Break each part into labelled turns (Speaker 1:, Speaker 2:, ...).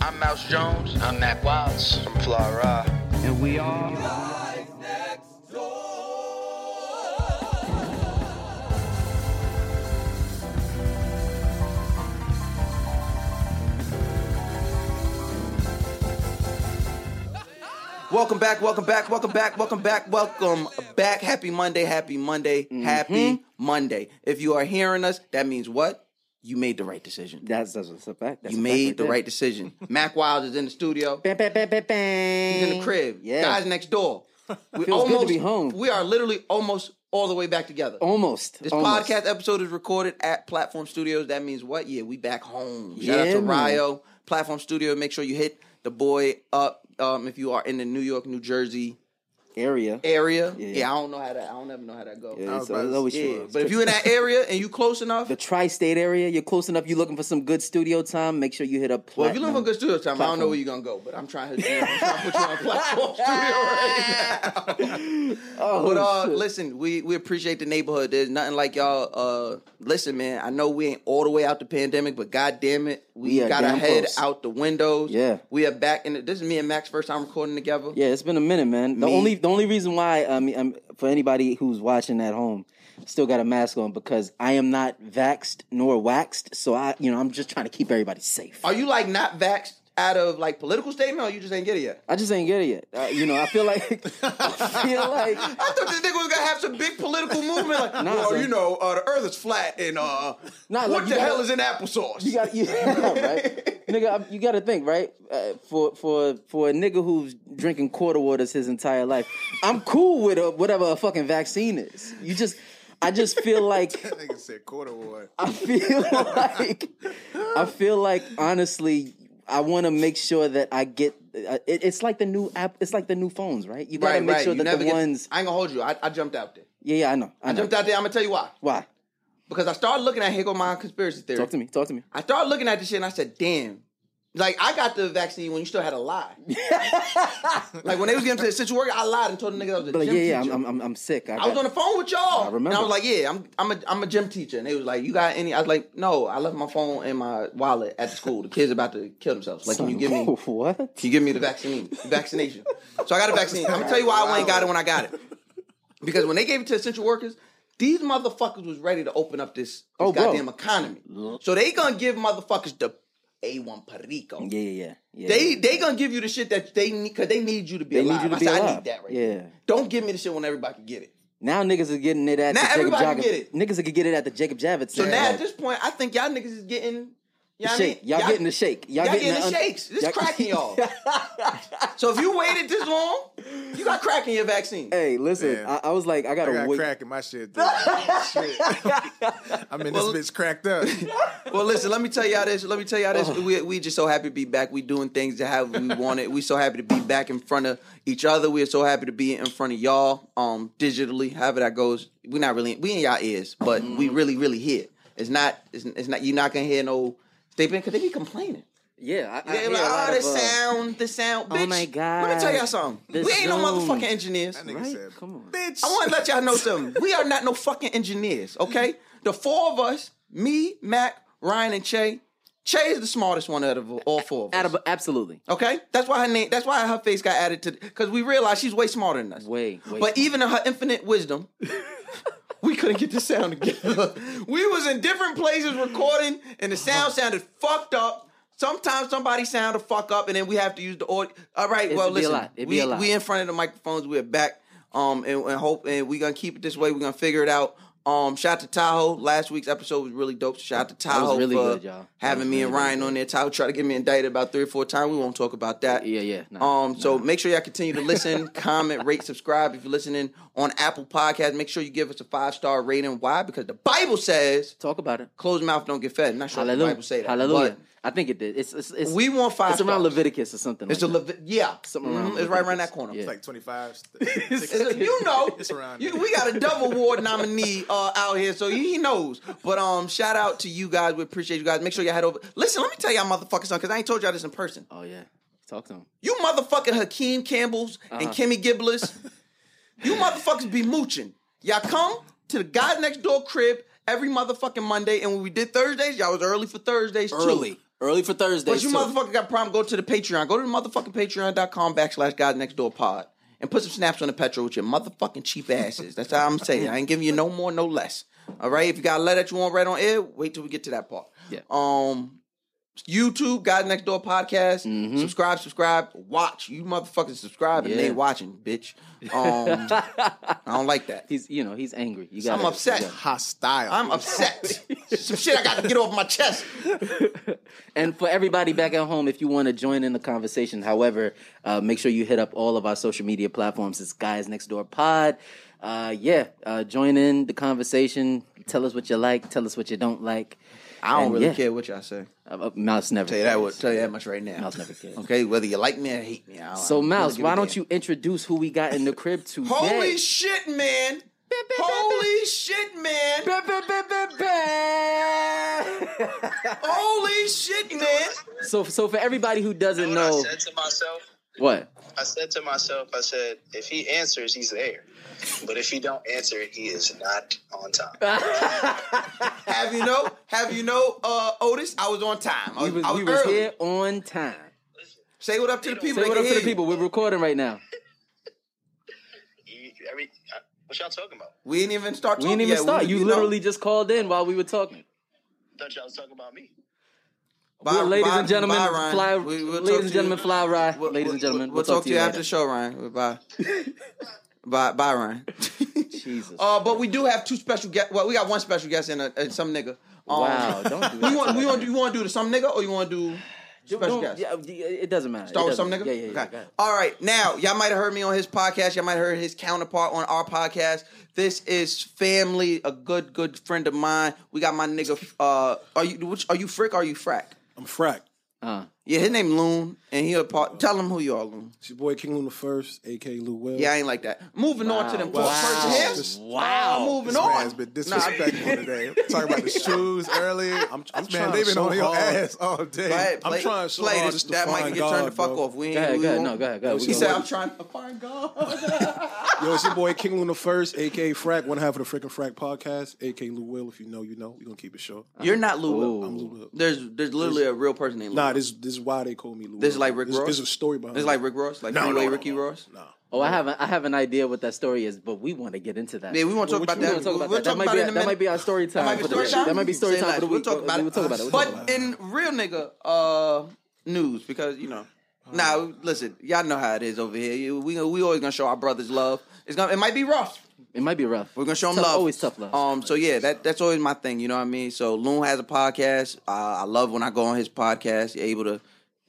Speaker 1: I'm Mouse Jones. I'm Nat Watts. I'm Fly Ra. And we are.
Speaker 2: Welcome back, welcome back, welcome back, welcome back, welcome back. Happy Monday, happy Monday, happy
Speaker 3: Mm-hmm.
Speaker 2: Monday. If you are hearing us, that means what? You made the right decision.
Speaker 3: That's that's a fact. That's
Speaker 2: you made the right decision. Mac Wild is in the studio.
Speaker 3: Bang, bang, bang, bang,
Speaker 2: He's
Speaker 3: bang.
Speaker 2: in the crib.
Speaker 3: Yeah.
Speaker 2: Guys next door. We
Speaker 3: Feels good to be home.
Speaker 2: We are literally almost all the way back together.
Speaker 3: almost.
Speaker 2: This
Speaker 3: almost.
Speaker 2: podcast episode is recorded at Platform Studios. That means what? Yeah, we back home. Shout out
Speaker 3: Yeah,
Speaker 2: to
Speaker 3: man.
Speaker 2: Ryo. Platform Studio. Make sure you hit the boy up um, if you are in the New York, New Jersey
Speaker 3: area.
Speaker 2: area. Yeah,
Speaker 3: Yeah.
Speaker 2: I don't know how that. I don't ever know how that goes.
Speaker 3: Yeah,
Speaker 2: I was
Speaker 3: it's
Speaker 2: about to-
Speaker 3: always
Speaker 2: yeah,
Speaker 3: true.
Speaker 2: but if you're in that area and you close enough,
Speaker 3: The tri-state area. You're close enough. You're looking for some good studio time. Make sure you hit up.
Speaker 2: well, if you look for a
Speaker 3: Platinum.
Speaker 2: good studio time, I don't know
Speaker 3: Platform.
Speaker 2: where you're gonna go, but I'm trying to, I'm trying to put you on platform studio right now.
Speaker 3: Oh,
Speaker 2: But uh,
Speaker 3: shit.
Speaker 2: listen, we we appreciate the neighborhood. There's nothing like y'all. Uh, listen, man, I know we ain't all the way out the pandemic, but god damn it, we
Speaker 3: We are
Speaker 2: got our
Speaker 3: damn
Speaker 2: head
Speaker 3: close.
Speaker 2: out the windows.
Speaker 3: Yeah.
Speaker 2: we are back in. The, this is me and Max first time recording together.
Speaker 3: Yeah, it's been a minute, man. The
Speaker 2: Me-
Speaker 3: only the only reason why I mean um, for anybody who's watching at home, still got a mask on because I am not vaxxed nor waxed. So I, you know, I'm just trying to keep everybody safe.
Speaker 2: Are you like not vaxxed out of like political statement, or you just ain't get it yet?
Speaker 3: I just ain't get it yet. Uh, you know, I feel like I feel like
Speaker 2: I thought this nigga was gonna have some big political movement. Like,
Speaker 3: Nah,
Speaker 2: well,
Speaker 3: son.
Speaker 2: you know, uh, the Earth is flat, and uh,
Speaker 3: Nah,
Speaker 2: what
Speaker 3: like,
Speaker 2: the
Speaker 3: you gotta-
Speaker 2: hell is in applesauce?
Speaker 3: You got you right, nigga. I- You got to think right uh, for for for a nigga who's drinking quarter waters his entire life. I'm cool with a, whatever a fucking vaccine is. You just, I just feel like
Speaker 4: That nigga said quarter war.
Speaker 3: I feel like I feel like honestly, I want to make sure that I get. Uh, it, it's like the new app. It's like the new phones, right? You got to
Speaker 2: right,
Speaker 3: make
Speaker 2: right.
Speaker 3: sure
Speaker 2: you
Speaker 3: that
Speaker 2: never
Speaker 3: the
Speaker 2: get,
Speaker 3: ones.
Speaker 2: I ain't gonna hold you. I, I jumped out there.
Speaker 3: Yeah, yeah, I know. I
Speaker 2: I
Speaker 3: know.
Speaker 2: jumped out there. I'm gonna tell you why.
Speaker 3: Why?
Speaker 2: Because I started looking at here go my conspiracy theory.
Speaker 3: Talk to me. Talk to me.
Speaker 2: I started looking at this shit and I said, damn. Like I got the vaccine when you still had a lie. like when they was getting to the situation, I lied and told the nigga I was a
Speaker 3: But like,
Speaker 2: gym
Speaker 3: yeah, yeah, I'm,
Speaker 2: teacher.
Speaker 3: I'm, I'm, I'm sick. I,
Speaker 2: I was on the phone with y'all.
Speaker 3: I remember.
Speaker 2: And I was like, yeah, I'm I'm a I'm a gym teacher. And they was like, you got any? I was like, no, I left my phone and my wallet at the school. The kids about to kill themselves. Like, can you give me can
Speaker 3: what?
Speaker 2: you give me the vaccine vaccination? So I got a vaccine. I'm gonna tell you why I ain't got it when I got it. Because when they gave it to essential workers, these motherfuckers was ready to open up this, this
Speaker 3: Oh, bro.
Speaker 2: goddamn economy. So they gonna give motherfuckers the A1 Perico.
Speaker 3: Yeah, yeah, yeah. yeah.
Speaker 2: They they gonna give you the shit that they need because they need you to be
Speaker 3: They need
Speaker 2: alive.
Speaker 3: you to
Speaker 2: I
Speaker 3: be
Speaker 2: said, I
Speaker 3: alive.
Speaker 2: need that right
Speaker 3: Yeah.
Speaker 2: now. Don't give me the shit when everybody can get it.
Speaker 3: Now niggas is getting it at
Speaker 2: Now
Speaker 3: the Jacob
Speaker 2: everybody
Speaker 3: Javits.
Speaker 2: get it.
Speaker 3: Niggas could get it at the Jacob Javits.
Speaker 2: So
Speaker 3: Center,
Speaker 2: now
Speaker 3: like,
Speaker 2: at this point, I think y'all niggas is getting y'all,
Speaker 3: shake. y'all, getting the shake.
Speaker 2: Y'all,
Speaker 3: Y'all,
Speaker 2: getting, the
Speaker 3: un-
Speaker 2: shakes. This
Speaker 3: y'all-
Speaker 2: cracking y'all. so if you waited this long, you got crack in your vaccine.
Speaker 3: Hey, listen,
Speaker 4: Man.
Speaker 3: I, I was like, I
Speaker 4: I
Speaker 3: gotta
Speaker 4: got
Speaker 3: wait.
Speaker 4: crack in my shit. dude. Shit. I mean, this bitch cracked up.
Speaker 2: Well, listen, let me tell y'all this. Let me tell y'all this.
Speaker 3: Uh-huh.
Speaker 2: We we just so happy to be back. We doing things that how we want it. We so happy to be back in front of each other. We are so happy to be in front of y'all, um, digitally. However that goes, we not really we in y'all ears, but
Speaker 3: Mm-hmm.
Speaker 2: we really really here. It's not it's, it's not you're not gonna hear no statement because they be complaining.
Speaker 3: Yeah, I, I
Speaker 2: They
Speaker 3: hear
Speaker 2: be
Speaker 3: a
Speaker 2: like,
Speaker 3: lot
Speaker 2: oh, the
Speaker 3: of, uh,
Speaker 2: sound, the sound.
Speaker 3: oh
Speaker 2: Bitch,
Speaker 3: my
Speaker 2: Let me tell y'all
Speaker 3: God.
Speaker 2: something.
Speaker 3: The
Speaker 2: we ain't no
Speaker 3: Zoom.
Speaker 2: motherfucking engineers.
Speaker 4: That nigga
Speaker 3: Right?
Speaker 4: said,
Speaker 3: Come on.
Speaker 4: bitch.
Speaker 2: I want to let y'all know something. We are not no fucking engineers, okay? The four of us, me, Mac, Ryan, and Che. Che is the smartest one out of all four of us.
Speaker 3: Out of, absolutely.
Speaker 2: okay, that's why her name. That's why her face got added to because we realized she's way smarter than us.
Speaker 3: Way, way
Speaker 2: But even in her infinite wisdom, we couldn't get the sound together. we was in different places recording, and the sound sounded fucked up. Sometimes somebody sound a fuck up, and then we have to use the audio. All right,
Speaker 3: It'd
Speaker 2: well,
Speaker 3: be a
Speaker 2: listen,
Speaker 3: lot. It'd be
Speaker 2: we
Speaker 3: a lot.
Speaker 2: we in front of the microphones. We're back, um, and, and hope, and we gonna keep it this way. We're gonna figure it out. Um, shout out to Tahoe. Last week's episode was really dope. Shout out to
Speaker 3: was
Speaker 2: Tahoe
Speaker 3: really
Speaker 2: for
Speaker 3: good, y'all.
Speaker 2: having
Speaker 3: That was
Speaker 2: me
Speaker 3: really,
Speaker 2: and
Speaker 3: really
Speaker 2: Ryan on there. Tahoe tried to get me indicted about three or four times. We won't talk about that.
Speaker 3: Yeah, yeah, nah,
Speaker 2: um, so make sure y'all continue to listen, comment, rate, subscribe. If you're listening on Apple Podcast, make sure you give us a five star rating. Why? Because the Bible says,
Speaker 3: Talk about it.
Speaker 2: "Closed mouth don't get fed." I'm not sure if the
Speaker 3: Hallelujah.
Speaker 2: Bible say that.
Speaker 3: Hallelujah.
Speaker 2: but
Speaker 3: I think it did. It's, it's, it's
Speaker 2: We want five
Speaker 3: It's around
Speaker 2: stars.
Speaker 3: Leviticus or something.
Speaker 2: It's a
Speaker 3: like that.
Speaker 2: Levi- yeah,
Speaker 3: Something around
Speaker 2: Mhm, It's right around
Speaker 3: Leviticus.
Speaker 2: that corner.
Speaker 3: Yeah.
Speaker 4: It's like 25.
Speaker 2: It's a- you know,
Speaker 4: It's around
Speaker 2: you-
Speaker 4: there.
Speaker 2: we got a double ward nominee uh, out here, so he he knows. But um, shout out to you guys. We appreciate you guys. Make sure y'all head over. Listen, let me tell y'all motherfuckers something because I ain't told y'all this in person.
Speaker 3: Oh yeah. Talk to him.
Speaker 2: You motherfucking Hakeem Campbell's and Kimmy Gibbler's. you motherfuckers be mooching. Y'all come to the guys next door crib every motherfucking Monday, and when we did Thursdays, y'all was early for Thursdays too.
Speaker 3: Early. Early for Thursday.
Speaker 2: But you motherfucker got a problem, go to the Patreon. Go to the motherfucking patreon.com backslash guys next door pod and put some snaps on the petrol with your motherfucking cheap asses. That's how I'm saying. I ain't giving you no more, no less. All right. If you got a letter that you want read on air, wait till we get to that part.
Speaker 3: Yeah.
Speaker 2: Um YouTube, Guys Next Door Podcast. Subscribe, subscribe, watch. You motherfuckers subscribe and
Speaker 3: Mm-hmm. Yeah.
Speaker 2: they ain't watching, bitch. Um I don't like that.
Speaker 3: He's you know he's angry. You got.
Speaker 2: I'm upset.
Speaker 4: Hostile.
Speaker 2: I'm upset. some shit I gotta get off my chest.
Speaker 3: And for everybody back at home, if you want to join in the conversation, however, uh, make sure you hit up all of our social media platforms. It's Guys Next Door Pod. Uh, yeah, uh, join in the conversation. Tell us what you like. Tell us what you don't like.
Speaker 2: I don't
Speaker 3: And
Speaker 2: really
Speaker 3: yeah.
Speaker 2: care what y'all say.
Speaker 3: Uh, uh, Mouse never.
Speaker 2: Tell you that, would, tell you that much right now.
Speaker 3: Mouse never cares.
Speaker 2: Okay, whether you like me or hate me. I don't- I
Speaker 3: So,
Speaker 2: don't
Speaker 3: Mouse,
Speaker 2: give a
Speaker 3: why
Speaker 2: damn.
Speaker 3: don't you introduce who we got in the crib today?
Speaker 2: Holy shit, man! Holy shit, man! Holy shit, man!
Speaker 3: so, so for everybody who doesn't
Speaker 1: When
Speaker 2: Oh.
Speaker 3: know,
Speaker 1: I said to myself,
Speaker 3: what?
Speaker 1: I said to myself, I said, if he answers, he's there. But if he don't answer, he is not on time.
Speaker 2: Have you know? Have you know? Uh, Otis, I was on time. I was,
Speaker 3: We was,
Speaker 2: I was
Speaker 3: we was
Speaker 2: early.
Speaker 3: here on time.
Speaker 2: Say what up to the people.
Speaker 3: Say
Speaker 2: they can
Speaker 3: what up to the
Speaker 2: hear you.
Speaker 3: people. We're recording right now.
Speaker 1: You- every- I- what y'all talking about?
Speaker 2: We didn't even start.
Speaker 3: We
Speaker 2: Talking
Speaker 3: didn't
Speaker 2: yet.
Speaker 3: even start. You,
Speaker 2: know,
Speaker 3: literally just called in while we were talking.
Speaker 1: Thought y'all was talking about me.
Speaker 2: bye-
Speaker 3: Well, ladies
Speaker 2: bye-
Speaker 3: and gentlemen,
Speaker 2: bye, Ryan.
Speaker 3: fly.
Speaker 2: We- we'll talk
Speaker 3: ladies
Speaker 2: to
Speaker 3: and
Speaker 2: you.
Speaker 3: gentlemen, fly rye.
Speaker 2: We'll-
Speaker 3: ladies and
Speaker 2: we'll-
Speaker 3: gentlemen,
Speaker 2: we'll, talk to you after the show, Ryan. Bye. bye, bye, Ryan.
Speaker 3: Jesus.
Speaker 2: Uh, but we do have two special guests. Well, we got one special guest and, a, and some nigga. Um,
Speaker 3: wow. Don't do that.
Speaker 2: we want we want you want to do the some nigga or you want to do special
Speaker 3: Don't-
Speaker 2: guest?
Speaker 3: yeah, yeah, it doesn't matter.
Speaker 2: Start
Speaker 3: It
Speaker 2: with some nigga.
Speaker 3: doesn't- Yeah, yeah, yeah.
Speaker 2: Okay.
Speaker 3: go ahead.
Speaker 2: All right, now y'all might have heard me on his podcast. Y'all might have heard his counterpart on our podcast. This is family, a good good friend of mine. We got my nigga. Uh, are you which, are you frick? Or are you frack?
Speaker 5: I'm Frack.
Speaker 3: Uh,
Speaker 2: Yeah, his name Loon, and he a part. Tell him who you are, Loon.
Speaker 5: It's your boy King Luna First, aka Lou Will.
Speaker 2: Yeah, I ain't like that. Moving on to them
Speaker 5: Wow.
Speaker 2: wow. first
Speaker 5: Wow.
Speaker 2: Wow, moving
Speaker 4: This
Speaker 2: on.
Speaker 4: man's been disrespectful today. Talking about the shoes earlier.
Speaker 5: I'm- I'm
Speaker 4: This man,
Speaker 5: trying
Speaker 4: they've been
Speaker 5: so
Speaker 4: on your
Speaker 5: hard.
Speaker 4: ass all day.
Speaker 2: Go ahead,
Speaker 5: I'm
Speaker 2: play-
Speaker 5: trying so
Speaker 2: play
Speaker 5: hard
Speaker 2: this.
Speaker 5: just to
Speaker 2: that might
Speaker 5: find
Speaker 2: get turned the
Speaker 5: God,
Speaker 2: fuck
Speaker 5: bro.
Speaker 2: off. We ain't.
Speaker 3: go ahead,
Speaker 2: we
Speaker 3: go ahead.
Speaker 2: won't-
Speaker 3: No, go ahead. Go ahead.
Speaker 2: He
Speaker 3: We
Speaker 2: said,
Speaker 3: gonna-
Speaker 2: "I'm trying to find God."
Speaker 5: Yo, it's your boy King Luna First, aka Frack, one half of the Frickin' Frack podcast, aka Lou Will. If you know, you know. We're gonna keep it short.
Speaker 4: Uh-huh.
Speaker 2: You're not Lou. Will.
Speaker 5: I'm Lou Will.
Speaker 2: There's there's literally a real person named Lou.
Speaker 5: Nah, this this is why they call me Lou.
Speaker 2: This is
Speaker 5: Will.
Speaker 2: like Rick
Speaker 5: There's-
Speaker 2: Ross.
Speaker 5: There's a story behind
Speaker 2: It's
Speaker 5: it.
Speaker 2: like Rick Ross, like
Speaker 5: No,
Speaker 2: Freeway
Speaker 5: no, no,
Speaker 2: Ricky
Speaker 5: no.
Speaker 2: Ross.
Speaker 5: Nah.
Speaker 3: oh, I have a, I have an idea what that story is, but we want to get into that.
Speaker 2: Yeah, we want to talk
Speaker 5: Well,
Speaker 2: about
Speaker 5: what you
Speaker 2: that.
Speaker 3: We'll talk about
Speaker 2: We'll
Speaker 3: that. That
Speaker 2: talk
Speaker 3: might
Speaker 2: about
Speaker 3: be
Speaker 2: it in a
Speaker 3: that might
Speaker 2: minute.
Speaker 3: be our story
Speaker 2: That
Speaker 3: time.
Speaker 2: might be
Speaker 3: for the
Speaker 2: story
Speaker 3: week.
Speaker 2: time.
Speaker 3: That might be story
Speaker 2: Say
Speaker 3: time
Speaker 2: less.
Speaker 3: for the
Speaker 2: We'll
Speaker 3: week.
Speaker 2: talk about
Speaker 3: We'll
Speaker 2: it.
Speaker 3: talk about it. We'll talk
Speaker 2: But
Speaker 3: about it.
Speaker 2: in real nigga uh, news, because you know,
Speaker 3: Uh-huh.
Speaker 2: nah, listen, y'all know how it is over here. You- We we always gonna show our brothers love. It's gonna it might be rough.
Speaker 3: It might be rough.
Speaker 2: We're gonna show them
Speaker 3: Tough-
Speaker 2: love.
Speaker 3: Always tough love.
Speaker 2: Um, so yeah, that that's always my thing. You know what I mean? So Loon has a podcast. Uh, I love when I go on his podcast. You're able to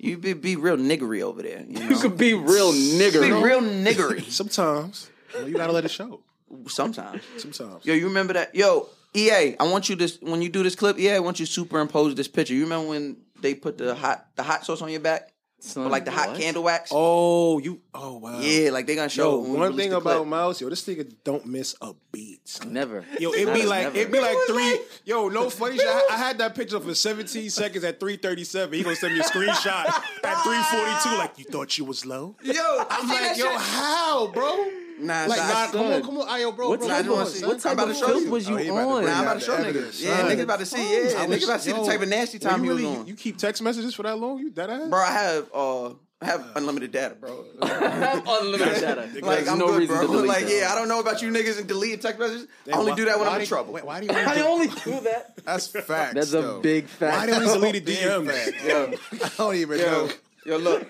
Speaker 2: you be, be real niggery over there. You, know?
Speaker 3: You could be real nigger.
Speaker 2: be real niggery
Speaker 5: Sometimes you, know, you gotta let it show.
Speaker 2: sometimes.
Speaker 5: Sometimes.
Speaker 2: Yo, you remember that? Yo, EA, I want you to when you do this clip, EA, I want you to superimpose this picture. You remember when they put the hot the hot sauce on your back,
Speaker 3: Son,
Speaker 2: or like the hot
Speaker 3: what?
Speaker 2: candle wax?
Speaker 5: Oh, you. Oh wow.
Speaker 2: yeah, like they gonna show.
Speaker 5: Yo,
Speaker 2: when we
Speaker 5: one
Speaker 2: release
Speaker 5: thing
Speaker 2: the
Speaker 5: about
Speaker 2: clip.
Speaker 5: Mouse, yo, this nigga don't miss a beat. son.
Speaker 3: Never.
Speaker 5: Yo, it
Speaker 3: Not
Speaker 5: be
Speaker 3: as
Speaker 5: like
Speaker 3: never.
Speaker 5: it be like
Speaker 2: was
Speaker 5: three.
Speaker 2: like-
Speaker 5: yo, no funny shit. I, I had that picture for 17 seconds at 3:37. He gonna send me a screenshot at 3:42. Like you thought you was low.
Speaker 2: yo,
Speaker 5: I'm like, yo, how, bro?
Speaker 2: Nah,
Speaker 5: Like,
Speaker 2: so I-
Speaker 5: nah, come on,
Speaker 3: son.
Speaker 5: come on, ayo, bro.
Speaker 3: What
Speaker 5: bro,
Speaker 3: type
Speaker 5: come on,
Speaker 2: of-
Speaker 5: son.
Speaker 2: what type
Speaker 5: I'm about
Speaker 2: of
Speaker 5: to show
Speaker 2: filth
Speaker 5: you.
Speaker 3: was
Speaker 4: Oh,
Speaker 3: you
Speaker 4: he about to
Speaker 3: on?
Speaker 4: bring
Speaker 2: Nah, I'm
Speaker 4: out
Speaker 2: about to
Speaker 4: the
Speaker 2: show niggas.
Speaker 4: evidence,
Speaker 2: Yeah,
Speaker 5: son.
Speaker 2: niggas about to see. Yeah,
Speaker 5: I
Speaker 2: niggas
Speaker 5: wish-
Speaker 2: about to see the
Speaker 5: yo,
Speaker 2: type of nasty
Speaker 5: Well,
Speaker 2: time
Speaker 5: you
Speaker 2: he was
Speaker 5: really-
Speaker 2: on.
Speaker 5: You keep text messages for that long? You dead ass?
Speaker 2: Bro, I have uh have unlimited data, bro.
Speaker 3: have unlimited data.
Speaker 2: Like I'm
Speaker 3: no
Speaker 2: good,
Speaker 3: reason
Speaker 2: bro.
Speaker 3: to delete
Speaker 2: like
Speaker 3: that.
Speaker 2: yeah, I don't know about you niggas and delete text messages. I only
Speaker 5: Why-
Speaker 2: do that when
Speaker 5: why
Speaker 2: I'm in
Speaker 5: do-
Speaker 2: trouble.
Speaker 5: Why, why do you want
Speaker 3: I
Speaker 5: to
Speaker 3: only do that.
Speaker 4: That's facts.
Speaker 3: That's a
Speaker 4: though.
Speaker 3: big fact.
Speaker 5: Why do we delete the DMs?
Speaker 2: yo,
Speaker 4: I don't even
Speaker 2: yo,
Speaker 4: know.
Speaker 2: yo, look,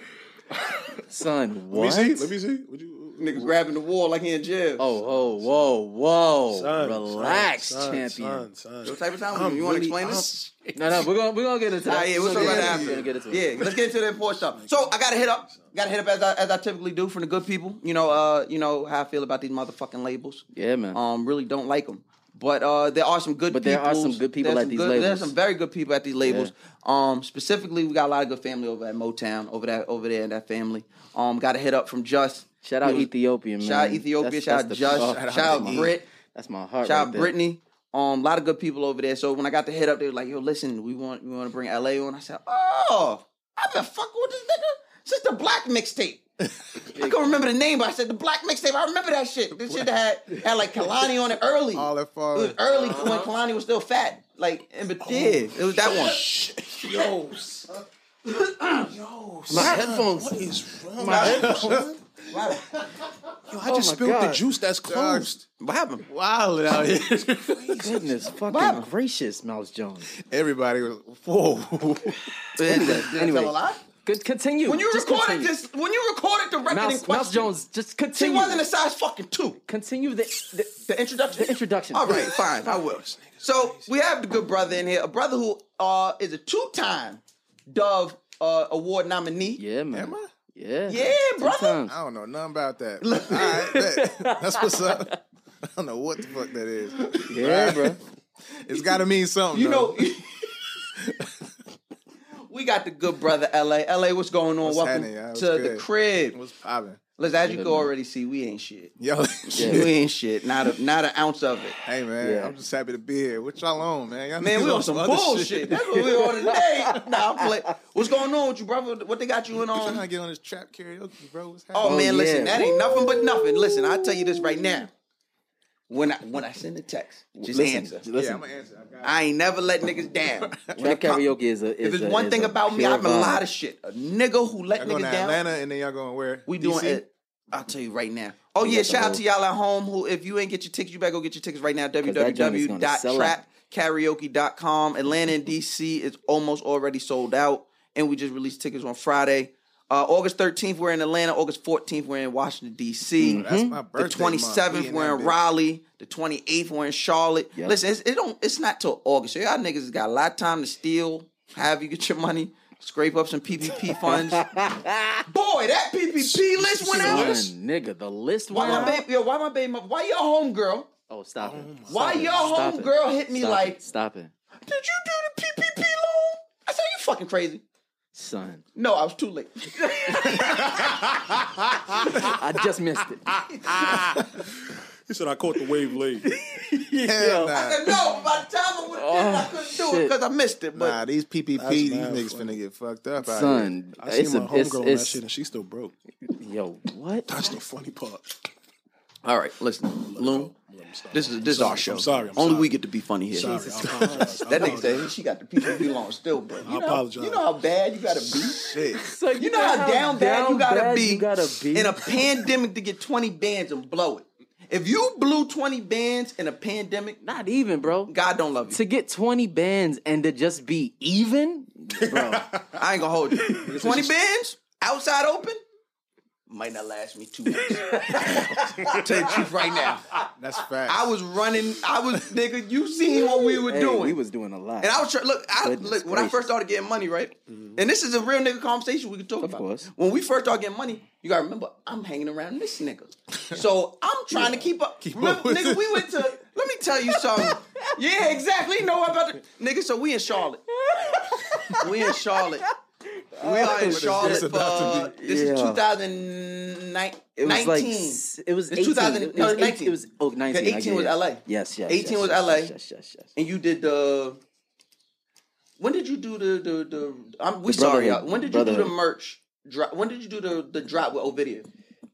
Speaker 3: Son,
Speaker 5: Let me
Speaker 3: what?
Speaker 5: see. Let me see. Would you?
Speaker 2: nigga grabbing the wall like he in jail.
Speaker 3: Oh, oh, whoa, whoa.
Speaker 5: Son,
Speaker 3: Relax,
Speaker 5: son, Son,
Speaker 3: champion.
Speaker 5: son,
Speaker 2: What type of time?
Speaker 5: I'm
Speaker 2: you want to
Speaker 5: really-
Speaker 2: explain
Speaker 5: I'm-
Speaker 2: this?
Speaker 3: No, no, we're gonna we're gonna get into that.
Speaker 2: Nah, yeah,
Speaker 3: We're
Speaker 2: what's
Speaker 3: gonna
Speaker 2: up
Speaker 3: get
Speaker 2: right
Speaker 3: into it. We're gonna
Speaker 2: after?
Speaker 3: get into it.
Speaker 2: Yeah, let's get into the important stuff. So I gotta hit up, gotta hit up as I, as I typically do from the good people. You know, uh, you know how I feel about these motherfucking labels.
Speaker 3: Yeah, man.
Speaker 2: Um, really don't like them. But uh, there are some good.
Speaker 3: But there are some
Speaker 2: peoples-
Speaker 3: good people
Speaker 2: there's
Speaker 3: at
Speaker 2: some
Speaker 3: these
Speaker 2: good- There's
Speaker 3: labels.
Speaker 2: some very good people at these labels. Um, specifically, we got a lot of good family over at Motown, over that over there in that family. Um, got a hit up from Just.
Speaker 3: Shout out
Speaker 2: Who-
Speaker 3: Ethiopian, man.
Speaker 2: Shout out Ethiopia.
Speaker 3: That's-
Speaker 2: shout out
Speaker 3: that's the-
Speaker 2: Just.
Speaker 3: oh,
Speaker 2: shout
Speaker 3: that's
Speaker 2: out
Speaker 3: my-
Speaker 2: Brit.
Speaker 3: That's my heart.
Speaker 2: Shout
Speaker 3: right
Speaker 2: out
Speaker 3: there.
Speaker 2: Brittany. Um, a lot of good people over there. So when I got the hit up, they were like, "Yo, listen, we want we want to bring LA on." I said, "Oh, I've been fucking with this nigga since the Black mixtape." I can remember the name, but I said the Black mixtape. I remember that shit. This shit had had like Kalani on it early.
Speaker 4: All
Speaker 2: it
Speaker 4: that far.
Speaker 2: was early when Kalani was still fat. Like, and but yeah, it was that one.
Speaker 5: Yo, son. Yo,
Speaker 3: My
Speaker 5: son.
Speaker 3: headphones.
Speaker 5: What is wrong? with you?
Speaker 2: Oh
Speaker 5: Yo, I just
Speaker 3: my
Speaker 5: spilled the
Speaker 3: God.
Speaker 5: juice that's closed.
Speaker 2: What happened?
Speaker 4: Wild out here.
Speaker 3: Goodness fucking
Speaker 2: Wow.
Speaker 3: gracious, Mouse Jones.
Speaker 4: Everybody was whoa.
Speaker 2: Anyway,
Speaker 3: anyway.
Speaker 2: tell a lie?
Speaker 3: Good, continue.
Speaker 2: when you
Speaker 3: Just
Speaker 2: recorded
Speaker 3: continue.
Speaker 2: this, when you recorded the record in
Speaker 3: Mouse,
Speaker 2: question,
Speaker 3: Mouse Jones, just
Speaker 2: she
Speaker 3: continue.
Speaker 2: wasn't a size fucking two.
Speaker 3: continue the, the
Speaker 2: The introduction.
Speaker 3: The introduction.
Speaker 2: All right, fine, I will. So we have the good brother in here, a brother who uh, is a two-time Dove uh, Award nominee.
Speaker 3: Yeah, man.
Speaker 4: Am I?
Speaker 3: Yeah.
Speaker 2: Yeah, brother.
Speaker 3: Sometimes.
Speaker 4: I don't know nothing about that. All right, bet. that's what's up. I don't know what the fuck that is.
Speaker 3: Yeah, bro.
Speaker 4: It's got to mean something.
Speaker 2: You
Speaker 4: though.
Speaker 2: know. we got the good brother, LA. LA, what's going on?
Speaker 4: What's
Speaker 2: Welcome
Speaker 4: happening, y'all?
Speaker 2: to
Speaker 4: What's
Speaker 2: the
Speaker 4: good?
Speaker 2: crib.
Speaker 4: what's popping?
Speaker 2: Let's as you can already see, we ain't shit.
Speaker 4: Yo,
Speaker 2: We ain't shit. Not a not an ounce of it.
Speaker 4: hey man,
Speaker 3: Yeah.
Speaker 4: I'm just happy to be here. What y'all on, man? Y'all
Speaker 2: Man,
Speaker 4: niggas
Speaker 2: we on some
Speaker 4: other
Speaker 2: bullshit. That's what we on today. Nah, I'm play. What's going on with you, brother? What they got you in
Speaker 4: I'm trying
Speaker 2: on?
Speaker 4: to get on this trap karaoke, bro. What's happening?
Speaker 2: Oh,
Speaker 3: Oh,
Speaker 2: man, listen,
Speaker 3: yeah.
Speaker 2: that ain't nothing but nothing. Listen, I'll tell you this right now. When I when I send a text, just
Speaker 3: listen,
Speaker 2: answer.
Speaker 4: yeah, I'm
Speaker 3: Listen,
Speaker 4: gonna answer. I got
Speaker 2: I ain't never let niggas down.
Speaker 3: trap karaoke is a.
Speaker 2: if
Speaker 3: Is
Speaker 2: there's
Speaker 3: a,
Speaker 2: one
Speaker 3: is
Speaker 2: thing
Speaker 3: a
Speaker 2: about me,
Speaker 3: pure
Speaker 2: I'm a
Speaker 3: vibe.
Speaker 2: lot of shit. A nigga who let
Speaker 4: y'all going to
Speaker 2: niggas down.
Speaker 4: Atlanta, and then y'all going where?
Speaker 2: We doing
Speaker 4: DC?
Speaker 2: it. I'll tell you right now. Oh
Speaker 3: We
Speaker 2: yeah,
Speaker 3: got the
Speaker 2: shout out
Speaker 3: whole-
Speaker 2: to y'all at home who if you ain't get your tickets, you better go get your tickets right now.
Speaker 3: that joint is gonna sell out.
Speaker 2: www.trapkaraoke.com. Atlanta and DC is almost already sold out. And we just released tickets on Friday. Uh, August 13th, we're in Atlanta. August 14th, we're in Washington, D.C.
Speaker 3: Mm-hmm.
Speaker 4: That's my birthday.
Speaker 2: The twenty
Speaker 4: month. We
Speaker 2: seventh, we're
Speaker 4: that
Speaker 2: in
Speaker 4: bitch.
Speaker 2: Raleigh. The twenty eighth, we're in Charlotte.
Speaker 3: Yep.
Speaker 2: Listen, it's, it don't. It's not till August. So y'all niggas got a lot of time to steal. Have you get your money? Scrape up some PPP funds. Boy, that PPP list went out.
Speaker 3: Son, nigga, the list
Speaker 2: Why
Speaker 3: went
Speaker 2: my
Speaker 3: out.
Speaker 2: baby? Yo, why my baby? mother- Why your homegirl?
Speaker 3: Oh, stop it. Stop
Speaker 2: Why
Speaker 3: it.
Speaker 2: your
Speaker 3: Stop it.
Speaker 2: homegirl hit me
Speaker 3: Stop
Speaker 2: like,
Speaker 3: it. Stop it.
Speaker 2: did you do the PPP loan? I said, you fucking crazy.
Speaker 3: Son,
Speaker 2: No, I was too late.
Speaker 3: I just missed it.
Speaker 5: He said I caught the wave late.
Speaker 4: Hell nah.
Speaker 2: I said, no, by the time I would have did it, I couldn't do it
Speaker 3: shit.
Speaker 2: because I missed it. But
Speaker 4: Nah, these PPP,
Speaker 5: That's
Speaker 4: these
Speaker 5: mad
Speaker 4: niggas
Speaker 5: funny.
Speaker 4: finna get fucked up. out here.
Speaker 3: Son,
Speaker 5: I seen
Speaker 3: it's
Speaker 5: my
Speaker 3: a it's,
Speaker 5: homegirl on that
Speaker 3: it's
Speaker 5: shit, and she's still broke.
Speaker 3: yo what?
Speaker 5: That's the funny part.
Speaker 2: all right, listen, Loon. This is this is
Speaker 5: sorry,
Speaker 2: our show.
Speaker 5: I'm sorry, I'm
Speaker 2: Only
Speaker 5: sorry.
Speaker 2: we get to be funny here.
Speaker 5: Sorry, I apologize. I
Speaker 2: That nigga
Speaker 5: apologize.
Speaker 2: said she got the PPP loan still, bro. You
Speaker 5: I
Speaker 2: know,
Speaker 5: apologize.
Speaker 2: You know how bad you gotta be.
Speaker 4: Shit.
Speaker 3: So
Speaker 2: You know how down bad you gotta
Speaker 3: bad
Speaker 2: be.
Speaker 3: You gotta be.
Speaker 2: in a pandemic to get twenty bands and blow it. If you blew twenty bands in a pandemic,
Speaker 3: Not even, bro.
Speaker 2: God don't love
Speaker 3: To
Speaker 2: you.
Speaker 3: get twenty bands and to just be even, bro.
Speaker 2: I ain't gonna hold you. Twenty bands outside open might not last me two weeks. Tell you the truth right now.
Speaker 4: That's facts.
Speaker 2: I was running. I was nigga. You seen what we were
Speaker 3: Hey,
Speaker 2: doing?
Speaker 3: we was doing a lot.
Speaker 2: And I was trying. Look, I,
Speaker 3: Goodness
Speaker 2: look when I
Speaker 3: gracious. Mm-hmm.
Speaker 2: first started getting money, right? And this is a real nigga conversation we can talk about.
Speaker 3: course.
Speaker 2: When we first started getting money, you gotta remember I'm hanging around this nigga, so I'm trying to keep up. Remember,
Speaker 4: up with
Speaker 2: nigga,
Speaker 4: it.
Speaker 2: we went to. Let me tell you something. yeah, exactly. You know about the nigga. So we in Charlotte. we in Charlotte.
Speaker 3: Uh,
Speaker 2: We are in
Speaker 4: this
Speaker 2: Charlotte for
Speaker 4: about
Speaker 2: this is
Speaker 3: Yeah.
Speaker 2: 2019.
Speaker 3: it was like s- it was 18.
Speaker 2: 2000
Speaker 3: it
Speaker 2: no,
Speaker 3: was
Speaker 2: 19.
Speaker 3: It was oh, 19. I
Speaker 2: 18
Speaker 3: get
Speaker 2: was
Speaker 3: it.
Speaker 2: LA.
Speaker 3: Yes, yes.
Speaker 2: 18
Speaker 3: yes,
Speaker 2: was
Speaker 3: yes,
Speaker 2: LA.
Speaker 3: Yes, yes, yes. yes.
Speaker 2: and you did the. When did you do the the the? I'm, we
Speaker 3: The
Speaker 2: sorry,
Speaker 3: Brotherhood.
Speaker 2: y'all. When did you do the
Speaker 3: Brotherhood.
Speaker 2: merch drop? When did you do the the drop with Ovidia?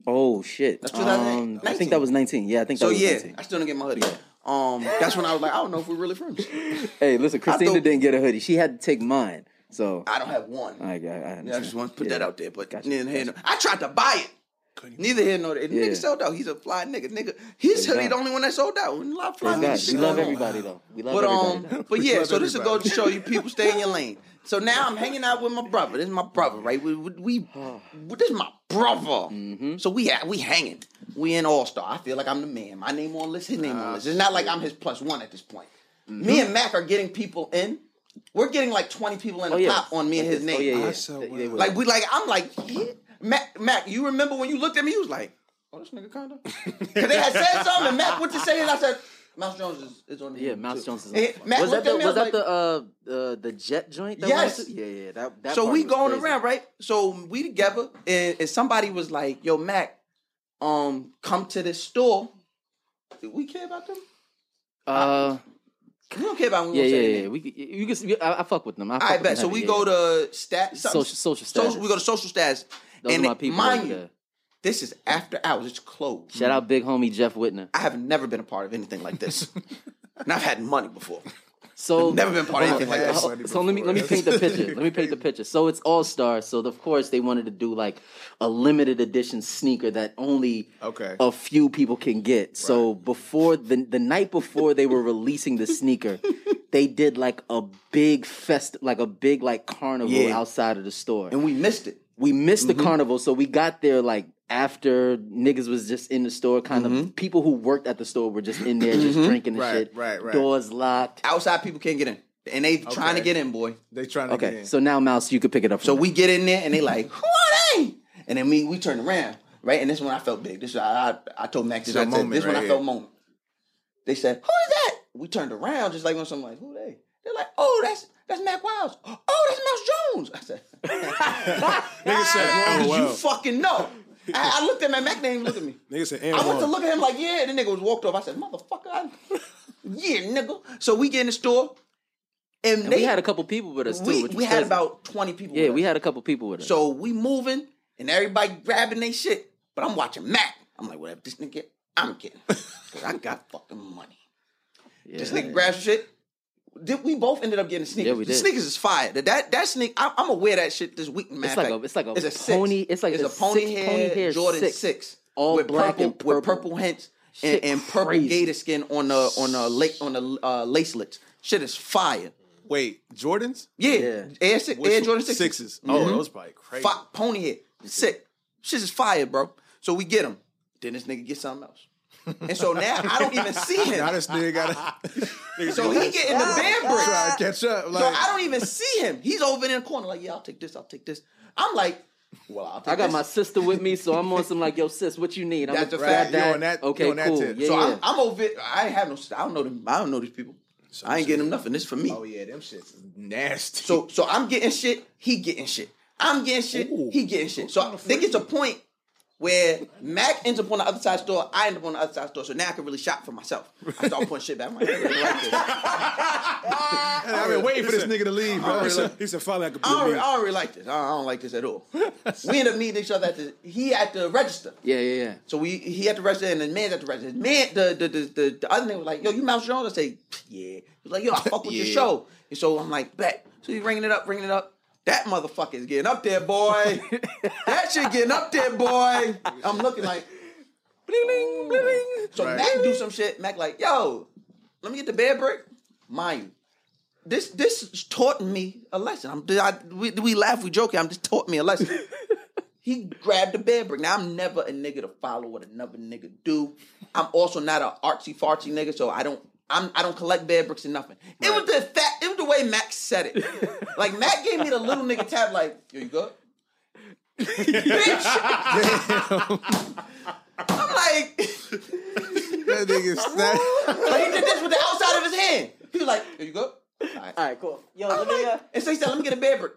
Speaker 3: Oh shit. That's
Speaker 2: 2019.
Speaker 3: I think that was 19. Yeah, I think that
Speaker 2: So
Speaker 3: was
Speaker 2: yeah,
Speaker 3: 19.
Speaker 2: I still didn't get my hoodie. Um, that's when I was like, I don't know if we're really friends.
Speaker 3: Hey, listen, Christina
Speaker 2: thought-
Speaker 3: didn't get a hoodie. She had to take mine. So
Speaker 2: I don't have one.
Speaker 3: I, I, I,
Speaker 2: Yeah, I just
Speaker 3: understand.
Speaker 2: want to put
Speaker 3: Yeah.
Speaker 2: that out there. But
Speaker 3: Gotcha,
Speaker 2: neither here nor- I tried to buy it. Neither here nor there. The
Speaker 3: Yeah.
Speaker 2: Nigga sold out. He's a fly nigga. Nigga, his hoodie
Speaker 3: God.
Speaker 2: the only one that sold out. And a lot of fly
Speaker 3: Praise God.
Speaker 2: niggas.
Speaker 3: We love everybody though. We love
Speaker 2: But
Speaker 3: everybody. though.
Speaker 2: um, but yeah.
Speaker 4: love
Speaker 2: So this will go
Speaker 4: everybody.
Speaker 2: to show you people stay in your lane. So now I'm hanging out with my brother. This is my brother, right? We we,
Speaker 3: Oh.
Speaker 2: we this is my brother.
Speaker 3: Mm-hmm.
Speaker 2: So we ha- we hanging. We in All Star. I feel like I'm the man. My name on the list. His name
Speaker 3: Ah,
Speaker 2: on the list. It's not like I'm his plus one at this point.
Speaker 3: Mm-hmm.
Speaker 2: Me and Mac are getting people in. We're getting like 20 people in a
Speaker 3: Oh, yeah.
Speaker 2: pop on me and his name. Ah,
Speaker 3: Oh, yeah, yeah.
Speaker 4: said,
Speaker 3: They- they
Speaker 4: wow.
Speaker 3: were-
Speaker 2: Like we like I'm like yeah. Mac Mac, you remember when you looked at me, you was like, Oh this nigga kinda Cause they had said something and Mac went to say it and I said, Mouse Jones is, is on the
Speaker 3: yeah, Mouse Jones is.
Speaker 2: Eh, Matt
Speaker 3: was that
Speaker 2: looked at
Speaker 3: the
Speaker 2: me, I
Speaker 3: was
Speaker 2: was
Speaker 3: that the uh, uh the jet joint? That
Speaker 2: Yes.
Speaker 3: went to- Yeah, yeah. That, that
Speaker 2: So
Speaker 3: part
Speaker 2: we
Speaker 3: was
Speaker 2: going
Speaker 3: crazy.
Speaker 2: around, right? So we together and, and somebody was like, Yo, Mac, um, come to this store. Do we care about them?
Speaker 3: Uh,
Speaker 2: We don't care about them.
Speaker 3: yeah, yeah, yeah. We c- you can. see- I, I fuck with them. I, fuck
Speaker 2: I
Speaker 3: with
Speaker 2: bet.
Speaker 3: them
Speaker 2: So
Speaker 3: heavy,
Speaker 2: we
Speaker 3: yeah,
Speaker 2: go
Speaker 3: yeah.
Speaker 2: to stat
Speaker 3: Social- social status.
Speaker 2: we go to social stats.
Speaker 3: Those
Speaker 2: and
Speaker 3: are my people.
Speaker 2: mind
Speaker 3: right
Speaker 2: you,
Speaker 3: there.
Speaker 2: this is after hours. It's closed.
Speaker 3: Shout out big homie Jeff Whitner.
Speaker 2: I have never been a part of anything like this. and I've had money before.
Speaker 3: So
Speaker 2: Never been part of
Speaker 3: Hold
Speaker 2: anything
Speaker 3: on.
Speaker 2: like this.
Speaker 3: Hold on. So let me let me paint the picture. Let me paint the picture. So it's All Star. So of course they wanted to do like a limited edition sneaker that only
Speaker 4: Okay.
Speaker 3: a few people can get. So before the the night before they were releasing the sneaker, they did like a big fest, like a big like carnival
Speaker 2: Yeah.
Speaker 3: outside of the store.
Speaker 2: And we missed it.
Speaker 3: we missed the carnival, so we got there like after niggas was just in the store, kind of people who worked at the store were just in there just drinking and
Speaker 4: Right,
Speaker 3: shit.
Speaker 4: right, right.
Speaker 3: Doors locked.
Speaker 2: Outside people can't get in. And they trying to
Speaker 4: Okay.
Speaker 2: get in, boy.
Speaker 4: They trying to get
Speaker 3: Okay,
Speaker 4: in.
Speaker 3: so now Mouse, you could pick it up. From
Speaker 2: So
Speaker 3: there.
Speaker 2: we get in there and they like, who are they? And then me, we turn around, right? And this one I felt big. This I I, I told Max this.
Speaker 4: It's a
Speaker 2: I said,
Speaker 4: moment
Speaker 2: this one
Speaker 4: right
Speaker 2: I felt
Speaker 4: here.
Speaker 2: moment. They said, who is that? We turned around just like when someone like, who they? They're like, oh, that's that's Mac Wiles. Oh, that's Mouse Jones. I said,
Speaker 5: Nigga said,
Speaker 2: "How
Speaker 5: oh,
Speaker 2: did
Speaker 5: wow.
Speaker 2: you fucking know? I, I looked at my Mac didn't even look at me.
Speaker 5: Nigga said, and
Speaker 2: I went to
Speaker 5: one.
Speaker 2: look at him like, yeah, the nigga was walked off. I said, motherfucker, I, yeah, nigga. So we get in the store, and,
Speaker 3: And
Speaker 2: they
Speaker 3: we had a couple people with us too.
Speaker 2: we,
Speaker 3: which
Speaker 2: we
Speaker 3: was
Speaker 2: had
Speaker 3: crazy.
Speaker 2: about twenty people.
Speaker 3: yeah,
Speaker 2: with
Speaker 3: we
Speaker 2: us.
Speaker 3: had a couple people with us.
Speaker 2: So we moving, and everybody grabbing their shit. But I'm watching Mac. I'm like, whatever this nigga get, I'm getting, cause I got fucking money.
Speaker 3: yeah.
Speaker 2: This nigga grabs shit. Did we both ended up getting sneakers?
Speaker 3: Yeah, we
Speaker 2: The
Speaker 3: did.
Speaker 2: sneakers is fire. That that, that sneak, I, I'm gonna wear that shit this week.
Speaker 3: It's like a it's like a,
Speaker 2: six.
Speaker 3: pony. It's like a,
Speaker 2: pony
Speaker 3: six,
Speaker 2: hair,
Speaker 3: pony hair
Speaker 2: Jordan
Speaker 3: six.
Speaker 2: six,
Speaker 3: all
Speaker 2: with
Speaker 3: black
Speaker 2: purple,
Speaker 3: and purple.
Speaker 2: with purple hints and,
Speaker 3: Shit
Speaker 2: and purple
Speaker 3: crazy.
Speaker 2: gator skin on the on the lake on the uh, lacelets. Shit is fire.
Speaker 4: Wait, Jordans?
Speaker 2: Yeah, Air, six, Air Jordan sixes. Mm-hmm.
Speaker 4: sixes. Oh, that was probably crazy.
Speaker 2: Fi- pony head. Sick. Shit is fire, bro. So we get him. Then this nigga gets something else. And so now I don't even see
Speaker 4: Now
Speaker 2: him.
Speaker 4: this nigga got to
Speaker 2: So he getting the band break.
Speaker 4: try to catch up. Like,
Speaker 2: So I don't even see him. He's over there in the corner, like, yeah, I'll take this, I'll take this. I'm like, well, I'll take
Speaker 3: I got
Speaker 2: this.
Speaker 3: my sister with me, so I'm on some like, yo, sis, what you need? I'm
Speaker 2: That's
Speaker 3: gonna
Speaker 2: a
Speaker 3: grab
Speaker 2: fact.
Speaker 3: that.
Speaker 4: You on that- you
Speaker 3: okay,
Speaker 4: on that
Speaker 3: cool.
Speaker 4: tip.
Speaker 3: Yeah,
Speaker 2: So
Speaker 3: yeah.
Speaker 2: I'm, I'm over. I ain't have no. I don't know them. I don't know these people. I ain't getting them nothing. This is for me.
Speaker 4: oh yeah, them shits is nasty.
Speaker 2: So so I'm getting shit, he getting shit. I'm getting shit, he getting shit. So they get to a point where Mac ends up on the other side of the store, I end up on the other side of the store. So now I can really shop for myself. I start putting shit back. I'm like, I really like this. I
Speaker 4: I've been waiting for this nigga to leave, bro.
Speaker 5: He said- He said, finally I could
Speaker 2: don't, really,
Speaker 5: be
Speaker 2: I don't really like this. I don't, I don't like this at all. We end up meeting each other at the he at the register.
Speaker 3: yeah, yeah, yeah.
Speaker 2: So we he at the register and the man's at the register. His man the the the, the, the other nigga was like, yo, you Mouse Jones? I say, yeah. He was like, yo, I fuck with your show. And so I'm like, bet. So he's ringing it up, ringing it up. That motherfucker is getting up there, boy. that shit getting up there, boy. I'm looking like, bling, bling, bling, bling. So
Speaker 4: Right.
Speaker 2: Mac do some shit. Mac like, yo, let me get the bed break. Mind you, this this taught me a lesson. I'm I, we, we laugh, we joke. I'm just taught me a lesson. he grabbed the bed brick. Now I'm never a nigga to follow what another nigga do. I'm also not an artsy fartsy nigga, so I don't. I'm, I don't collect bed bricks and nothing. It was the fact. It was the way Max said it. like Mac gave me the little nigga tap. Like, yo, you good? Bitch. I'm like,
Speaker 4: that nigga's nasty.
Speaker 2: but he did this with the outside of his hand. He was like, yo, you good?
Speaker 3: All right, cool. Yo,
Speaker 2: I'm like, and so he said, let me get a bed brick.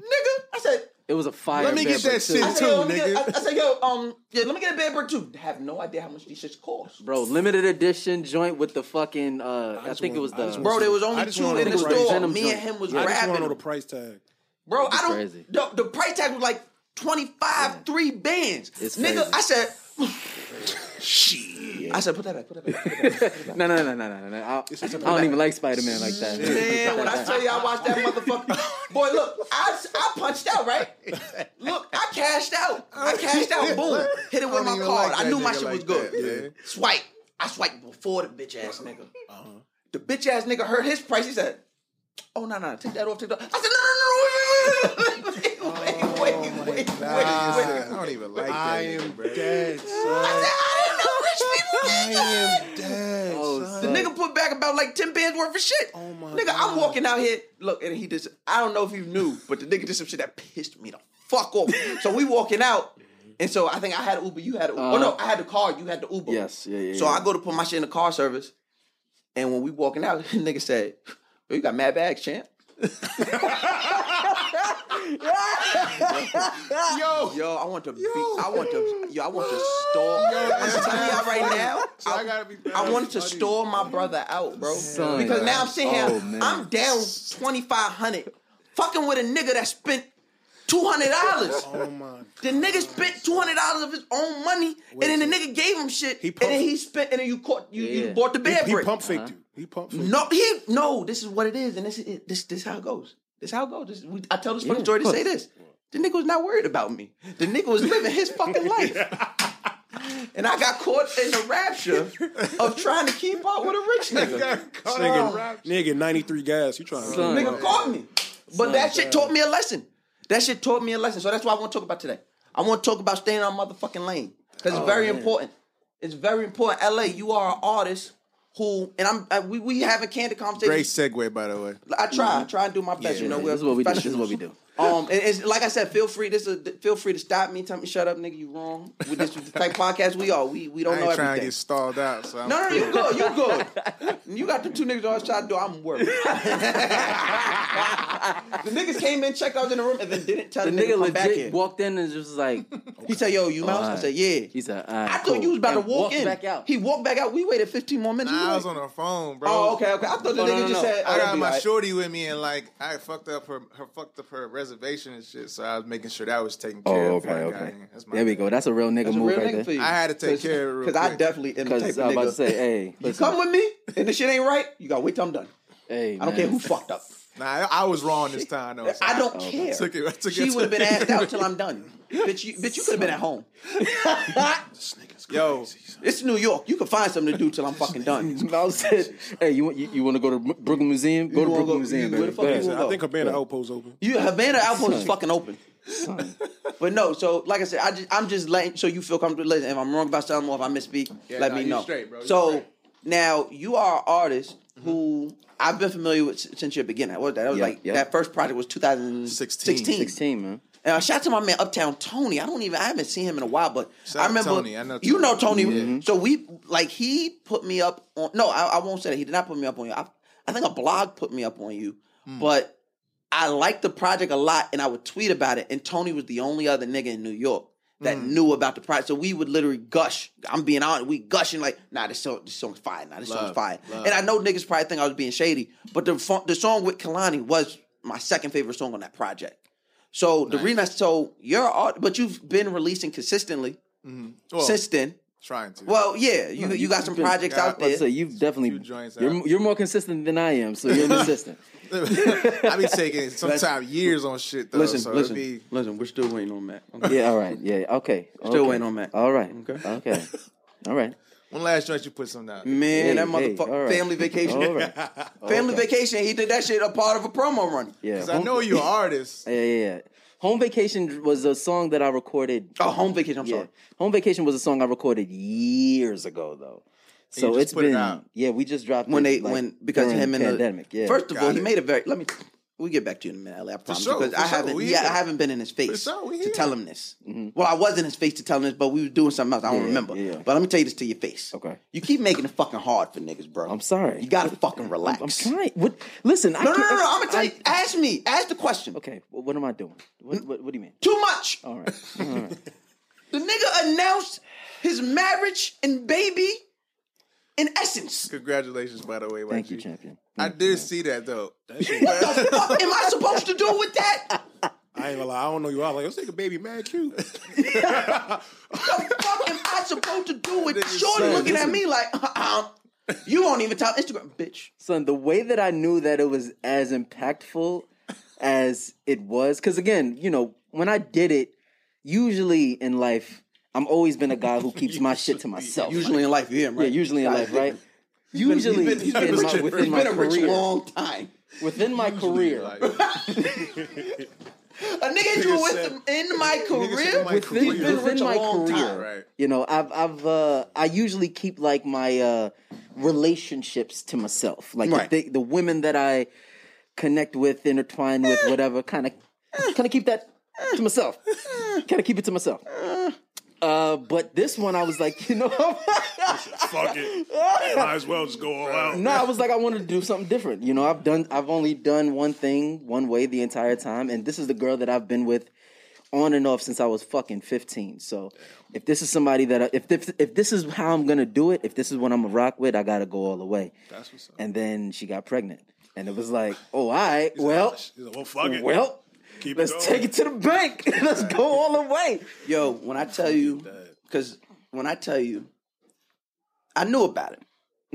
Speaker 2: Nigga, I said,
Speaker 3: it was a fire.
Speaker 4: Let me get
Speaker 3: bed
Speaker 4: that
Speaker 3: break, too.
Speaker 2: I
Speaker 4: shit.
Speaker 2: said, yo,
Speaker 4: Two,
Speaker 2: let me get,
Speaker 4: nigga.
Speaker 2: I, I said, yo, um, yeah, let me get a bed brick too. Have no idea how much these shits cost.
Speaker 3: Bro, limited edition joint with the fucking. Uh, I, think it was the.
Speaker 2: Bro, there was only
Speaker 5: I just
Speaker 2: two
Speaker 5: wanna
Speaker 2: in the
Speaker 5: know the
Speaker 2: store.
Speaker 3: Venom
Speaker 2: Me
Speaker 3: joint.
Speaker 2: and him was
Speaker 5: I just want to know
Speaker 2: grabbing.
Speaker 5: the
Speaker 2: them.
Speaker 5: price tag.
Speaker 2: Bro, I don't.
Speaker 3: crazy.
Speaker 2: The, the price tag was like twenty five, three bands.
Speaker 3: It's
Speaker 2: Nigga,
Speaker 3: crazy.
Speaker 2: I said, shit. I said, put that back. Put that back. Put that back.
Speaker 3: No, no, no, no, no, no. no. I, I don't even like Spider Man like that.
Speaker 2: Man, when I tell you I watched that motherfucker, Boy, look, I, I punched out, right? Look, I cashed out. I cashed out. Boom. Hit it
Speaker 4: I
Speaker 2: with
Speaker 4: don't
Speaker 2: my
Speaker 4: even
Speaker 2: card.
Speaker 4: like
Speaker 2: I
Speaker 4: that
Speaker 2: knew my
Speaker 4: nigga
Speaker 2: shit was
Speaker 4: like that,
Speaker 2: good.
Speaker 4: yeah.
Speaker 2: Swipe. I swiped before the bitch ass nigga. The bitch ass nigga heard his price. He said, Oh, no, no, take that off. Take that off. I said, No, no, no, wait, wait, wait, wait, wait, wait, wait, wait, wait, wait.
Speaker 4: I don't even like that.
Speaker 5: I
Speaker 4: nigga,
Speaker 5: am
Speaker 4: bro.
Speaker 5: dead,
Speaker 2: I
Speaker 5: son.
Speaker 2: said, I didn't know rich people did that.
Speaker 5: I am dead,
Speaker 2: The
Speaker 5: son.
Speaker 2: nigga put back about like 10 bands worth of shit. Oh
Speaker 5: my
Speaker 2: Nigga, I'm walking out here. Look, and he just, I don't know if he knew, but the nigga did some shit that pissed me the fuck off. so we walking out. And so I think I had Uber, you had Uber. oh no, I had the car, you had the Uber.
Speaker 3: Yes, yeah, yeah,
Speaker 2: So
Speaker 3: yeah.
Speaker 2: I go to put my shit in the car service. And when we walking out, the nigga said, Yo, you got mad bags, champ.
Speaker 4: Yo,
Speaker 2: Yo, I want to be, I want to, yo, I want to store. I'm telling y'all right now,
Speaker 4: So I gotta be-
Speaker 2: I wanted to
Speaker 4: funny.
Speaker 2: store my brother out, bro.
Speaker 3: Son,
Speaker 2: because now I'm
Speaker 3: that's-
Speaker 2: sitting here,
Speaker 3: oh, man.
Speaker 2: I'm down twenty five hundred, fucking with a nigga that spent two hundred dollars.
Speaker 5: Oh my.
Speaker 2: The nigga spent two hundred dollars of his own money, and then the nigga gave him shit,
Speaker 5: He
Speaker 2: and then
Speaker 5: pumped-
Speaker 2: he spent, and then you caught, you,
Speaker 3: Yeah.
Speaker 2: you bought the bed
Speaker 5: He
Speaker 2: brick.
Speaker 5: pump
Speaker 3: Uh-huh.
Speaker 5: faked you. He pump faked you.
Speaker 2: No, he no. This is what it is, and this is it. this this how it goes. This how it goes. This, we, I tell this funny
Speaker 3: Yeah,
Speaker 2: story to
Speaker 3: of
Speaker 2: say this. The nigga was not worried about me. The nigga was living his fucking life. And I got caught in the rapture of trying to keep up with a rich nigga.
Speaker 5: This Nigga, nigga, 93 gas. You trying
Speaker 3: Son.
Speaker 5: to
Speaker 2: nigga caught me. But that shit taught me a lesson. That shit taught me a lesson. So that's what I want to talk about today. I want to talk about staying on motherfucking lane. Because it's very important. It's very important. LA, you are an artist who, and I'm, I, we, we having candid conversations.
Speaker 4: great segue by the way.
Speaker 2: I try, I try and do my best. you know, we're
Speaker 3: Mm-hmm. this is what we do. This is
Speaker 2: professionals.
Speaker 3: what we do.
Speaker 2: Um, and it's like I said, feel free. This is feel free to stop me, tell me shut up, nigga. You wrong. With this is the type of podcast we are. We we
Speaker 4: I
Speaker 2: don't
Speaker 4: ain't
Speaker 2: know
Speaker 4: trying
Speaker 2: everything.
Speaker 4: to get stalled out, so I'm
Speaker 2: no, no, you good, you good. You got the two niggas on outside the door. I'm worried. the niggas came in, checked. I was in the room, and then didn't tell
Speaker 3: The
Speaker 2: the,
Speaker 3: nigga
Speaker 2: nigga, come back in.
Speaker 3: legit walked in and just was like,
Speaker 2: He said, "Yo, you mouse." I
Speaker 3: alright.
Speaker 2: said, "Yeah."
Speaker 3: he said, all right,
Speaker 2: I
Speaker 3: cool.
Speaker 2: thought you was about to
Speaker 3: And
Speaker 2: walk
Speaker 3: walked
Speaker 2: in.
Speaker 3: back out.
Speaker 2: He walked back out. We waited 15 more minutes.
Speaker 4: Nah,
Speaker 2: We
Speaker 4: I was
Speaker 2: waited.
Speaker 4: on her phone, bro.
Speaker 2: Oh, okay, okay. I thought the
Speaker 3: Oh,
Speaker 2: nigga
Speaker 3: no, no,
Speaker 2: just
Speaker 3: no.
Speaker 2: said,
Speaker 4: I
Speaker 2: "Oh,
Speaker 4: got
Speaker 2: it'll be
Speaker 4: my
Speaker 2: alright."
Speaker 4: shorty with me, and like I fucked up her, her fucked up her reservation and shit. So I was making sure that was taken care
Speaker 3: Oh,
Speaker 4: of.
Speaker 3: okay,
Speaker 4: before I got
Speaker 3: okay.
Speaker 4: in. That's my
Speaker 3: There we go. That's a real nigga
Speaker 2: That's a
Speaker 3: move
Speaker 2: real
Speaker 3: right
Speaker 2: nigga for
Speaker 3: there.
Speaker 2: you.
Speaker 4: I had to take care of it real
Speaker 2: Because I
Speaker 4: quick.
Speaker 2: definitely am the type
Speaker 3: Because
Speaker 2: of
Speaker 3: I was about to
Speaker 2: nigga.
Speaker 3: say, hey,
Speaker 2: You
Speaker 3: listen,
Speaker 2: come with me, and this shit ain't right. You gotta wait till I'm done.
Speaker 3: hey,
Speaker 2: I don't care
Speaker 3: man.
Speaker 2: who fucked up.
Speaker 4: Nah, I, I was wrong this time though. so
Speaker 2: I don't
Speaker 4: I
Speaker 2: care.
Speaker 4: took it. I took
Speaker 2: She
Speaker 4: it to
Speaker 2: would have been
Speaker 4: the-
Speaker 2: asked out till I'm done. bitch, you, bitch, you could have been at home.
Speaker 4: Yo,
Speaker 2: It's New York. You can fifind something to do till I'm fucking done.
Speaker 3: Mouse said, hey, you, want- you, you want to go to M- Brooklyn Museum? Go to
Speaker 2: wanna
Speaker 3: Brooklyn
Speaker 2: go-
Speaker 3: Museum,
Speaker 2: you- where
Speaker 3: baby.
Speaker 2: the
Speaker 3: Go
Speaker 2: fuck
Speaker 3: ahead.
Speaker 2: you
Speaker 5: I think Havana Outpost open.
Speaker 2: You Havana Outpost is fucking open.
Speaker 3: Son.
Speaker 2: But no, so like I said, I just, I'm just letting so you feel comfortable. Listen, if I'm wrong about something or if I misspeak, let
Speaker 4: nah,
Speaker 2: me
Speaker 4: you
Speaker 2: know.
Speaker 4: straight, bro. You
Speaker 2: So
Speaker 4: straight.
Speaker 2: now you are an artist who I've been familiar with s- since your beginning. What was that? That was
Speaker 3: Mm-hmm. Yep,
Speaker 2: like
Speaker 3: yep.
Speaker 2: that first project was 2016.
Speaker 3: 16, man.
Speaker 2: And uh, shout out to my man Uptown Tony. I don't even I haven't seen him in a while, but
Speaker 4: Shout
Speaker 2: I
Speaker 4: out
Speaker 2: remember
Speaker 4: Tony. Mm-hmm. I know
Speaker 2: you know Tony.
Speaker 4: Tony.
Speaker 2: So we like he put me up on. No, I, I won't say that he did not put me up on you. I, I think a blog put me up on you,
Speaker 4: Hmm.
Speaker 2: but I liked the project a lot, and I would tweet about it. And Tony was the only other nigga in New York that
Speaker 4: Hmm.
Speaker 2: knew about the project. So we would literally gush. I'm being honest, we gushing like, nah, this song, this song's fire. Nah, this song's
Speaker 4: Love,
Speaker 2: fire.
Speaker 4: love.
Speaker 2: And I know niggas probably think I was being shady, but the fo- the song with Kalani was my second favorite song on that project. So the reason I so you're art, but you've been releasing consistently
Speaker 4: well,
Speaker 2: since then.
Speaker 4: trying to.
Speaker 2: Well, yeah, you you got some projects
Speaker 4: yeah,
Speaker 2: out
Speaker 4: I was
Speaker 2: there.
Speaker 3: So you've definitely,
Speaker 4: few joints
Speaker 3: you're,
Speaker 4: out.
Speaker 3: you're more consistent than I am, so you're consistent.
Speaker 4: I be taking sometimes years on shit though.
Speaker 2: listen,
Speaker 4: so it'd
Speaker 2: listen,
Speaker 4: be,
Speaker 2: listen. We're still waiting on Mac.
Speaker 3: Yeah, all right. Yeah, okay.
Speaker 2: Still
Speaker 3: okay.
Speaker 2: waiting on Mac.
Speaker 3: All right.
Speaker 2: Okay.
Speaker 3: Okay. Okay. All right.
Speaker 4: when last joint you put something out?
Speaker 2: Man,
Speaker 3: Hey,
Speaker 2: that
Speaker 3: hey,
Speaker 2: motherfucker
Speaker 3: all right.
Speaker 2: family vacation.
Speaker 3: All right.
Speaker 2: Family vacation. He did that shit a part of a promo run.
Speaker 3: Yeah.
Speaker 4: Because I know you're an artist.
Speaker 3: Yeah, yeah, yeah. Home Vacation was a song that I recorded.
Speaker 2: Oh, home vacation. I'm
Speaker 3: yeah.
Speaker 2: sorry.
Speaker 3: Home Vacation was a song I recorded years ago, though. So
Speaker 4: just
Speaker 3: it's
Speaker 4: put it
Speaker 3: been
Speaker 4: out.
Speaker 3: yeah. We just dropped
Speaker 2: When
Speaker 3: it,
Speaker 2: they
Speaker 3: like,
Speaker 2: when because
Speaker 3: during
Speaker 2: him
Speaker 3: the
Speaker 2: and
Speaker 3: pandemic.
Speaker 2: the,
Speaker 3: yeah.
Speaker 2: first of all,
Speaker 4: Got
Speaker 2: he
Speaker 4: it.
Speaker 2: made a very. Let me. We get back to you in a minute, LA, I promise.
Speaker 4: sure,
Speaker 2: because
Speaker 4: for
Speaker 2: I
Speaker 4: sure,
Speaker 2: haven't,
Speaker 4: we
Speaker 2: yeah,
Speaker 4: here.
Speaker 2: I haven't been in his face
Speaker 4: sure, we
Speaker 2: to
Speaker 4: here.
Speaker 2: tell him this. Well, I was in his face to tell him this, but we were doing something else. I don't
Speaker 3: Yeah,
Speaker 2: remember.
Speaker 3: yeah.
Speaker 2: But let me tell you this to your face.
Speaker 3: Okay.
Speaker 2: You keep making it fucking hard for niggas, bro.
Speaker 3: I'm sorry.
Speaker 2: You gotta fucking relax.
Speaker 3: I'm trying. What? Listen, I
Speaker 2: No, no,
Speaker 3: can't,
Speaker 2: no, no, I'm gonna tell
Speaker 3: I-
Speaker 2: you. Ask me. Ask the question.
Speaker 3: Okay, well, what am I doing? What, what, what do you mean?
Speaker 2: Too much.
Speaker 3: All right. All right.
Speaker 2: The nigga announced his marriage and baby in essence.
Speaker 4: Congratulations, by the way. YG.
Speaker 3: Thank you, champion.
Speaker 4: I did see that though.
Speaker 2: What the fuck am I supposed to do with that?
Speaker 5: I ain't gonna lie. I don't know you. I was like, this nigga baby mad cute.
Speaker 2: The fuck am I supposed to do with
Speaker 4: Nigga,
Speaker 2: Shorty
Speaker 4: son,
Speaker 2: looking at
Speaker 3: listen.
Speaker 2: me like, uh-uh, you won't even tell Instagram, bitch.
Speaker 3: Son, the way that I knew that it was as impactful as it was. Because again, you know, when I did it, usually in life, I'm always been a guy who keeps my shit to myself.
Speaker 2: Usually in life, yeah, right.
Speaker 3: yeah, usually in life, right? Usually
Speaker 2: he's been, he's been,
Speaker 3: in
Speaker 2: he's
Speaker 3: my-
Speaker 2: been,
Speaker 3: within my
Speaker 2: he's been a rich
Speaker 3: career,
Speaker 2: long time.
Speaker 3: within my career,
Speaker 2: A nigga you
Speaker 5: Nigga
Speaker 2: with
Speaker 5: said-
Speaker 2: in my career.
Speaker 4: my career.
Speaker 3: within,
Speaker 2: been rich
Speaker 3: within
Speaker 2: a
Speaker 3: my
Speaker 2: long
Speaker 3: career.
Speaker 2: time.
Speaker 4: Right.
Speaker 3: You know, I've I've uh, I usually keep like my uh, relationships to myself, like
Speaker 2: Right.
Speaker 3: the, thi- the women that I connect with, intertwine with,
Speaker 4: Eh.
Speaker 3: whatever. Kind of, kind of keep that to myself.
Speaker 4: Eh.
Speaker 3: Kind of keep it to myself. Uh, but this one, I was like, you know,
Speaker 5: Fuck it. Might as well just go all out.
Speaker 3: no, I was like, I wanted to do something different. You know, I've done, I've only done one thing one way the entire time, and this is the girl that I've been with on and off since I was fucking fifteen. So, if this is somebody that, I, if this, if this is how I'm gonna do it, if this is what I'm gonna rock with, I gotta go all the way. That's what's up. And then she got pregnant, and it was like, oh, all right, well,
Speaker 5: He's like, well, fuck it.
Speaker 3: well,
Speaker 5: Keep
Speaker 3: let's
Speaker 5: going.
Speaker 3: take it to the bank. let's go all the way.
Speaker 2: Yo, when I tell you, because when I tell you, I knew about it.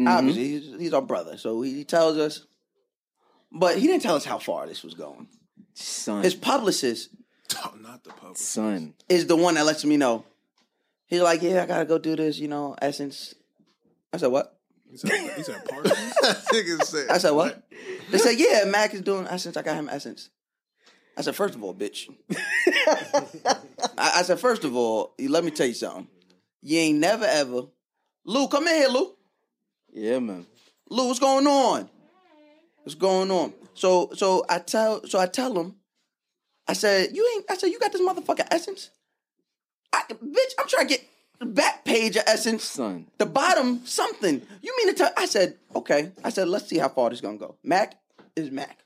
Speaker 2: Obviously, he's, he's our brother, so he, he tells us. But he didn't tell us how far this was going.
Speaker 3: Son,
Speaker 2: His publicist
Speaker 5: Oh, not the public.
Speaker 3: son,
Speaker 2: is the one that lets me know. He's like, "Yeah, I gotta go do this," you know. Essence, I said, "What?"
Speaker 5: He said, he said parties.
Speaker 4: Nigga said,
Speaker 2: I said, "What?" They said, "Yeah, Mac is doing Essence. I got him Essence." I said, first of all, bitch." I, I said, first of all, you- let me tell you something. You ain't never ever, Lou. Come in here, Lou.
Speaker 3: yeah, man.
Speaker 2: Lou, what's going on? What's going on? So, so I tell, so I tell him. I said, "You ain't." I said, "You got this motherfucker Essence." I, bitch, I'm trying to get the back page of Essence.
Speaker 3: Son.
Speaker 2: The bottom something. You mean to tell? I said, okay. I said, let's see how far this gonna go. Mac is Mac.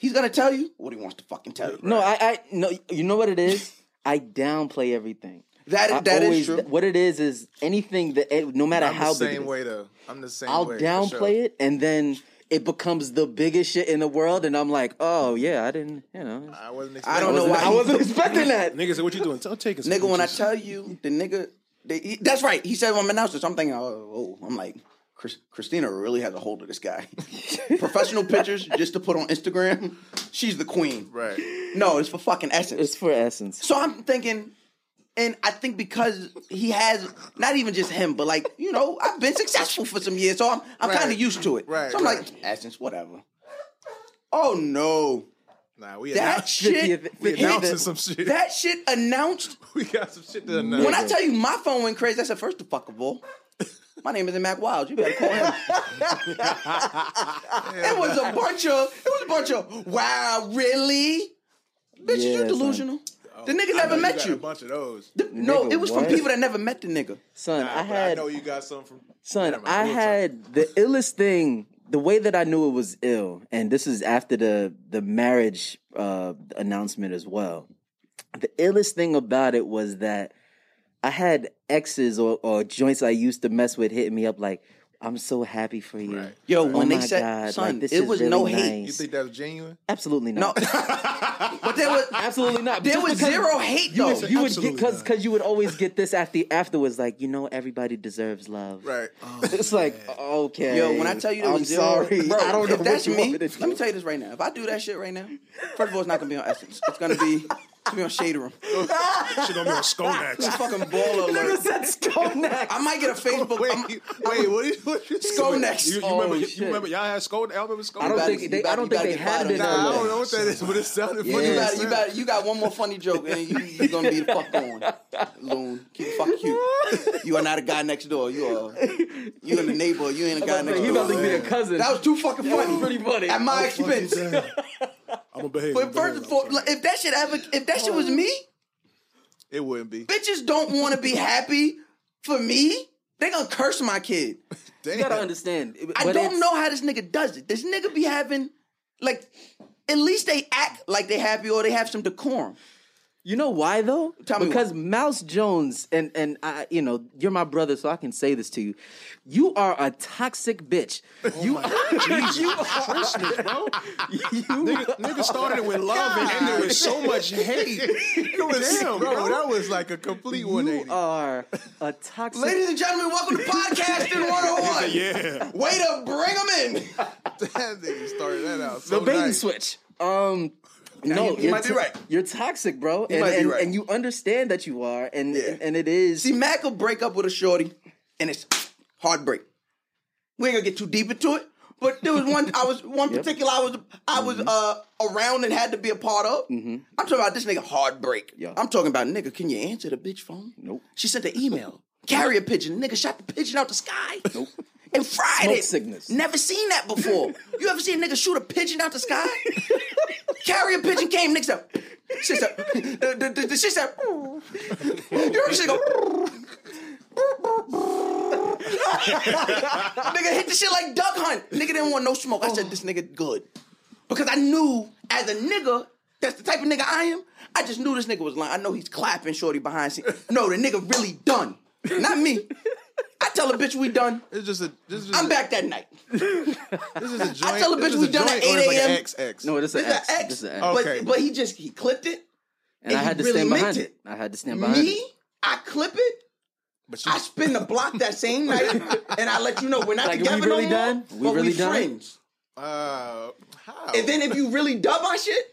Speaker 2: He's gonna tell you what he wants to fucking tell you.
Speaker 3: No, I, I, no. You know what it is? I downplay everything. I
Speaker 2: that that is
Speaker 3: always-
Speaker 2: true.
Speaker 3: What it is is anything that eh, no matter
Speaker 4: I'm
Speaker 3: how
Speaker 4: the
Speaker 3: big, it
Speaker 4: same
Speaker 3: is,
Speaker 4: way though. I'm the same
Speaker 3: I'll
Speaker 4: way.
Speaker 3: downplay it, and then it becomes the biggest shit in the world, and I'm like, oh yeah, I didn't, you know,
Speaker 4: I wasn't
Speaker 2: I
Speaker 4: expecting
Speaker 2: don't know
Speaker 3: wasn't-
Speaker 2: why.
Speaker 3: I
Speaker 2: he-
Speaker 3: wasn't expecting that.
Speaker 5: Nigga said, what you doing? I'm taking some
Speaker 2: Nigga, when I
Speaker 5: pictures.
Speaker 2: tell you the nigga, they, he, that's right. He said when I'm announced, so I'm thinking, oh, oh, I'm like, Chris, Christina really has a hold of this guy. Professional pictures just to put on Instagram. She's the queen.
Speaker 4: Right.
Speaker 2: No, it's for fucking essence.
Speaker 3: It's for essence.
Speaker 2: so I'm thinking, and I think because he has not even just him, but like you know, I've been successful for some years, so I'm I'm
Speaker 4: Right.
Speaker 2: kind of used to it.
Speaker 4: Right,
Speaker 2: So I'm
Speaker 4: right.
Speaker 2: like essence, whatever. Oh no,
Speaker 4: Nah, we
Speaker 2: that
Speaker 4: announced,
Speaker 2: shit.
Speaker 3: we
Speaker 4: we announcing some shit.
Speaker 2: That shit announced
Speaker 4: we got some shit to announce.
Speaker 2: When I tell you my phone went crazy, I said, first of fuck of all, my name isn't Mac Wild. You better call him. it was a bunch of, it was a bunch of, wow, really? Bitch,
Speaker 3: Yeah,
Speaker 2: you
Speaker 3: son.
Speaker 2: delusional. The nigga
Speaker 4: I
Speaker 2: never
Speaker 4: know
Speaker 2: met
Speaker 4: got
Speaker 2: you.
Speaker 4: A bunch of those.
Speaker 2: The- no,
Speaker 3: Nigga,
Speaker 2: it was
Speaker 3: what?
Speaker 2: from people that never met the nigga.
Speaker 3: Son,
Speaker 4: Nah,
Speaker 3: I
Speaker 4: but
Speaker 3: had
Speaker 4: I know you got some from.
Speaker 3: Son,
Speaker 4: Never mind.
Speaker 3: I
Speaker 4: We'll
Speaker 3: had the illest thing. The way that I knew it was ill, and this is after the the marriage uh, announcement as well. The illest thing about it was that I had exes or, or joints I used to mess with hitting me up like, "I'm so happy for you."
Speaker 4: Right.
Speaker 2: Yo,
Speaker 3: Oh
Speaker 2: when they
Speaker 3: my
Speaker 2: said,
Speaker 3: God,
Speaker 2: son,
Speaker 3: like, this
Speaker 2: it
Speaker 3: is
Speaker 2: was
Speaker 3: really
Speaker 2: no hate.
Speaker 4: You
Speaker 3: nice.
Speaker 4: think that was genuine?
Speaker 3: Absolutely
Speaker 2: No.
Speaker 3: not.
Speaker 2: but there was,
Speaker 3: Absolutely not.
Speaker 2: there
Speaker 3: Just
Speaker 2: was
Speaker 3: because
Speaker 2: zero hate,
Speaker 3: You
Speaker 2: though.
Speaker 3: would, you would get
Speaker 5: Absolutely
Speaker 3: because
Speaker 5: not.
Speaker 3: because you would always get this after afterwards like you know everybody deserves love.
Speaker 4: Right.
Speaker 3: It's like okay.
Speaker 2: Yo, when I tell you that
Speaker 3: I'm
Speaker 2: was zero,
Speaker 3: sorry.
Speaker 2: bro,
Speaker 3: I don't know
Speaker 2: if that's
Speaker 3: what you
Speaker 2: me.
Speaker 3: want to
Speaker 2: Let me tell you this right now. If I do that shit right now, first of all, it's not gonna be on Essence. It's gonna be, it's gonna be on Shade Room.
Speaker 5: She gonna be on Skonex.
Speaker 2: Fucking baller alert.
Speaker 3: That's Skonex.
Speaker 2: I might get a Facebook.
Speaker 4: Wait,
Speaker 2: I'm-
Speaker 4: you, wait, what is what you
Speaker 2: Go next.
Speaker 5: You, you
Speaker 3: Oh,
Speaker 5: remember?
Speaker 3: shit.
Speaker 5: You remember? Y'all had Skonex. I remember Skonex.
Speaker 3: I don't think
Speaker 2: you
Speaker 3: they.
Speaker 2: about
Speaker 3: I
Speaker 2: to-
Speaker 3: don't
Speaker 2: you
Speaker 3: think
Speaker 2: about
Speaker 3: they
Speaker 2: to get
Speaker 3: had
Speaker 2: fired
Speaker 3: it in
Speaker 2: up.
Speaker 4: Nah, I
Speaker 3: LA.
Speaker 4: don't know what that is, but it sounded
Speaker 3: Yeah.
Speaker 4: funny.
Speaker 2: You
Speaker 3: Yes,
Speaker 2: got, you, got, you got one more funny joke and you, you're gonna be the fuck on. Loon, keep fuck you. You are not a guy next door. You are you in the neighbor. You ain't a guy next
Speaker 3: He
Speaker 2: door.
Speaker 3: about to be a cousin.
Speaker 2: that was too fucking funny.
Speaker 3: pretty funny.
Speaker 2: At my expense.
Speaker 5: I'm gonna behave.
Speaker 2: But first of all, like, if that shit ever, if that shit
Speaker 3: Oh.
Speaker 2: was me,
Speaker 4: It wouldn't be.
Speaker 2: bitches don't want to be happy for me. They gonna curse my kid.
Speaker 4: Damn.
Speaker 3: You gotta understand. But
Speaker 2: I don't
Speaker 3: it's-
Speaker 2: know how this nigga does it. This nigga be having like, at least they act like they happy or they have some decorum.
Speaker 3: You know why though?
Speaker 2: Tell me
Speaker 3: because Mouse Jones and and I, you know, you're my brother, so I can say this to you. You are a toxic bitch. you, you are.
Speaker 5: bro.
Speaker 3: You,
Speaker 5: Nigga, nigga started it with love and ended with so much hate.
Speaker 4: It was-
Speaker 5: Damn,
Speaker 4: bro,
Speaker 5: bro.
Speaker 4: that was like a complete
Speaker 3: you
Speaker 4: 180.
Speaker 3: are a toxic.
Speaker 2: Ladies and gentlemen, welcome to Podcasting 101.
Speaker 5: Yeah.
Speaker 2: Way to bring them in.
Speaker 4: that nigga started that out.
Speaker 3: the
Speaker 2: Oh,
Speaker 4: So
Speaker 3: bait and
Speaker 4: nice.
Speaker 3: switch. Um, No,
Speaker 2: he
Speaker 3: you're
Speaker 2: might be
Speaker 3: to-
Speaker 2: right.
Speaker 3: You're toxic, bro, and
Speaker 2: might be
Speaker 3: and,
Speaker 2: right.
Speaker 3: and you understand that you are, and
Speaker 2: Yeah.
Speaker 3: and, and it is.
Speaker 2: See, Mac will break up with a shorty, and it's heartbreak. We ain't gonna get too deep into it, but there was one I was one particular I was I was
Speaker 3: Mm-hmm.
Speaker 2: uh around and had to be a part of. I'm talking about this nigga heartbreak.
Speaker 3: Yeah.
Speaker 2: I'm talking about nigga. Can you answer the bitch phone?
Speaker 3: Nope.
Speaker 2: She sent an email. Carrier pigeon. Nigga shot the pigeon out the sky. Nope. And fried
Speaker 3: Smoke
Speaker 2: it.
Speaker 3: signals.
Speaker 2: Never seen that before. you ever seen a nigga shoot a pigeon out the sky? Carrier pigeon came. Nigga said. She said. The, the, the, the shit said. "Ooh." You heard the shit go. nigga hit the shit like duck hunt. Nigga didn't want no smoke. I said this nigga good. Because I knew as a nigga, that's the type of nigga I am. I just knew this nigga was lying. I know he's clapping shorty behind scene. No, the nigga really done. Not me. I tell a bitch we done.
Speaker 4: It's just a. This is just
Speaker 2: I'm
Speaker 4: a-
Speaker 2: back that night.
Speaker 4: This is a joint.
Speaker 2: tell a
Speaker 4: this
Speaker 2: bitch
Speaker 4: is
Speaker 2: we done at
Speaker 4: joint or it's
Speaker 2: 8 a.m.
Speaker 4: Like an XX.
Speaker 3: no, Oh, this
Speaker 2: This
Speaker 3: is an
Speaker 2: is
Speaker 3: X.
Speaker 2: an
Speaker 3: This
Speaker 2: ex.
Speaker 3: is an X.
Speaker 2: But,
Speaker 4: Okay.
Speaker 2: but he just he clipped it.
Speaker 3: and I
Speaker 2: he
Speaker 3: had to
Speaker 2: really
Speaker 3: stand
Speaker 2: meant
Speaker 3: behind it.
Speaker 2: it.
Speaker 3: I had to stand behind
Speaker 2: Me,
Speaker 3: it.
Speaker 2: I clip it.
Speaker 4: But you,
Speaker 2: I spin the block that same night, and I let you know we're not
Speaker 3: Like, we
Speaker 2: together
Speaker 3: really
Speaker 2: no
Speaker 3: done?
Speaker 2: more.
Speaker 3: We
Speaker 2: but
Speaker 3: really
Speaker 2: we
Speaker 3: done?
Speaker 2: friends.
Speaker 4: uh, how?
Speaker 2: And then if you really dub my shit,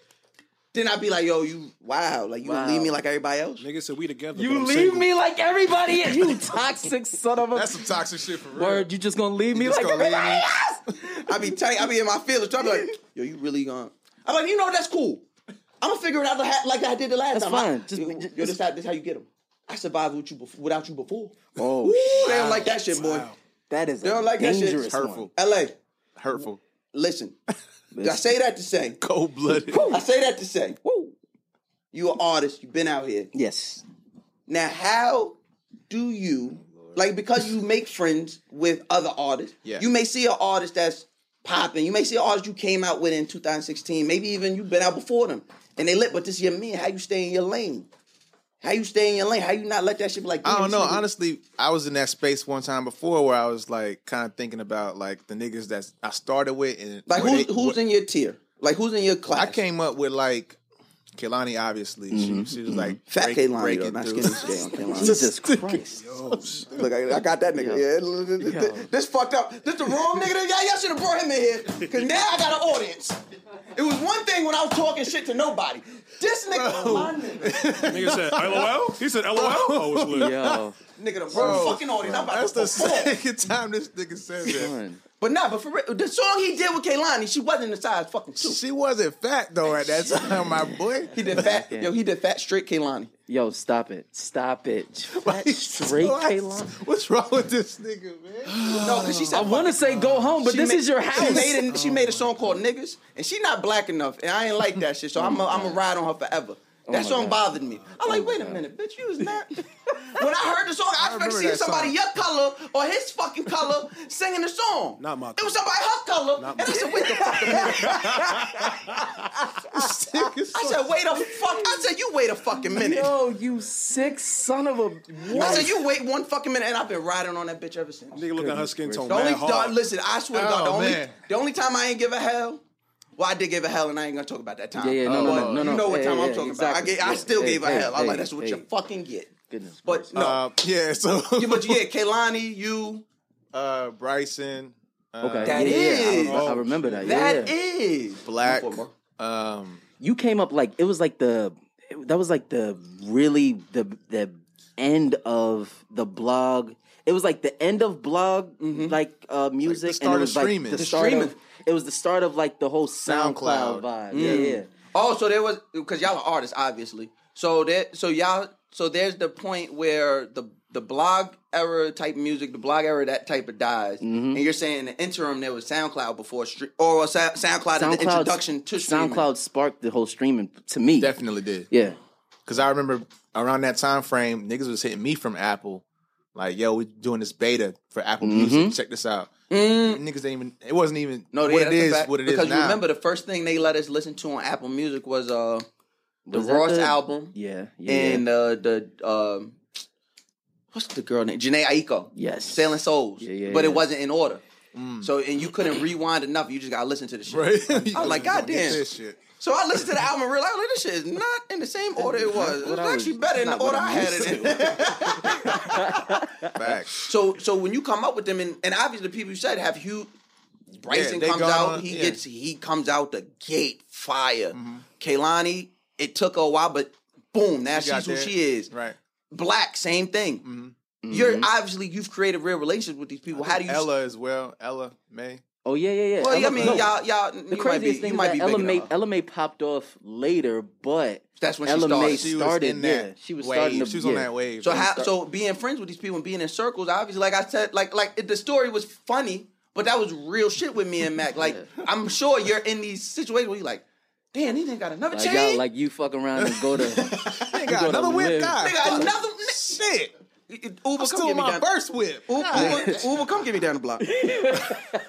Speaker 2: then I'd be like, yo, you wow, like you
Speaker 3: Wow.
Speaker 2: leave me like everybody else.
Speaker 5: Nigga said we together.
Speaker 3: You
Speaker 5: but I'm
Speaker 3: leave
Speaker 5: single.
Speaker 3: me like everybody. You toxic son of a
Speaker 4: that's some toxic shit for real.
Speaker 3: word. You just gonna leave me
Speaker 4: Just
Speaker 3: like
Speaker 4: gonna leave me.
Speaker 3: everybody else.
Speaker 2: I be tight. I be in my feelings. I be like, yo, you really gone? I'm like, you know, that's cool. I'm gonna figure it out the ha- like I did the last
Speaker 3: That's
Speaker 2: time.
Speaker 3: fine.
Speaker 2: I,
Speaker 3: Just-
Speaker 2: yo,
Speaker 3: just-
Speaker 2: yo, this, how, this how you get them. I survived with you before, without you before.
Speaker 3: Oh,
Speaker 2: Ooh, they don't like that shit, boy.
Speaker 3: that is
Speaker 2: don't
Speaker 3: a
Speaker 2: like that shit.
Speaker 3: dangerous
Speaker 2: It's
Speaker 3: one.
Speaker 4: hurtful.
Speaker 2: LA,
Speaker 4: Hurtful.
Speaker 2: listen. I say that to say.
Speaker 4: Cold blooded.
Speaker 2: I say that to say.
Speaker 3: Woo.
Speaker 2: You an artist. You've been out here.
Speaker 3: Yes.
Speaker 2: Now, how do you like because you make friends with other artists?
Speaker 4: Yeah.
Speaker 2: You may see an artist that's popping. You may see an artist you came out with in 2016. Maybe even you've been out before them and they lit. But this your man. How you stay in your lane? How you stay in your lane? How you not let that shit be like?
Speaker 4: I
Speaker 2: damn,
Speaker 4: don't know.
Speaker 2: this nigga-
Speaker 4: Honestly, I was in that space one time before where I was like kind of thinking about like the niggas that I started with and
Speaker 2: Like
Speaker 4: where
Speaker 2: who's
Speaker 4: they-
Speaker 2: who's
Speaker 4: where-
Speaker 2: in your tier? Like who's in your class?
Speaker 4: I came up with like Kehlani. Obviously, she, she was like
Speaker 2: Mm-hmm. Fat
Speaker 4: break-
Speaker 2: K-Line,
Speaker 4: breaking
Speaker 2: yo, not
Speaker 4: through.
Speaker 2: skinny scale K-Line.
Speaker 3: Jesus Christ.
Speaker 2: Look, I, I got that nigga. Yeah. This, fucked up. This the wrong nigga. That, y'all, y'all should have brought him in here. Cause now I got an audience. It was one thing when I was talking shit to nobody. This nigga, my nigga,
Speaker 5: Nigga said LOL. He said LOL. Oh, it's lit.
Speaker 3: Yo,
Speaker 2: nigga, the wrong fucking audience. I'm about
Speaker 4: That's
Speaker 2: to
Speaker 4: the
Speaker 2: perform.
Speaker 4: second time this nigga said that.
Speaker 3: son.
Speaker 2: But nah, but for real, the song he did with Kaylani, she wasn't the size fucking two.
Speaker 4: She wasn't fat though at that time, my boy.
Speaker 2: He did fat. Yo, he did fat straight Kaylani.
Speaker 3: Yo, stop it. Stop it. Fat straight
Speaker 4: What?
Speaker 3: K-Line.
Speaker 4: What's wrong with this nigga, man?
Speaker 2: No, cause she said.
Speaker 3: I want to say go home, but
Speaker 2: She
Speaker 3: this
Speaker 2: ma-
Speaker 3: is your house.
Speaker 2: She made, a, she made a song called Niggas, and she not black enough, and I ain't like that shit, so I'm going to ride on her forever. That
Speaker 3: my
Speaker 2: song
Speaker 3: God.
Speaker 2: bothered me. I'm like, wait a minute, bitch, you was not. when I heard the song, I, expected
Speaker 4: remember
Speaker 2: to see
Speaker 4: that
Speaker 2: somebody
Speaker 4: song.
Speaker 2: your color or his fucking color singing the song.
Speaker 5: Not my
Speaker 2: It was somebody her color,
Speaker 5: Not
Speaker 2: and I
Speaker 5: my-
Speaker 2: said, wait the fuck a minute. I said, wait a fuck. I said, you wait a fucking minute.
Speaker 3: Yo, you sick son of a. What?
Speaker 2: I said, you wait one fucking minute, and I've been riding on that bitch ever since.
Speaker 5: Nigga look at her skin tone.
Speaker 2: The only
Speaker 5: mad hard.
Speaker 2: dog, listen, I swear to God, the
Speaker 4: Oh,
Speaker 2: only
Speaker 4: man.
Speaker 2: the only time I ain't give a hell, well, I did give a hell, and I ain't gonna talk about that time.
Speaker 3: Yeah, yeah, no, no, no, no, no.
Speaker 2: You know what
Speaker 3: Yeah,
Speaker 2: time
Speaker 3: yeah,
Speaker 2: I'm
Speaker 3: yeah,
Speaker 2: talking about? I,
Speaker 3: exactly.
Speaker 2: gave, I
Speaker 3: Yeah,
Speaker 2: still
Speaker 3: hey,
Speaker 2: gave a
Speaker 3: hey,
Speaker 2: hell. I'm
Speaker 3: hey,
Speaker 2: like, that's what
Speaker 3: hey.
Speaker 2: you fucking get.
Speaker 3: Goodness
Speaker 2: But no,
Speaker 4: Uh, yeah, so
Speaker 2: Yeah, but yeah, Kaylani, you,
Speaker 4: uh, Bryson, uh,
Speaker 3: Okay.
Speaker 2: that
Speaker 3: yeah, yeah,
Speaker 2: is-
Speaker 3: I, rem- I remember that. Yeah,
Speaker 2: that
Speaker 3: yeah.
Speaker 2: is
Speaker 4: Black,
Speaker 2: You for-
Speaker 4: um,
Speaker 3: You came up like it was like the that was like the really the the end of the blog. It was like the end of blog like uh music and
Speaker 4: start
Speaker 3: it
Speaker 4: of
Speaker 3: was like
Speaker 4: streaming.
Speaker 3: the,
Speaker 4: The
Speaker 3: start
Speaker 2: streaming.
Speaker 3: Of, it was the start of like the whole SoundCloud,
Speaker 4: SoundCloud.
Speaker 3: vibe. Yeah, yeah.
Speaker 2: Oh, so there was because y'all are artists, obviously. So that so y'all so there's the point where the the blog era type music, the blog era that type of dies,
Speaker 3: Mm-hmm.
Speaker 2: and you're saying in the interim there was SoundCloud before street or Sa- SoundCloud, is the introduction to streaming.
Speaker 3: SoundCloud sparked the whole streaming to me.
Speaker 4: definitely did.
Speaker 3: Yeah.
Speaker 4: Cause I remember around that time frame, niggas was hitting me from Apple, like, "Yo, we're doing this beta for Apple
Speaker 2: Mm-hmm.
Speaker 4: Music. Check this out." Niggas ain't even. It wasn't even.
Speaker 2: Mm. No,
Speaker 4: what
Speaker 2: yeah,
Speaker 4: it
Speaker 2: that's a
Speaker 4: is,
Speaker 2: fact.
Speaker 4: what it is
Speaker 2: because
Speaker 4: now.
Speaker 2: remember the first thing they let us listen to on Apple Music was uh the
Speaker 3: Was that
Speaker 2: Ross
Speaker 3: the-
Speaker 2: album
Speaker 3: Yeah. Yeah.
Speaker 2: and uh, the um what's the girl name Janae Aiko
Speaker 3: Yes.
Speaker 2: Sailing Souls
Speaker 3: Yeah, yeah,
Speaker 2: but
Speaker 3: yeah.
Speaker 2: it wasn't in order so and you couldn't rewind enough you just gotta listen to the shit
Speaker 4: Mm. Right?
Speaker 2: I'm like,
Speaker 4: Don't get
Speaker 2: goddamn.
Speaker 4: this shit.
Speaker 2: so I listened to the album and realized like, this shit is not in the same order it was it was
Speaker 3: what I was-
Speaker 2: actually better in the
Speaker 3: not what
Speaker 2: order I
Speaker 3: I'm
Speaker 2: had it in
Speaker 4: Facts.
Speaker 2: so so when you come up with them and, and obviously the people you said have huge Bryson
Speaker 4: they
Speaker 2: comes
Speaker 4: gone
Speaker 2: out,
Speaker 4: on-
Speaker 2: he
Speaker 4: yeah. Mm-hmm.
Speaker 2: gets he comes out the gate fire. Kaylani, it took her a while, but boom, now
Speaker 4: got
Speaker 2: she's who
Speaker 4: there. Mm-hmm.
Speaker 2: she is.
Speaker 4: Right.
Speaker 2: Black, same thing. You're
Speaker 3: Mm-hmm.
Speaker 2: obviously you've created real relations with these people. How do you?
Speaker 4: Ella as well. Ella May.
Speaker 3: Oh yeah, yeah, yeah.
Speaker 2: well,
Speaker 3: Ella-
Speaker 2: I mean,
Speaker 3: no,
Speaker 2: y'all, y'all,
Speaker 3: The
Speaker 2: you might be,
Speaker 3: craziest thing
Speaker 2: you
Speaker 3: is
Speaker 2: might
Speaker 3: that
Speaker 2: be
Speaker 3: Ella
Speaker 2: bigger
Speaker 3: May,
Speaker 2: than her.
Speaker 3: Ella May popped off later, but
Speaker 2: That's when she
Speaker 3: Ella
Speaker 2: started.
Speaker 3: May
Speaker 2: She
Speaker 4: was
Speaker 3: started.
Speaker 4: in that
Speaker 3: yeah, she was
Speaker 4: wave.
Speaker 3: starting to.
Speaker 4: She was
Speaker 3: yeah.
Speaker 4: on that wave.
Speaker 2: So how? So being friends with these people and being in circles, obviously, like I said, like like it- the story was funny, but that was real shit with me and Mac. Like I'm sure you're in these situations where you're like, damn, he didn't got another
Speaker 3: Like
Speaker 2: chain.
Speaker 3: y'all, like you fuck around and go to.
Speaker 4: They got
Speaker 3: gonna
Speaker 4: another whip.
Speaker 3: live.
Speaker 4: God,
Speaker 2: They got
Speaker 4: fuck.
Speaker 2: another-
Speaker 4: shit.
Speaker 2: Uber,
Speaker 4: I'm
Speaker 2: come
Speaker 4: still
Speaker 2: get
Speaker 4: in
Speaker 2: me
Speaker 4: my
Speaker 2: down.
Speaker 4: burst whip.
Speaker 2: Uber,
Speaker 4: God.
Speaker 2: Uber, Uber, come get me down the block.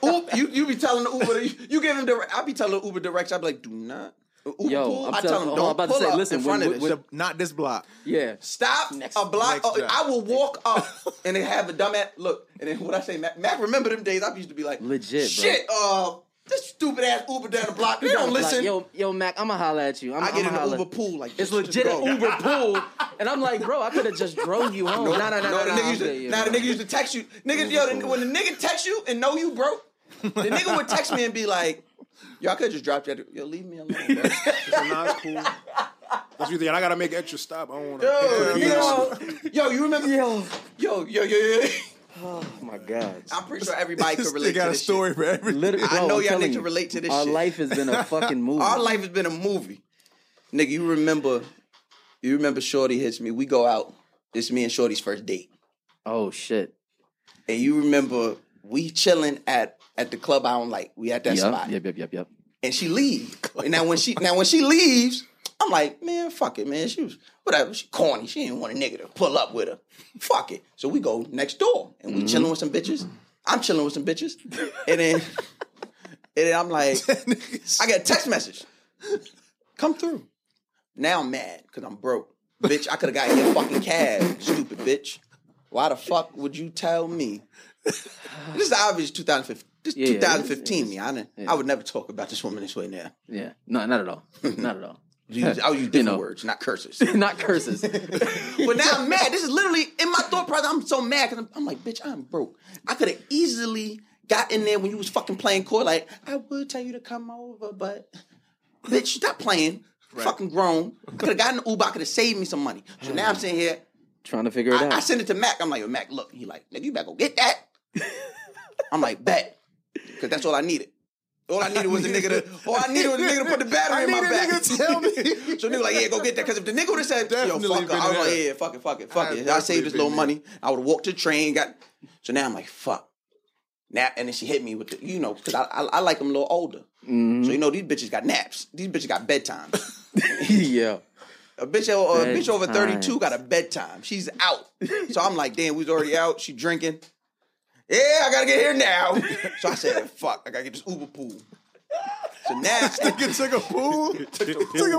Speaker 2: Uber, you, you be telling the Uber, you, you give him direct. I be telling the Uber directions. I be like, do not. Uber
Speaker 3: Yo,
Speaker 2: pull,
Speaker 3: I'm
Speaker 2: I tell
Speaker 3: telling-
Speaker 2: him
Speaker 3: oh,
Speaker 2: don't
Speaker 3: I'm about to
Speaker 2: pull
Speaker 3: say,
Speaker 2: up
Speaker 3: listen,
Speaker 2: in front
Speaker 3: when-
Speaker 2: of
Speaker 3: when-
Speaker 2: this.
Speaker 4: The- Not this block.
Speaker 3: yeah.
Speaker 2: Stop a block.
Speaker 4: next
Speaker 2: oh,
Speaker 4: drive.
Speaker 2: I will walk up and they have a dumb ass look. And then what I say, Mac, Mac remember them days? I used to be like,
Speaker 3: Legit, bro.
Speaker 2: shit. Uh, this stupid ass Uber down the block. They
Speaker 3: I'm
Speaker 2: don't
Speaker 3: like,
Speaker 2: listen.
Speaker 3: yo, yo, Mac, I'ma holla at you. I'm,
Speaker 2: I get
Speaker 3: I'ma
Speaker 2: in the
Speaker 3: holla.
Speaker 2: Uber pool like this,
Speaker 3: It's
Speaker 2: just
Speaker 3: legit
Speaker 2: go.
Speaker 3: an Uber pool, and I'm like, bro, I could have just drove you home.
Speaker 2: Nah, nah, nah, nah.
Speaker 3: I'm
Speaker 2: The nigga used
Speaker 3: good,
Speaker 2: to,
Speaker 3: yeah,
Speaker 2: nah, the
Speaker 3: bro.
Speaker 2: nigga used to text you. Nigga, yo, the- when the nigga text you and know you broke, the nigga would text me and be like, "Yo, I could just drop you. at the- Yo, leave me alone." Bro.
Speaker 5: It's not cool. That's what you think. I gotta make an extra stop. I don't want
Speaker 2: Yo,
Speaker 5: to.
Speaker 2: yo, yo, you remember? Yo, yo, yo, yo, yo.
Speaker 3: Oh my god.
Speaker 2: I'm pretty sure everybody could relate
Speaker 4: They got
Speaker 2: to
Speaker 4: a
Speaker 2: this shit.
Speaker 4: story for everything.
Speaker 3: Literally,
Speaker 2: I
Speaker 3: bro,
Speaker 2: know
Speaker 3: I'm
Speaker 2: y'all
Speaker 3: telling
Speaker 2: niggas
Speaker 3: you,
Speaker 2: relate to this
Speaker 3: Our
Speaker 2: shit.
Speaker 3: life has been a fucking movie.
Speaker 2: Our life has been a movie. Nigga, you remember you remember Shorty hits me. We go out. It's me and Shorty's first date.
Speaker 3: Oh shit.
Speaker 2: And you remember we chilling at at the club I don't like. We at that
Speaker 3: Yep,
Speaker 2: spot.
Speaker 3: yep, yep, yep, yep.
Speaker 2: And she leaves. and now when she now when she leaves, I'm like, man, fuck it, man. She was whatever. She corny. She didn't want a nigga to pull up with her. Fuck it. So we go next door and we chilling with some bitches. I'm chilling with some bitches. And then and then I'm like, I get a text message. Come through. Now I'm mad because I'm broke. Bitch, I could have gotten your fucking cab, stupid bitch. Why the fuck would you tell me? This is obvious 2015. This
Speaker 3: Yeah, yeah,
Speaker 2: 2015 me. I, didn't, I would never talk about this woman this way now.
Speaker 3: Yeah. No, not at all. Not at all.
Speaker 2: Use- I'll use different
Speaker 3: know.
Speaker 2: words, not curses.
Speaker 3: Not curses.
Speaker 2: but now I'm mad. This is literally in my thought process. I'm so mad because I'm, I'm like, bitch, I'm broke. I could have easily got in there when you was fucking playing court. Like, I would tell you to come over, but bitch, stop playing. Fucking grown. I could have gotten an Uber. I could have saved me some money. So now I'm sitting here.
Speaker 3: Trying to figure it
Speaker 4: uh,
Speaker 2: I, I
Speaker 3: out.
Speaker 2: send it to Mac. I'm like, yo, Mac, look. He like, nigga, you better go get that. I'm like, bet, because that's all I needed. All I needed was a nigga to. All I needed was a nigga to put the battery
Speaker 4: I
Speaker 2: in my
Speaker 4: need a
Speaker 2: back.
Speaker 4: nigga to tell me.
Speaker 2: So nigga like, yeah, go get that. Because if the nigga would have said, yo,
Speaker 4: Definitely
Speaker 2: fuck it,
Speaker 4: been
Speaker 2: I was like,
Speaker 4: there.
Speaker 2: yeah, fuck it, fuck it, fuck
Speaker 4: I've
Speaker 2: it. I saved
Speaker 4: definitely
Speaker 2: this little
Speaker 4: been
Speaker 2: money. I would have walked to the train, got. So now I'm like, fuck. Now and then she hit me with the, you know, because I, I I like them a little older.
Speaker 4: Mm-hmm.
Speaker 2: So you know these bitches got naps. These bitches got bedtime.
Speaker 3: yeah.
Speaker 2: A bitch, o- a bitch over
Speaker 3: Bedtime.
Speaker 2: 32 got a bedtime. She's out. So I'm like, damn, we was already out. She drinking. Yeah, I gotta get here now. So I said, fuck, I gotta get this Uber pool. So now,
Speaker 4: Nigga took a pool. Took a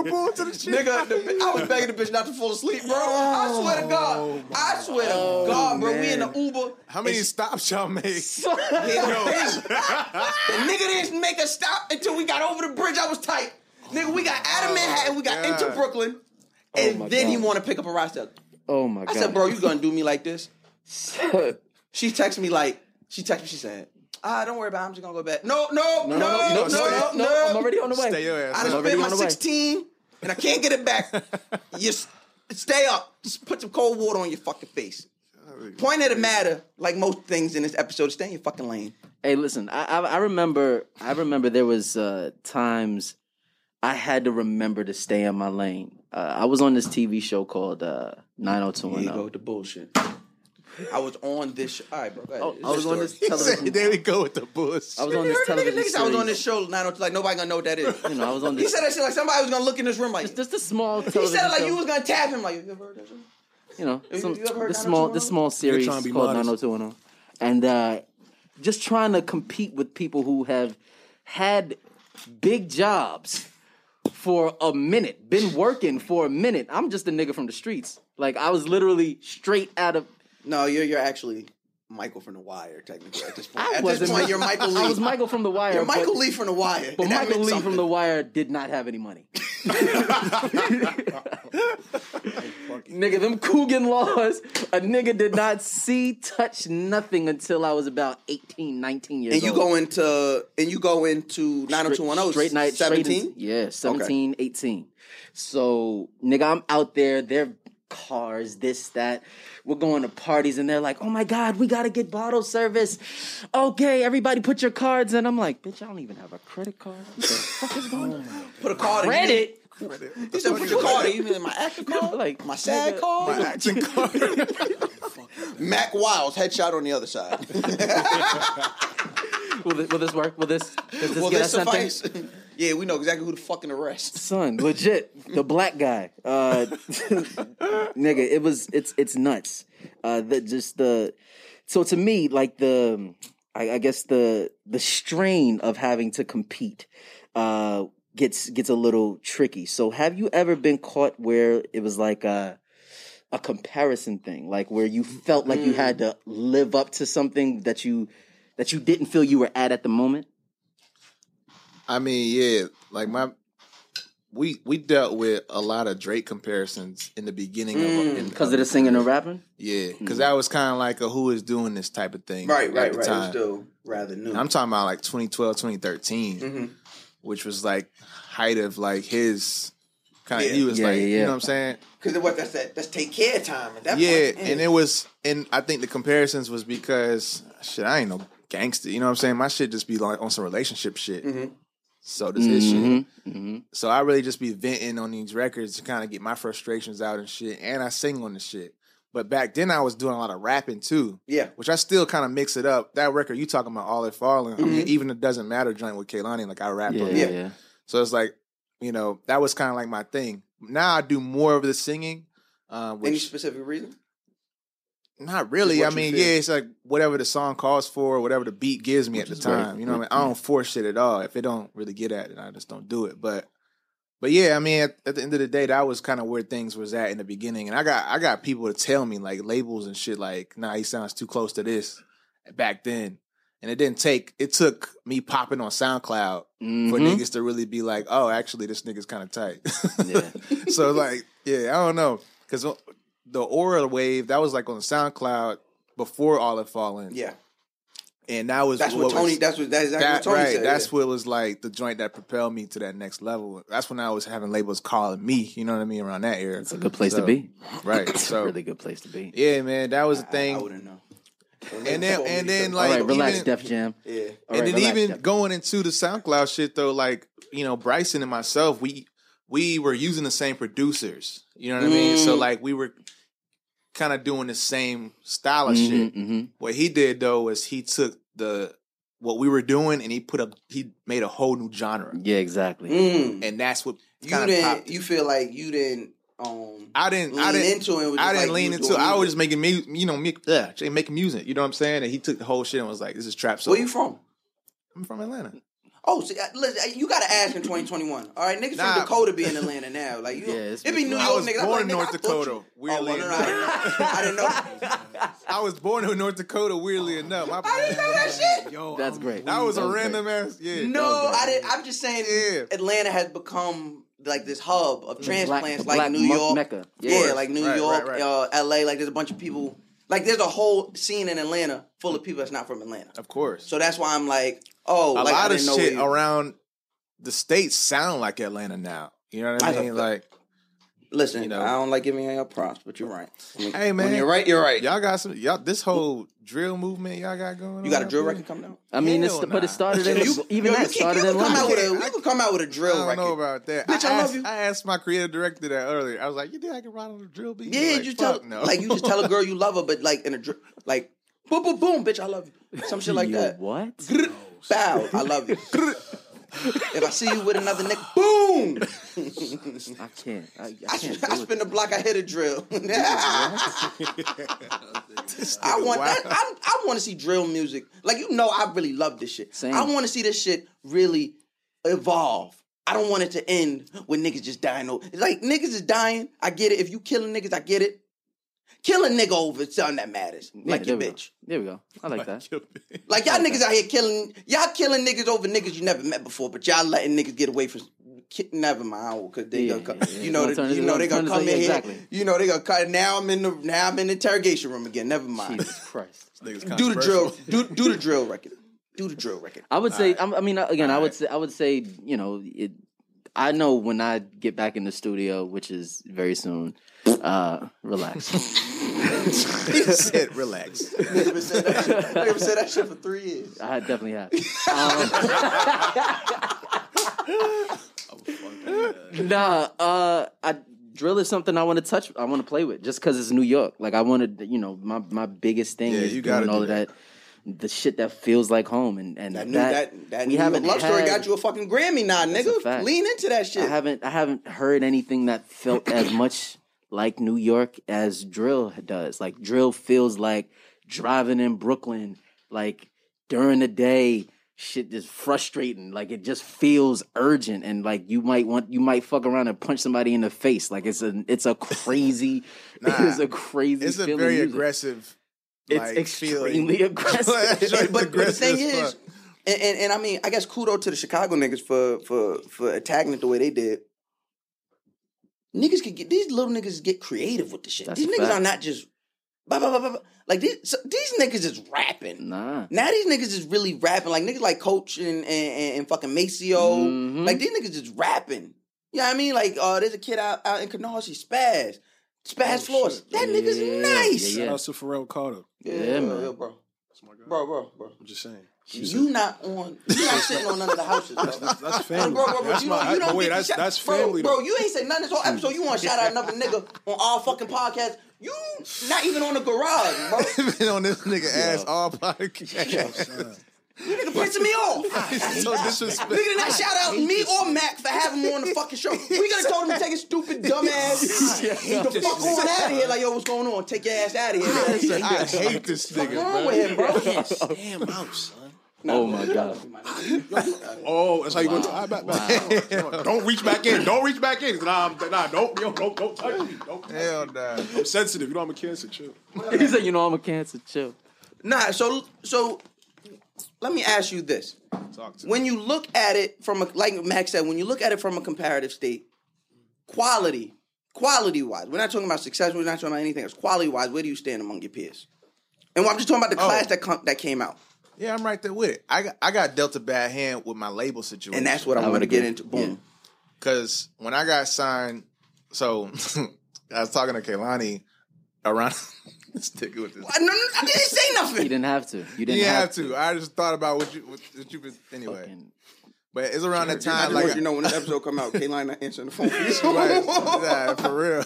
Speaker 4: pool to the shit.
Speaker 2: nigga, the, I was begging the bitch not to fall asleep, bro. I swear to God. I swear to God, bro. We in the Uber.
Speaker 4: How many stops y'all make?
Speaker 2: The nigga didn't make a stop until we got over the bridge. I was tight. Nigga, we got out of Manhattan, we got
Speaker 4: God.
Speaker 2: into Brooklyn, and
Speaker 3: my
Speaker 2: then he
Speaker 3: God.
Speaker 2: wanna pick up a roster.
Speaker 3: Oh my
Speaker 2: I
Speaker 3: god.
Speaker 2: said, bro, you gonna do me like this?
Speaker 3: bro.
Speaker 2: She texted me like she texted me. She said, "Ah, don't worry about. it. I'm just gonna go back. No, no, no, no,
Speaker 3: no,
Speaker 2: no, no.
Speaker 3: no, no, no, I'm already on the way.
Speaker 4: Stay your ass
Speaker 2: I
Speaker 4: up.
Speaker 2: just
Speaker 3: already
Speaker 2: spent my
Speaker 3: on the way.
Speaker 2: 16, and I can't get it back. Just stay up. Just put some cold water on your fucking face. Point of the matter, like most things in this episode, stay in your fucking lane.
Speaker 3: Hey, listen, I, I I remember I remember there was uh, times I had to remember to stay in my lane. Uh, I was on this TV show called uh, 90210.
Speaker 2: the bullshit. I was on this. Sh- All right, bro. Go ahead.
Speaker 3: Oh, I was on this
Speaker 4: He said,
Speaker 3: television.
Speaker 4: there we go with the bullshit.
Speaker 3: I was on
Speaker 2: You
Speaker 3: this
Speaker 2: heard the nigga,
Speaker 3: television.
Speaker 2: niggas, I was on
Speaker 3: series.
Speaker 2: this show. Nine like nobody gonna know what that is.
Speaker 3: You know, I was on
Speaker 2: He
Speaker 3: this.
Speaker 2: said that shit like somebody was gonna look in this room like.
Speaker 3: Just a small
Speaker 2: He
Speaker 3: television
Speaker 2: said it like
Speaker 3: show.
Speaker 2: you was gonna tap him like. You ever heard that? shit?
Speaker 3: you know,
Speaker 2: You-
Speaker 3: some,
Speaker 2: you ever heard
Speaker 3: this small
Speaker 2: 90210?
Speaker 3: this small series
Speaker 5: trying to be
Speaker 3: called
Speaker 5: modest.
Speaker 3: 90210, and uh, just trying to compete with people who have had big jobs for a minute, been working for a minute. I'm just a nigga from the streets. Like I was literally straight out of.
Speaker 2: No, you're you're actually Michael from The Wire, technically. At this point,
Speaker 3: I
Speaker 2: at
Speaker 3: wasn't
Speaker 2: this point, you're Michael Lee.
Speaker 3: I was Michael from The Wire.
Speaker 2: You're Michael
Speaker 3: but,
Speaker 2: Lee from The Wire.
Speaker 3: But
Speaker 2: and that
Speaker 3: Michael
Speaker 2: meant
Speaker 3: Lee
Speaker 2: something.
Speaker 3: from The Wire did not have any money. Nigga, them Coogan laws, a nigga did not see, touch nothing until I was about 18, 19 years
Speaker 2: And you
Speaker 3: old.
Speaker 2: go into and you go into nine hundred two one zero
Speaker 3: straight night, straight
Speaker 2: seventeen.
Speaker 3: in- yeah, 17, 18. So, nigga, I'm out there. Their cars, this, that. We're going to parties, and they're like, "Oh my god, we gotta get bottle service." Okay, everybody, put your cards in. I'm like, "Bitch, I don't even have a credit card." What the fuck is going on?
Speaker 2: Put a card in.
Speaker 3: Credit?
Speaker 2: You said put your card in. You mean my active card,
Speaker 3: Like,
Speaker 2: my sad
Speaker 3: nigga,
Speaker 2: card.
Speaker 4: My action card.
Speaker 2: Mac Wiles headshot on the other side.
Speaker 3: Will this, will this work? Will this? Does this
Speaker 2: Will
Speaker 3: get
Speaker 2: this
Speaker 3: us something?
Speaker 2: suffice? yeah, we know exactly who to fucking arrest.
Speaker 3: son, legit, the black guy, uh, nigga. It was it's it's nuts. Uh, the just the so to me like the I, I guess the the strain of having to compete uh gets gets a little tricky. So have you ever been caught where it was like uh a comparison thing, like where you felt like you had to live up to something that you that you didn't feel you were at at the moment.
Speaker 4: I mean, yeah, like my we we dealt with a lot of Drake comparisons in the beginning Mm, of Mm. in-
Speaker 3: Because of the singing and rapping,
Speaker 4: yeah, because that was kind of like a who is doing this type of thing, at the time.
Speaker 2: still rather new.
Speaker 4: I'm talking about like 2012, 2013, which was like height of like his kind of he was
Speaker 3: Yeah,
Speaker 4: like
Speaker 3: yeah,
Speaker 4: you
Speaker 3: yeah.
Speaker 4: know what I'm saying
Speaker 2: Because what that's that that's take care time at that
Speaker 4: yeah,
Speaker 2: point.
Speaker 4: and it was, and I think the comparisons was because shit, I ain't no gangster. You know what I'm saying? My shit just be like on some relationship shit. So does his shit.
Speaker 3: Mm-hmm.
Speaker 4: So I really just be venting on these records to kind of get my frustrations out and shit, and I sing on the shit. But back then I was doing a lot of rapping too.
Speaker 2: Yeah.
Speaker 4: which I still kind of mix it up. That record you talking about, All It Falling, I mean, even it doesn't matter joint with Kaylani, like I rapped on it.
Speaker 2: Mm-hmm. Yeah.
Speaker 4: So it's like, you know, that was kind of like my thing. Now I do more of the singing. Uh,
Speaker 2: Any
Speaker 4: which,
Speaker 2: specific reason?
Speaker 4: not really. I
Speaker 2: Just what you
Speaker 4: mean,
Speaker 2: feel.
Speaker 4: yeah, it's like whatever the song calls for, whatever the beat gives me at the time. You know what I mean?
Speaker 2: Mm-hmm.
Speaker 4: I don't force shit at all. If it don't really get at it, I just don't do it. But but yeah, I mean, at, at the end of the day, that was kind of where things was at in the beginning. And I got I got people to tell me like labels and shit like, nah, he sounds too close to this back then. And it didn't take it took me popping on SoundCloud
Speaker 2: Mm-hmm.
Speaker 4: for
Speaker 3: Mhm.
Speaker 4: niggas to really be like, oh, actually, this nigga's kind of tight.
Speaker 3: Yeah.
Speaker 4: so like, yeah, I don't know, because the Aura Wave that was like on SoundCloud before All It Fallen,
Speaker 2: Yeah,
Speaker 4: and that was
Speaker 2: that's what, Tony.
Speaker 4: was-
Speaker 2: that's what that's exactly
Speaker 4: that-
Speaker 2: what Tony
Speaker 4: right.
Speaker 2: said.
Speaker 4: that's
Speaker 2: yeah.
Speaker 4: what was like the joint that propelled me to that next level. That's when I was having labels calling me. You know what I mean? Around that era,
Speaker 3: It's a good place to
Speaker 4: So-
Speaker 3: be.
Speaker 4: right?
Speaker 3: It's
Speaker 4: So
Speaker 3: a really good place to be.
Speaker 4: yeah, man, that was a
Speaker 2: I
Speaker 4: thing.
Speaker 2: wouldn't know.
Speaker 4: And then and then
Speaker 3: All
Speaker 4: like
Speaker 3: right, relax,
Speaker 4: even-
Speaker 3: Def Jam.
Speaker 2: Yeah.
Speaker 3: All
Speaker 4: and
Speaker 3: right,
Speaker 4: then
Speaker 3: relax,
Speaker 4: even
Speaker 3: Def Jam.
Speaker 4: going into the SoundCloud shit though, like you know, Bryson and myself, we we were using the same producers. You know what I mean?
Speaker 2: Mm.
Speaker 4: So like we were kind of doing the same style of Oh,
Speaker 2: Mm-hmm.
Speaker 4: shit.
Speaker 3: mhm.
Speaker 4: What he did though was he took the what we were doing and he put up he made a whole new genre,
Speaker 3: yeah, exactly.
Speaker 2: Mm.
Speaker 4: and that's what
Speaker 2: You
Speaker 4: kind of
Speaker 2: didn't.
Speaker 4: popped.
Speaker 2: You feel like you didn't. Um,
Speaker 4: I didn't. I
Speaker 2: lean
Speaker 4: didn't.
Speaker 2: into it, it was just
Speaker 4: I didn't
Speaker 2: like you
Speaker 4: lean
Speaker 2: was
Speaker 4: into. it.
Speaker 2: doing
Speaker 4: I was
Speaker 2: music.
Speaker 4: just making music. You know, make, uh, making music. You know what I'm saying? And he took the whole shit and was like, "This is trap." So
Speaker 2: where you from?
Speaker 4: I'm from Atlanta.
Speaker 2: Oh, see, I- listen, you gotta ask in 2021. All right, niggas
Speaker 4: Nah.
Speaker 2: from Dakota be in Atlanta now. Like you,
Speaker 3: Yeah, it's
Speaker 2: it be New
Speaker 3: ridiculous.
Speaker 4: I
Speaker 2: York
Speaker 4: was
Speaker 2: niggas.
Speaker 4: born
Speaker 2: I'm like,
Speaker 4: in
Speaker 2: nigga,
Speaker 4: North
Speaker 2: I thought you-
Speaker 4: Dakota,
Speaker 2: Oh, well,
Speaker 4: weirdly
Speaker 2: no, no, I didn't know. I didn't know.
Speaker 4: I was born in North Dakota, weirdly enough. My-
Speaker 2: I didn't know that shit.
Speaker 5: Yo,
Speaker 3: That's
Speaker 5: I'm-
Speaker 3: great.
Speaker 4: that was a
Speaker 3: great.
Speaker 4: random ass. Yeah.
Speaker 2: No, I didn't. I'm just saying.
Speaker 4: Yeah.
Speaker 2: Atlanta has become like this hub of transplants,
Speaker 3: black
Speaker 2: like New
Speaker 3: Mo-
Speaker 2: York,
Speaker 3: Mecca.
Speaker 2: Yeah,
Speaker 3: Yeah.
Speaker 2: like New
Speaker 4: Right,
Speaker 2: York,
Speaker 4: right, right.
Speaker 2: Uh, L.A. Like there's a bunch of people. Like there's a whole scene in Atlanta full of people that's not from Atlanta.
Speaker 4: Of course.
Speaker 2: So that's why I'm like, oh,
Speaker 4: a
Speaker 2: like, I
Speaker 4: lot of
Speaker 2: didn't know
Speaker 4: shit
Speaker 2: where you-
Speaker 4: around the states sound like Atlanta now. You know what
Speaker 2: I
Speaker 4: I
Speaker 2: know.
Speaker 4: mean? like,
Speaker 2: Listen,
Speaker 4: you know.
Speaker 2: I don't like giving you props, but you're right.
Speaker 4: hey man,
Speaker 2: When you're right, you're right.
Speaker 4: Y'all got some. Y'all this whole drill movement y'all got
Speaker 2: You
Speaker 4: going. on
Speaker 2: got a
Speaker 4: out
Speaker 2: drill
Speaker 4: there?
Speaker 2: record coming out?
Speaker 3: I mean, it's,
Speaker 4: Hell
Speaker 3: but it
Speaker 4: nah.
Speaker 3: started in
Speaker 2: You-
Speaker 3: even
Speaker 2: yo, you
Speaker 3: that
Speaker 2: can,
Speaker 3: started
Speaker 2: you
Speaker 3: in
Speaker 2: can come out with
Speaker 3: London.
Speaker 2: a, you can come out with a
Speaker 4: I
Speaker 2: drill
Speaker 4: don't
Speaker 2: record.
Speaker 4: know about that.
Speaker 2: Bitch,
Speaker 4: I,
Speaker 2: I love
Speaker 4: asked,
Speaker 2: you.
Speaker 4: I asked my creative director that earlier. I was like, "You think I can ride on a drill beat?"
Speaker 2: Yeah,
Speaker 4: He was like,
Speaker 2: you tell
Speaker 4: "Fuck no."
Speaker 2: like you just tell a girl you love her, but like in a dr- like boom, boom, boom, bitch, I love you. Some shit like
Speaker 3: Yo,
Speaker 2: that.
Speaker 3: What?
Speaker 2: Grr, Bow, I love you. Grr. if I see you with another nick, boom!
Speaker 3: I can't. I,
Speaker 2: I,
Speaker 3: I can't
Speaker 2: I
Speaker 3: do it.
Speaker 2: spin the block, I hit a drill. I want that. I, I want to see drill music. Like you know, I really love this shit.
Speaker 3: Same.
Speaker 2: I want to see this shit really evolve. I don't want it to end with niggas just dying. o- Like niggas is dying. I get it. If you killing niggas, I get it. Kill a nigga over something that matters,
Speaker 3: Yeah,
Speaker 2: like
Speaker 3: there
Speaker 2: your
Speaker 3: we go.
Speaker 2: bitch.
Speaker 3: There we go. I like that.
Speaker 2: Like y'all niggas out here killing y'all killing niggas over niggas you never met before, but y'all letting niggas get away from ki- never mind. Cause they
Speaker 3: Yeah,
Speaker 2: gonna come,
Speaker 3: yeah, yeah.
Speaker 2: you know,
Speaker 3: Don't
Speaker 2: the,
Speaker 3: turn
Speaker 2: you
Speaker 3: this-
Speaker 2: know they
Speaker 3: don't
Speaker 2: gonna
Speaker 3: turn
Speaker 2: come in
Speaker 3: this-
Speaker 2: here.
Speaker 3: yeah, exactly.
Speaker 2: You know they gonna cut. Now I'm in the now I'm in the interrogation room again. Never mind.
Speaker 3: Jesus Christ.
Speaker 2: do the drill. Do do the drill record. Do the drill record.
Speaker 3: I would say. I'm I mean, again, I would say. I would say. You know, it, I know when I get back in the studio, which is very soon. Uh, relax.
Speaker 4: Shit, relax.
Speaker 2: Nigga been saying that shit- nigga been saying that shit for three years.
Speaker 3: I definitely have. Um, nah, uh, I drill is something I want to touch. I want to play with just because it's New York. Like I wanted, you know, my my biggest thing
Speaker 4: Yeah,
Speaker 3: is
Speaker 4: you gotta
Speaker 3: doing all
Speaker 4: do
Speaker 3: of that. The shit that feels like home, and and
Speaker 2: That
Speaker 3: that,
Speaker 2: new that that
Speaker 3: we
Speaker 2: new
Speaker 3: haven't
Speaker 2: love story
Speaker 3: had-
Speaker 2: got you a fucking Grammy now,
Speaker 3: a
Speaker 2: nigga.
Speaker 3: fact.
Speaker 2: Lean into that
Speaker 3: I
Speaker 2: shit.
Speaker 3: haven't I haven't heard anything that felt as much like New York as drill does. Like drill feels like driving in Brooklyn, like during the day, shit is frustrating. Like it just feels urgent, and like you might want you might fuck around and punch somebody in the face. Like it's a it's a crazy
Speaker 4: Nah,
Speaker 3: it's a crazy.
Speaker 4: It's a
Speaker 3: feeling
Speaker 4: very
Speaker 3: music.
Speaker 4: aggressive.
Speaker 3: It's
Speaker 4: like,
Speaker 3: extremely
Speaker 4: feeling.
Speaker 3: aggressive.
Speaker 4: It's
Speaker 2: but, but the
Speaker 4: aggressive
Speaker 2: thing
Speaker 4: as
Speaker 2: is,
Speaker 4: fuck.
Speaker 2: and, and, and I mean, I guess kudo to the Chicago niggas for for for attacking it the way they did. Niggas could get these little niggas get creative with the shit.
Speaker 3: That's
Speaker 2: these
Speaker 3: a
Speaker 2: niggas
Speaker 3: fact.
Speaker 2: are not just bah, bah, bah, bah, bah. like these. So, these niggas is rapping.
Speaker 3: Nah,
Speaker 2: Now these niggas is really rapping. Like niggas like Coach and and, and, and fucking Maceo.
Speaker 3: Mhm.
Speaker 2: Like these niggas is rapping. You know what I mean? Like uh, there's a kid out, out in Canal, she spaz. Spaz Flores.
Speaker 4: shit.
Speaker 2: That nigga's
Speaker 3: Oh, Yeah,
Speaker 2: nice.
Speaker 3: yeah,
Speaker 4: Oh,
Speaker 5: Shout out to Pharrell Carter.
Speaker 2: Yeah,
Speaker 3: Yeah, man.
Speaker 2: bro. Bro, bro, bro.
Speaker 5: I'm just saying.
Speaker 2: You not on. You not sitting on none of the houses, bro.
Speaker 5: That's
Speaker 2: Bro,
Speaker 5: family.
Speaker 2: bro, bro,
Speaker 5: that's
Speaker 2: you
Speaker 5: my.
Speaker 2: don't, you
Speaker 5: but
Speaker 2: don't
Speaker 5: wait,
Speaker 2: get
Speaker 5: that's
Speaker 2: shot-
Speaker 5: that's
Speaker 2: bro,
Speaker 5: family.
Speaker 2: Bro,
Speaker 5: though.
Speaker 2: you ain't said nothing this whole episode. You want to shout out another nigga on all fucking podcasts. You not even on the garage, bro.
Speaker 4: Been on this nigga ass all podcast.
Speaker 2: You nigga pissing me off.
Speaker 4: It's so disrespectful.
Speaker 2: Nigga did not shout out me or Mac for having him on the fucking show. We could have told him to take his stupid dumb ass the fuck on out of here. Like, yo, what's going on? Take your ass out of here. man.
Speaker 4: I hate this nigga.
Speaker 2: What's wrong
Speaker 4: bro.
Speaker 2: with him, bro?
Speaker 5: Damn out, son.
Speaker 3: oh my god.
Speaker 5: Oh, that's how you go. I back, back. Don't reach back in. Don't reach back in. Nah, I'm- nah, don't, yo, don't, don't touch me. Don't touch me.
Speaker 4: Hell nah.
Speaker 5: I'm sensitive. You know I'm a cancer. Chill.
Speaker 3: he said, "You know, I'm a cancer." Chill.
Speaker 2: Nah, so so let me ask you this.
Speaker 4: Talk to
Speaker 2: When you look at it from a like Max said, when you look at it from a comparative state, quality, quality wise, we're not talking about success, we're not talking about anything else. Quality wise, where do you stand among your peers? And I'm just talking about the class that com- that came out.
Speaker 4: Yeah, I'm right there with it. I got, I got dealt a bad hand with my label situation.
Speaker 2: And that's what I,
Speaker 3: would
Speaker 2: want to get
Speaker 3: agree.
Speaker 2: into. Boom.
Speaker 4: Because when I got signed, so I was talking to Kaylani around this nigga with this.
Speaker 2: I, no, no, I didn't say
Speaker 3: You
Speaker 2: nothing.
Speaker 3: didn't have to. You didn't
Speaker 4: You
Speaker 3: have,
Speaker 4: have to. I just thought about what you what, what you been anyway.
Speaker 3: Fucking-
Speaker 4: But it's around that
Speaker 2: I
Speaker 4: time,
Speaker 2: just
Speaker 4: like
Speaker 2: want you to know when this episode come out, K-Line not answering the phone.
Speaker 4: Right. Nah, for real.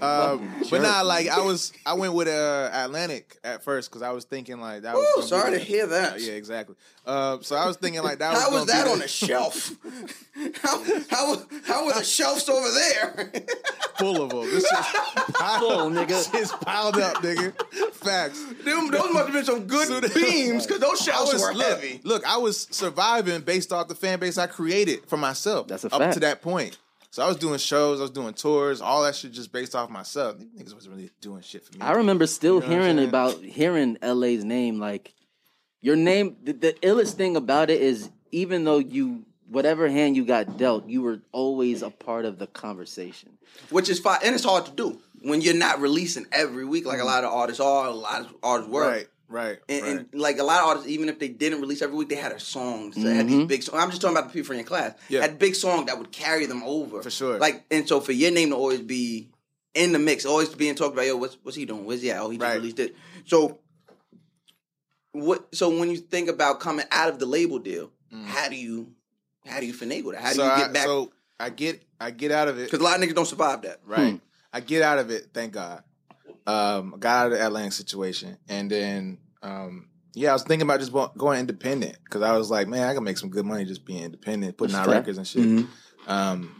Speaker 4: Um, but nah, like I was, I went with uh, Atlantic at first because I was thinking like that.
Speaker 2: Ooh,
Speaker 4: was gonna
Speaker 2: sorry
Speaker 4: be
Speaker 2: to
Speaker 4: the-
Speaker 2: hear that.
Speaker 4: Yeah, exactly. Uh, so I was thinking like that.
Speaker 2: How
Speaker 4: was,
Speaker 2: was
Speaker 4: gonna
Speaker 2: that
Speaker 4: be
Speaker 2: on
Speaker 4: the-
Speaker 2: a shelf? How how how were the shelves over there?
Speaker 4: full of them. This is full, nigga. Shit's piled up, nigga. Facts.
Speaker 2: Them, those must have been some good beams because those
Speaker 4: I
Speaker 2: shelves
Speaker 4: was
Speaker 2: were
Speaker 4: look,
Speaker 2: Oh, heavy.
Speaker 4: look, I was surviving based off the fan base I created for myself.
Speaker 3: That's a
Speaker 4: up
Speaker 3: fact.
Speaker 4: to that point. So I was doing shows, I was doing tours, all that shit just based off myself. These niggas wasn't really doing shit for me.
Speaker 3: I remember still
Speaker 4: what I'm
Speaker 3: hearing
Speaker 4: saying?
Speaker 3: about hearing LA's name. Like your name, the, the illest thing about it is even though you whatever hand you got dealt, you were always a part of the conversation.
Speaker 2: Which is fine, and it's hard to do when you're not releasing every week like a lot of artists are. A lot of artists were.
Speaker 4: Right, right.
Speaker 2: And,
Speaker 4: right.
Speaker 2: and like a lot of artists, even if they didn't release every week, they had a song. So they had these big. Songs. I'm just talking about the people in your class.
Speaker 4: Yeah.
Speaker 2: Had big song that would carry them over
Speaker 4: For sure.
Speaker 2: Like and so for your name to always be in the mix, always being talked about. Yo, what's what's he doing? Where's he at? Oh, he just
Speaker 4: Right.
Speaker 2: released it. So what? So when you think about coming out of the label deal, how do you how do you finagle that? How do
Speaker 4: so
Speaker 2: you
Speaker 4: I,
Speaker 2: get back? Because
Speaker 4: So I get I get out of it.
Speaker 2: a lot of niggas don't survive that.
Speaker 4: Right. I get out of it, thank God. Um, I got out of the Atlantic situation. And then, um, yeah, I was thinking about just wa- going independent because I was like, man, I can make some good money just being independent, putting out
Speaker 3: fair.
Speaker 4: records and shit. Um,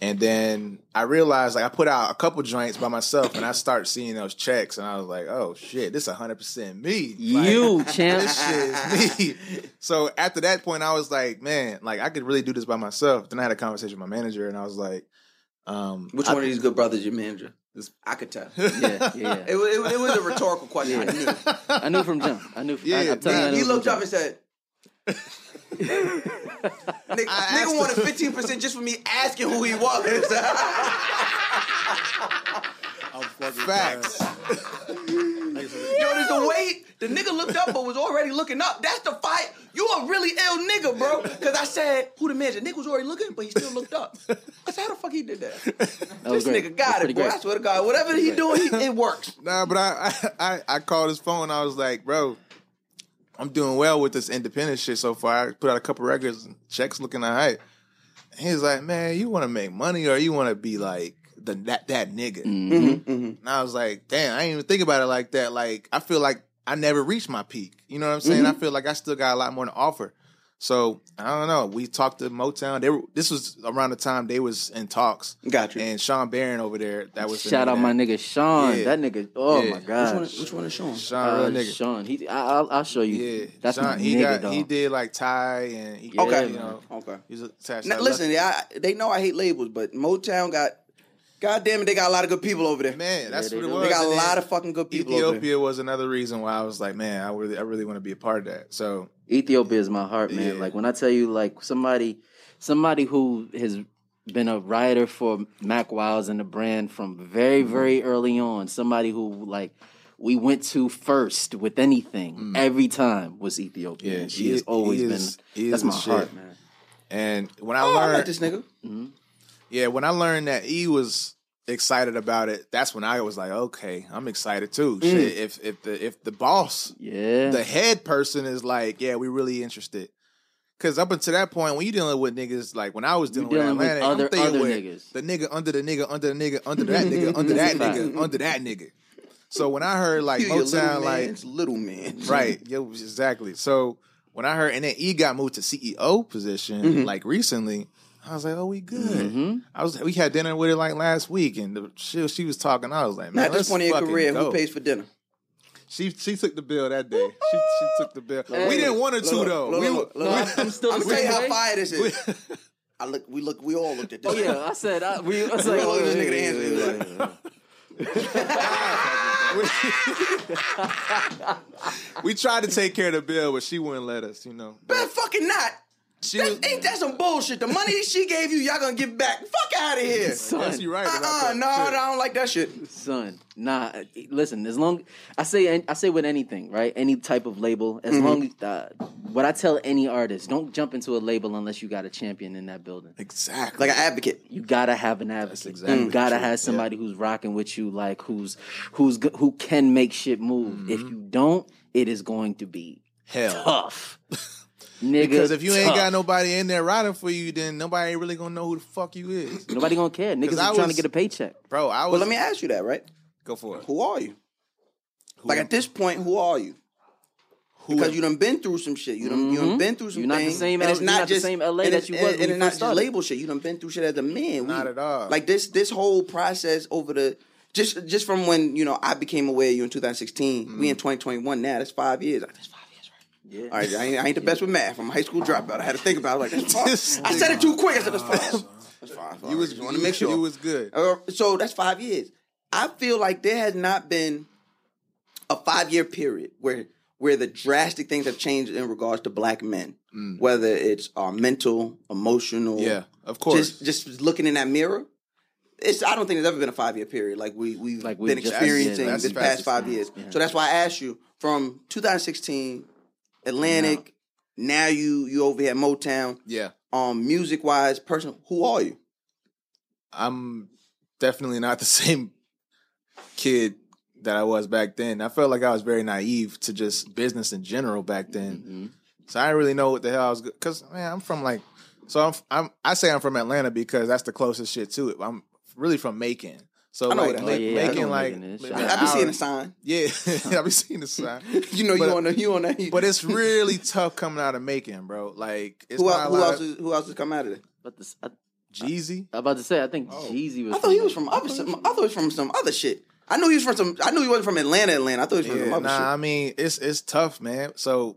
Speaker 4: and then I realized like I put out a couple joints by myself and I started seeing those checks and I was like, oh shit, this 100% me. Like,
Speaker 3: you champ.
Speaker 4: this shit is me. So after that point, I was like, man, like I could really do this by myself. Then I had a conversation with my manager and I was like, um,
Speaker 2: Which one of these good brothers your manager? I could tell. it,
Speaker 3: yeah, yeah,
Speaker 2: wa-
Speaker 3: yeah.
Speaker 2: it, wa- it was a rhetorical question. I knew.
Speaker 3: I knew from jump. I knew. From, I,
Speaker 4: Yeah,
Speaker 3: I'm telling you, I
Speaker 2: He
Speaker 3: knew from
Speaker 2: looked up and
Speaker 3: jump.
Speaker 2: said, Nigga, nigga wanted fifteen percent just for me asking who he was.
Speaker 5: I'm fucking
Speaker 4: Facts.
Speaker 5: dying.
Speaker 2: Yo, there's a wait. The nigga looked up but was already looking up. That's the fight. You a really ill nigga, bro. Cause I said, who the man? The nigga was already looking, but he still looked up. I said, how the fuck he did that? this
Speaker 3: was great.
Speaker 2: nigga
Speaker 3: That's
Speaker 2: got
Speaker 3: pretty
Speaker 2: it, boy.
Speaker 3: great.
Speaker 2: I swear to God. Whatever he doing, he, it works.
Speaker 4: Nah, but I, I I I called his phone. I was like, bro, I'm doing well with this independent shit so far. I put out a couple records. and Checks looking all right. And he's like, man, you want to make money or you want to be like the that that nigga?
Speaker 3: Mm-hmm.
Speaker 4: And I was like, damn, I didn't even think about it like that. Like, I feel like I never reached my peak. You know what I'm saying? I feel like I still got a lot more to offer. So I don't know. We talked to Motown. They were, this was around the time they was in talks.
Speaker 2: Got you.
Speaker 4: And Sean Barron over there. That was the
Speaker 3: Shout out
Speaker 4: nigga
Speaker 3: my nigga Sean.
Speaker 4: Yeah.
Speaker 3: That nigga. Oh
Speaker 4: Yeah.
Speaker 3: my god.
Speaker 2: Which one is Sean?
Speaker 4: that. Sean,
Speaker 3: Uh,
Speaker 4: real nigga.
Speaker 3: Sean. He. I, I'll, I'll show you.
Speaker 4: Yeah,
Speaker 3: That's
Speaker 4: Sean,
Speaker 3: my
Speaker 4: he
Speaker 3: nigga.
Speaker 4: got
Speaker 3: dog.
Speaker 4: he did like Ty and he,
Speaker 3: Okay.
Speaker 4: you know,
Speaker 2: Okay.
Speaker 4: he's attached.
Speaker 2: Now,
Speaker 4: to
Speaker 2: listen,
Speaker 4: Lucky.
Speaker 2: yeah, I, they know I hate labels, but Motown got, God damn it, they got a lot of good people over there.
Speaker 4: man, that's
Speaker 3: they
Speaker 4: what it
Speaker 3: do.
Speaker 4: was.
Speaker 2: they got a
Speaker 4: And
Speaker 2: lot
Speaker 4: then E-
Speaker 2: of fucking good people over there.
Speaker 4: Ethiopia was another reason why I was like, man, I really, I really want to be a part of that. So
Speaker 3: Ethiopia is my heart, man.
Speaker 4: Yeah.
Speaker 3: Like when I tell you, like somebody, somebody who has been a writer for Mac Wiles and the brand from very,
Speaker 2: Mm-hmm.
Speaker 3: very early on. Somebody who like we went to first with anything
Speaker 2: Mm.
Speaker 3: every time was Ethiopia.
Speaker 4: Yeah,
Speaker 3: she
Speaker 4: he-
Speaker 3: has always
Speaker 4: he is- he
Speaker 3: been.
Speaker 4: is
Speaker 3: That's
Speaker 4: the
Speaker 3: my
Speaker 4: shit.
Speaker 3: heart, man.
Speaker 4: and when I
Speaker 2: Oh, I
Speaker 4: learned,
Speaker 2: met this nigga.
Speaker 4: yeah, when I learned that E was excited about it, that's when I was like, okay, I'm excited too.
Speaker 2: Mm.
Speaker 4: Shit, if if the if the boss
Speaker 3: Yeah,
Speaker 4: the head person is like, yeah, we really interested. Cause up until that point, when you dealing with niggas, like when I was dealing,
Speaker 3: dealing
Speaker 4: with
Speaker 3: with
Speaker 4: Atlantic,
Speaker 3: other-
Speaker 4: I'm dealing
Speaker 3: other
Speaker 4: with
Speaker 3: niggas.
Speaker 4: the nigga under the nigga under the nigga under that nigga under that nigga under that nigga. So when I heard like
Speaker 2: You your little
Speaker 4: Motown, like
Speaker 2: man's little man.
Speaker 4: right, yeah, exactly. So when I heard, and then E got moved to CEO position like recently, I was like, oh, we good. I was we had dinner with her like last week, and the shit she was talking, I was like,
Speaker 2: Now,
Speaker 4: man,
Speaker 2: at this
Speaker 4: let's
Speaker 2: point in your
Speaker 4: fucking
Speaker 2: career,
Speaker 4: go.
Speaker 2: who pays for dinner?
Speaker 4: She she took the bill that day. She she took the bill. we didn't want her to
Speaker 2: Look,
Speaker 4: though.
Speaker 2: look,
Speaker 4: we,
Speaker 2: look, look,
Speaker 3: I'm- I'm still
Speaker 2: I'm
Speaker 3: the
Speaker 2: gonna tell
Speaker 3: same
Speaker 2: you how
Speaker 3: way.
Speaker 2: fire this is. I look, we look, we all looked at this.
Speaker 3: Oh yeah, I said I, we. I was
Speaker 2: We
Speaker 3: like,
Speaker 2: all
Speaker 3: oh,
Speaker 2: looked at this nigga to
Speaker 3: yeah,
Speaker 2: answer. He
Speaker 3: yeah,
Speaker 2: was like,
Speaker 4: we tried to take care of the bill, but she wouldn't let us. You know,
Speaker 2: "Man, fucking not.
Speaker 4: she was.
Speaker 2: That, ain't that some bullshit? The money she gave you, y'all gonna give back. Fuck out of here.
Speaker 4: Yes, you're right. about
Speaker 2: Uh-uh,
Speaker 4: that.
Speaker 2: no,
Speaker 4: Shit.
Speaker 2: I don't like that shit.
Speaker 3: son nah eh, listen as long i say i say with anything right any type of label as
Speaker 4: Mm-hmm.
Speaker 3: long as uh, what i tell any artist don't jump into a label unless you got a champion in that building
Speaker 4: Exactly.
Speaker 2: Like an advocate.
Speaker 3: you gotta have an advocate
Speaker 4: exactly
Speaker 3: you gotta
Speaker 4: true,
Speaker 3: have somebody who's rocking with you like who's who's go- who can make shit move if
Speaker 4: Mm-hmm.
Speaker 3: you don't it is going to be
Speaker 4: hell.
Speaker 3: tough nigga
Speaker 4: Because if you ain't got
Speaker 3: tough.
Speaker 4: nobody in there riding for you, then nobody ain't really gonna know who the fuck you is,
Speaker 3: nobody gonna care niggas is
Speaker 4: I
Speaker 3: trying to
Speaker 4: was-
Speaker 3: get a paycheck
Speaker 4: bro. I was.
Speaker 2: Well, let me ask you that, right?
Speaker 4: go for it.
Speaker 2: Who are you? Like at this point, who are you? Because you done been through some shit. You done you done been through some
Speaker 3: Mm-hmm. You're not the
Speaker 2: things.
Speaker 3: same
Speaker 2: and
Speaker 3: L-
Speaker 2: it's
Speaker 3: you're
Speaker 2: not
Speaker 3: not the
Speaker 2: just
Speaker 3: same LA
Speaker 2: and
Speaker 3: that
Speaker 2: it's-
Speaker 3: you was when
Speaker 2: and, and
Speaker 3: you
Speaker 2: it's not
Speaker 3: first
Speaker 2: just
Speaker 3: started.
Speaker 2: label shit. You done been through shit as a man. We-
Speaker 4: Not at all.
Speaker 2: Like this this whole process over the just just from when you know I became aware of you in 2016.
Speaker 3: Mm-hmm.
Speaker 2: We in 2021 now. That's five years. Like, that's five years, right? Yeah. All right. I ain't, I ain't the best with math. I'm a high school dropout. I had to think about. it. I was like, that's
Speaker 4: This
Speaker 2: five. I said it too quick. I said that's five. That's five.
Speaker 4: You was
Speaker 2: want to make sure
Speaker 4: you was good.
Speaker 2: uh, so that's five years. I feel like there has not been a five year period where where the drastic things have changed in regards to black men, whether it's uh, mental, emotional,
Speaker 4: Mm. Yeah, of course.
Speaker 2: just just looking in that mirror. It's I don't think there's ever been a five year period like we we've
Speaker 3: Like we
Speaker 2: been
Speaker 3: just-
Speaker 2: experiencing
Speaker 4: That's-
Speaker 2: this
Speaker 4: that's
Speaker 2: past five years. So that's why I asked you from 2016, Atlantic. Now you you over here at Motown.
Speaker 4: yeah,
Speaker 2: Um, music wise, personal, who are you?
Speaker 4: I'm definitely not the same kid that I was back then. I felt like I was very naive to just business in general back then.
Speaker 2: Mm-hmm.
Speaker 4: So I didn't really know what the hell I was because man, I'm from like so I'm, I'm I say I'm from Atlanta because that's the closest shit to it. I'm really from Macon. So
Speaker 2: I know
Speaker 4: like,
Speaker 2: what
Speaker 4: Ma-
Speaker 2: Macon-
Speaker 3: yeah, I know
Speaker 4: Macon
Speaker 3: what
Speaker 4: like
Speaker 3: Macon is.
Speaker 4: maybe
Speaker 3: Shout
Speaker 4: an
Speaker 3: out.
Speaker 2: I be seeing
Speaker 4: hour-
Speaker 2: a sign.
Speaker 4: Yeah, I be seeing the sign.
Speaker 2: You know
Speaker 4: But- uh,
Speaker 2: you on the you on that.
Speaker 4: But it's really tough coming out of Macon, bro. Like it's
Speaker 2: Who, el-
Speaker 4: not a
Speaker 2: who
Speaker 4: lot
Speaker 2: else?
Speaker 4: of
Speaker 2: Is, who else has come out of there?
Speaker 3: but this, I,
Speaker 4: Jeezy.
Speaker 3: I'm about to say i think
Speaker 4: Oh.
Speaker 3: jeezy was
Speaker 2: I thought he was from other. Some, I thought he was from some other shit. I knew he was from some. I knew he wasn't from Atlanta. Atlanta. I thought he was from some
Speaker 4: Yeah,
Speaker 2: other
Speaker 4: nah, I mean it's it's tough, man. So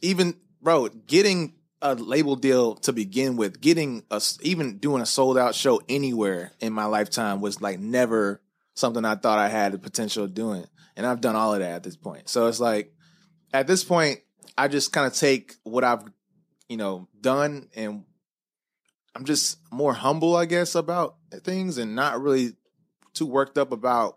Speaker 4: even bro, getting a label deal to begin with, getting a s- even doing a sold out show anywhere in my lifetime was like never something I thought I had the potential of doing, and I've done all of that at this point. So it's like at this point, I just kind of take what I've, you know, done, and I'm just more humble, I guess, about things, and not really too worked up about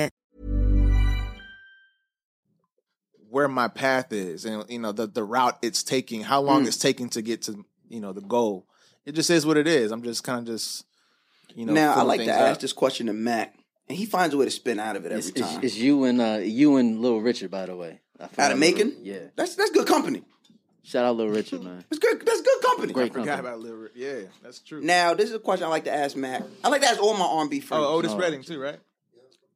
Speaker 4: where my path is, and you know the the route it's taking, how
Speaker 2: Mm.
Speaker 4: long it's taking to get to you know the goal. It just is what it is. I'm just kind of just you know.
Speaker 2: now I
Speaker 4: feeling
Speaker 2: like to
Speaker 4: things
Speaker 2: ask
Speaker 4: out.
Speaker 2: this question to Mac, and he finds a way to spin out of it every
Speaker 3: It's, it's,
Speaker 2: time.
Speaker 3: it's you and uh, you and Little Richard, by the way. I found
Speaker 2: out of
Speaker 3: Lil-
Speaker 2: Macon,
Speaker 3: Yeah.
Speaker 2: that's that's good company.
Speaker 3: Shout out Little Richard, man.
Speaker 2: That's good. That's good company.
Speaker 3: Great
Speaker 4: Forgot
Speaker 3: company.
Speaker 4: about Lil Ri- Yeah, that's true.
Speaker 2: Now this is a question I like to ask Mac. I like to ask all my R&B friends.
Speaker 4: oh,
Speaker 2: Oh,
Speaker 4: Otis Redding too, right?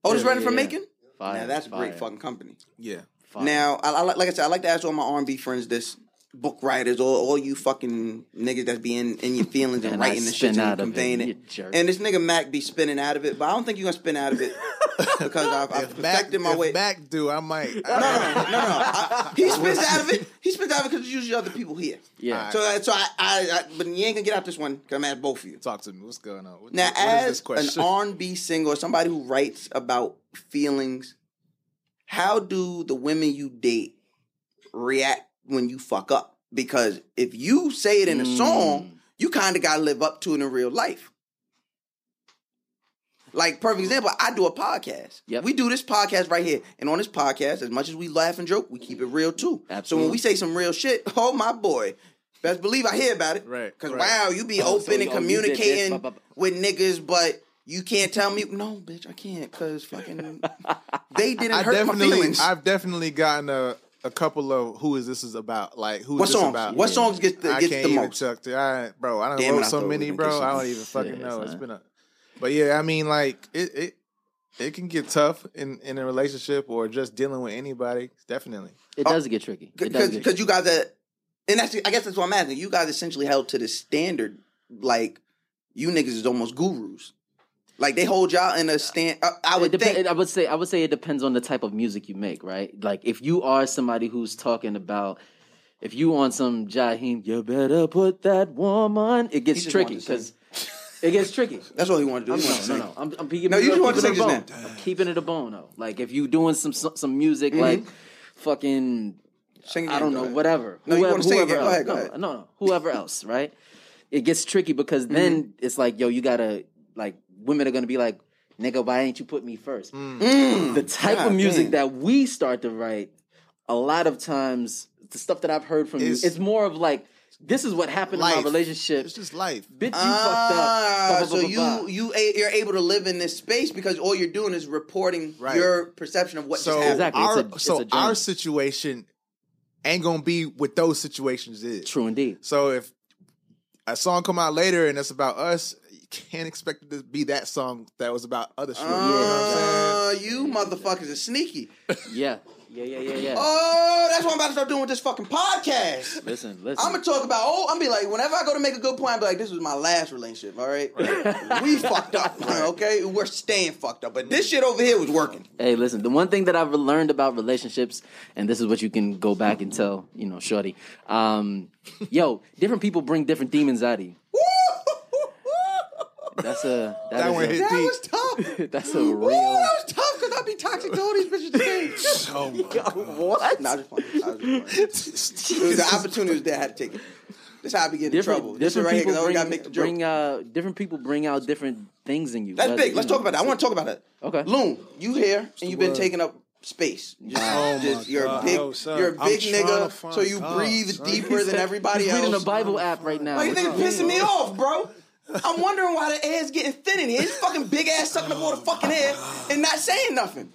Speaker 2: Otis
Speaker 3: yeah,
Speaker 2: Redding from
Speaker 3: yeah.
Speaker 2: Macon.
Speaker 3: Fire,
Speaker 2: now that's
Speaker 3: fire,
Speaker 2: great fucking company.
Speaker 4: Yeah.
Speaker 3: fire.
Speaker 2: Now, I, I like like I said, I like to ask all my R and B friends this: book writers, all, all you fucking niggas that's be in, in your feelings and,
Speaker 3: And I
Speaker 2: writing the shit
Speaker 3: spin
Speaker 2: and
Speaker 3: out of it,
Speaker 2: conveying
Speaker 3: you
Speaker 2: it.
Speaker 3: jerk.
Speaker 2: And this nigga Mac be spinning out of it, but I don't think you're gonna spin out of it because I've, I've
Speaker 4: If Mac,
Speaker 2: perfected my
Speaker 4: if
Speaker 2: way.
Speaker 4: Mac do, I might.
Speaker 2: no, no, no, no, no. I, he spins out of it. He spins out of it because it's usually other people here.
Speaker 3: Yeah.
Speaker 2: So, I- so I, I, I, but you ain't gonna get out this one because I'm at both of you.
Speaker 4: Talk to me. What's going on? What,
Speaker 2: Now,
Speaker 4: what is this
Speaker 2: as an
Speaker 4: question?
Speaker 2: R and B singer or somebody who writes about feelings, how do the women you date react when you fuck up? Because if you say it in a
Speaker 4: Hmm.
Speaker 2: song, you kind of gotta live up to it in real life. Like perfect example, I do a podcast.
Speaker 3: Yep.
Speaker 2: We do this podcast right here, and on this podcast, as much as we laugh and joke, we keep it real too. So
Speaker 3: Absolutely.
Speaker 2: when we say some real shit, oh my boy, best believe I hear about it.
Speaker 4: Right,
Speaker 2: Because
Speaker 4: right.
Speaker 2: wow, you be
Speaker 3: Oh, so
Speaker 2: open
Speaker 3: you-
Speaker 2: and
Speaker 3: oh, you did this,
Speaker 2: communicating
Speaker 3: blah, blah, blah.
Speaker 2: with niggas, but you can't tell me no, bitch. I can't because fucking they didn't
Speaker 4: I
Speaker 2: hurt my
Speaker 4: definitely,
Speaker 2: feelings.
Speaker 4: I've definitely gotten a, a couple of who is this is about? Like who is
Speaker 2: What
Speaker 4: this
Speaker 2: songs?
Speaker 4: about?
Speaker 2: What songs get the-
Speaker 4: I
Speaker 2: gets
Speaker 4: can't
Speaker 2: the
Speaker 4: even
Speaker 2: most?
Speaker 4: Chuck to, I, bro, I don't
Speaker 2: Damn it,
Speaker 4: wrote
Speaker 2: I
Speaker 4: so
Speaker 2: thought we
Speaker 4: many,
Speaker 2: were
Speaker 4: bro.
Speaker 2: gonna get
Speaker 4: I don't
Speaker 2: some
Speaker 4: even fucking know. It's
Speaker 3: man.
Speaker 4: been a, but yeah, I mean, like it, it, it can get tough in in a relationship or just dealing with anybody. Definitely.
Speaker 3: it does get tricky. It does get
Speaker 2: because you guys are, and that's I guess that's what I'm asking. You guys essentially held to the standard, like you niggas is almost gurus. Like they hold y'all in a stand. I, I would
Speaker 3: It depen-
Speaker 2: think
Speaker 3: I would say I would say it depends on the type of music you make, right? Like if you are somebody who's talking about if you on some Jaheim, you better put that woman. It gets
Speaker 2: just
Speaker 3: tricky
Speaker 2: wanted to
Speaker 3: because it gets tricky.
Speaker 2: that's all he wanted to do.
Speaker 3: I'm,
Speaker 2: He
Speaker 3: no,
Speaker 2: wanted to
Speaker 3: no,
Speaker 2: sing.
Speaker 3: no. I'm, I'm keeping,
Speaker 2: No, you just
Speaker 3: I'm
Speaker 2: want to
Speaker 3: keeping it a
Speaker 2: say
Speaker 3: bone.
Speaker 2: just
Speaker 3: I'm keeping it a bone though. Like if you doing some some, some music
Speaker 2: Mm-hmm.
Speaker 3: like fucking
Speaker 2: Sing again,
Speaker 3: I don't
Speaker 2: go
Speaker 3: know,
Speaker 2: ahead.
Speaker 3: whatever.
Speaker 2: No, you
Speaker 3: whoever,
Speaker 2: wanna sing
Speaker 3: whoever
Speaker 2: again. Go
Speaker 3: else.
Speaker 2: ahead, go
Speaker 3: no,
Speaker 2: ahead.
Speaker 3: no, no, whoever else, right? It gets tricky because then
Speaker 2: Mm-hmm.
Speaker 3: it's like, yo, you gotta like women are gonna be like, nigga, why ain't you put me first?
Speaker 2: Mm.
Speaker 3: The type of music that we start to write, a lot of times, the stuff that I've heard from
Speaker 4: It's-
Speaker 3: you, it's more of like, this is what happened in
Speaker 4: Life.
Speaker 3: my relationship.
Speaker 4: It's just life.
Speaker 3: Bitch, you
Speaker 2: Ah,
Speaker 3: fucked up. Ba, ba,
Speaker 2: so
Speaker 3: ba, ba,
Speaker 2: you
Speaker 3: ba.
Speaker 2: you a- you're able to live in this space because all you're doing is reporting
Speaker 4: Right.
Speaker 2: your perception of what
Speaker 4: So
Speaker 2: just happened.
Speaker 3: Exactly. It's
Speaker 4: our
Speaker 3: a- it's
Speaker 4: so
Speaker 3: a journey.
Speaker 4: our situation ain't gonna be what those situations is.
Speaker 3: True indeed.
Speaker 4: So if a song come out later and it's about us, you can't expect it to be that song that was about other shit. you know what I'm saying?
Speaker 2: Uh, you motherfuckers are sneaky.
Speaker 3: Yeah. Yeah, yeah, yeah, yeah.
Speaker 2: Oh, that's what I'm about to start doing with this fucking podcast.
Speaker 3: Listen, listen.
Speaker 2: I'm gonna talk about oh, I'm gonna be like, whenever I go to make a good point, I'm be like, this was my last relationship. All right, we fucked up. Okay, we're staying fucked up, but this shit over here was working.
Speaker 3: Hey, listen, the one thing that I've learned about relationships, and this is what you can go back and tell, you know, Shorty. Um, yo, different people bring different demons out of you. That's a that,
Speaker 4: That
Speaker 3: is
Speaker 4: one
Speaker 3: a-
Speaker 4: hit
Speaker 2: That
Speaker 4: deep.
Speaker 2: was tough.
Speaker 3: that's a real
Speaker 2: Ooh, that was tough because I'd be toxic to all these bitches today.
Speaker 4: Oh my God.
Speaker 2: what? Nah, I was just playing. I was just playing. It was the opportunity was there. I had to take it. This how I be getting in
Speaker 3: different,
Speaker 2: trouble. This shit
Speaker 3: different
Speaker 2: right here
Speaker 3: people
Speaker 2: because I always
Speaker 3: bring,
Speaker 2: gotta make the joke.
Speaker 3: bring uh, different people bring out different things in you.
Speaker 2: That's
Speaker 3: whether,
Speaker 2: big. Let's
Speaker 3: you know,
Speaker 2: talk about that. I want to talk about that.
Speaker 3: Okay.
Speaker 2: Loon, you here and you've been taking up space. Just,
Speaker 4: Oh my
Speaker 2: just- you're a
Speaker 4: God.
Speaker 2: big,
Speaker 4: Yo, son,
Speaker 2: you're a
Speaker 4: I'm
Speaker 2: big
Speaker 4: trying
Speaker 2: nigga,
Speaker 4: to find
Speaker 2: so you
Speaker 4: God,
Speaker 2: breathe
Speaker 4: son.
Speaker 2: deeper than everybody
Speaker 3: He's
Speaker 2: else.
Speaker 3: reading the Bible app right now.
Speaker 2: Like,
Speaker 3: What's
Speaker 2: nigga
Speaker 3: up?
Speaker 2: pissing me off, bro. I'm wondering why the air's getting thin in here. His fucking big ass sucking up all
Speaker 4: Oh
Speaker 2: the fucking air and not saying nothing.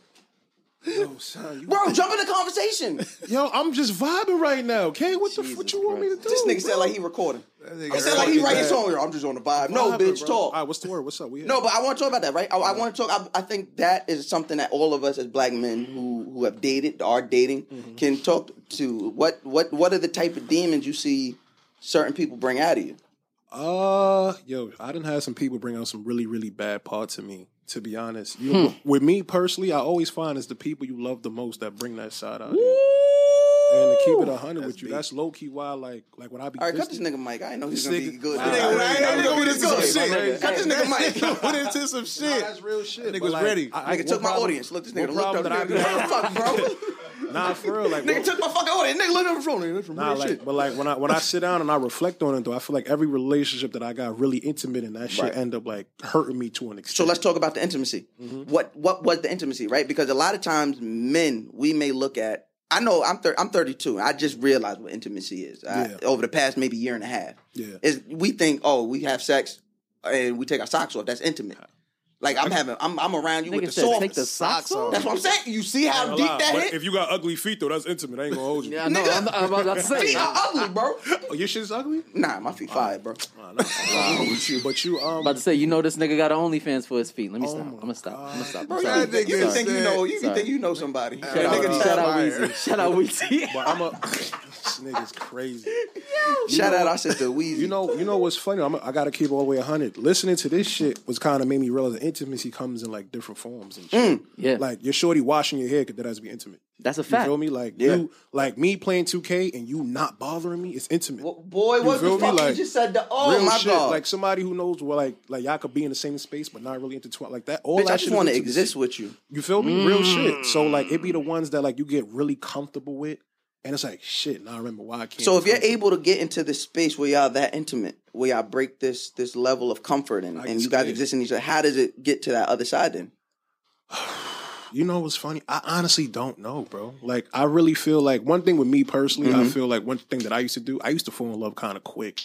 Speaker 4: Yo, son, you-
Speaker 2: Bro, jump in the conversation. This
Speaker 4: Yo, I'm just vibing right now, okay? What the f- what you want me to do?
Speaker 2: nigga said
Speaker 4: bro?
Speaker 2: like he recording.
Speaker 4: nigga
Speaker 2: He said like he
Speaker 4: fucking
Speaker 2: writing
Speaker 4: bad.
Speaker 2: song. I'm just on the vibe.
Speaker 4: What
Speaker 2: No,
Speaker 4: happened,
Speaker 2: bitch,
Speaker 4: bro?
Speaker 2: talk.
Speaker 4: All right, what's the word? What's up? We here.
Speaker 2: No, but I want to talk about that, right? I,
Speaker 4: Mm-hmm.
Speaker 2: I want to talk. I, I think that is something that all of us as black men who who have dated, are dating,
Speaker 4: Mm-hmm.
Speaker 2: can talk to. What what what are the type of demons you see certain people bring out of you?
Speaker 4: Uh, yo, I didn't have some people bring out some really, really bad parts of me. To be honest, you with me personally, I always find it's the people you love the most that bring that side out. of you. And to keep it hundred with you, that's low key why. Like, like when I be
Speaker 2: All right, cut
Speaker 4: this-
Speaker 2: this nigga mic. I didn't know he's
Speaker 4: This
Speaker 2: gonna be
Speaker 4: nigga-
Speaker 2: good.
Speaker 4: Wow.
Speaker 2: I
Speaker 4: This
Speaker 2: didn't know he
Speaker 4: nigga-
Speaker 2: was
Speaker 4: Nigga
Speaker 2: gonna be
Speaker 4: went into
Speaker 2: good.
Speaker 4: some shit.
Speaker 2: Cut this nigga mic.
Speaker 6: Went into some shit.
Speaker 4: that's real shit.
Speaker 6: Nigga
Speaker 4: but,
Speaker 6: was
Speaker 4: like,
Speaker 6: ready.
Speaker 4: I, I
Speaker 2: Nigga took my audience. Look,
Speaker 4: Look,
Speaker 2: this nigga
Speaker 4: What
Speaker 2: looked up.
Speaker 4: problem
Speaker 2: Nigga,
Speaker 4: that I
Speaker 2: what the fuck, bro?
Speaker 4: Nah, for real. Like,
Speaker 2: Nigga took my fucking audience. Nigga looked up the phone. Nigga, that's some
Speaker 4: Nah,
Speaker 2: real
Speaker 4: like,
Speaker 2: shit.
Speaker 4: but like when I when I sit down and I reflect on it though, I feel like every relationship that I got really intimate and that shit
Speaker 2: Right.
Speaker 4: end up like hurting me to an extent.
Speaker 2: So let's talk about the intimacy. What what was the intimacy, right? Because a lot of times men we may look at. I know I'm thir- I'm 32. I just realized what intimacy is I-
Speaker 4: Yeah.
Speaker 2: over the past maybe year and a half.
Speaker 4: Yeah.
Speaker 2: Is we think oh we have sex and we take our socks off. That's intimate. Like I'm having I'm I'm around you with
Speaker 3: Nigga
Speaker 2: the
Speaker 3: said
Speaker 2: soft.
Speaker 3: take the socks off.
Speaker 2: That's what I'm saying. You see how deep that hit?
Speaker 4: if you got ugly feet though, that's intimate. I ain't gonna hold you.
Speaker 3: Yeah, I know.
Speaker 2: Nigga.
Speaker 3: I'm, I'm about to say.
Speaker 2: feet are ugly, bro.
Speaker 4: Oh, your shit's ugly.
Speaker 2: nah, my feet fired, bro.
Speaker 4: But you um
Speaker 3: about to say, you know, this nigga got an OnlyFans for his feet. Let me stop. I'm
Speaker 4: my
Speaker 3: gonna stop. I'm gonna stop.
Speaker 2: Bro,
Speaker 3: I'm
Speaker 2: you,
Speaker 3: sorry.
Speaker 6: that nigga
Speaker 2: you
Speaker 6: is
Speaker 2: think you
Speaker 6: sick.
Speaker 2: know you
Speaker 3: Sorry.
Speaker 2: think you know somebody? That
Speaker 3: Shout out,
Speaker 2: nigga
Speaker 3: shout
Speaker 2: tell-
Speaker 3: out
Speaker 6: fire.
Speaker 3: Weezy. Shout out Weezy.
Speaker 4: but I'm a this nigga's crazy.
Speaker 2: Shout out our sister Weezy.
Speaker 4: You know, you know what's funny? I'm, I gotta keep it all the way hundred. Listening to this shit was kind of made me realize that intimacy comes in like different forms and shit.
Speaker 2: Mm.
Speaker 3: Yeah,
Speaker 4: Like your shorty washing your hair could that has to be intimate.
Speaker 3: that's a
Speaker 4: You
Speaker 3: fact.
Speaker 4: feel me? Like you, like me playing 2K and you not bothering me. It's intimate.
Speaker 2: Well, boy, what
Speaker 4: feel
Speaker 2: the
Speaker 4: me?
Speaker 2: fuck
Speaker 4: Like,
Speaker 2: you just said? The, oh
Speaker 4: Real
Speaker 2: my
Speaker 4: shit.
Speaker 2: god!
Speaker 4: Like somebody who knows where like like y'all could be in the same space but not really intertwined like that. All
Speaker 2: Bitch,
Speaker 4: that
Speaker 2: I just
Speaker 4: shit is
Speaker 2: want to
Speaker 4: intimate.
Speaker 2: exist Mm. with you.
Speaker 4: You feel me? Real shit. So like it be the ones that like you get really comfortable with, and it's like shit. Now I remember why I can't.
Speaker 2: So if
Speaker 4: be
Speaker 2: you're
Speaker 4: comfortable.
Speaker 2: able to get into this space where y'all that intimate, where y'all break this this level of comfort and, and you guys
Speaker 4: scared.
Speaker 2: exist in each other, how does it get to that other side then?
Speaker 4: you know what's funny? I honestly don't know, bro. Like I really feel like one thing with me personally,
Speaker 2: Mm-hmm.
Speaker 4: I feel like one thing that I used to do, I used to fall in love kind of quick.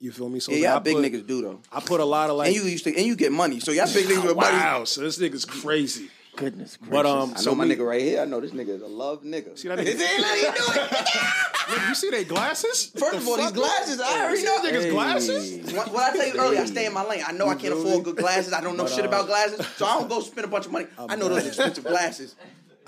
Speaker 4: You feel me? So
Speaker 2: Yeah,
Speaker 4: like,
Speaker 2: y'all
Speaker 4: I
Speaker 2: big
Speaker 4: put,
Speaker 2: niggas do though.
Speaker 4: I put a lot of like
Speaker 2: And you used to and you get money, so y'all big niggas with money.
Speaker 4: wow. So this nigga's crazy.
Speaker 3: Goodness gracious.
Speaker 4: But um,
Speaker 2: I know
Speaker 4: so
Speaker 2: my
Speaker 4: me-
Speaker 2: nigga right here. I know this nigga is a love nigga. See
Speaker 4: that nigga? you see they glasses?
Speaker 2: First of all, these glasses, I already know
Speaker 4: Niggas glasses.
Speaker 2: What, what I tell you earlier, I stay in my lane. I know I can't afford good glasses. I don't know shit about glasses, so I don't go spend a bunch of money. I know those expensive glasses.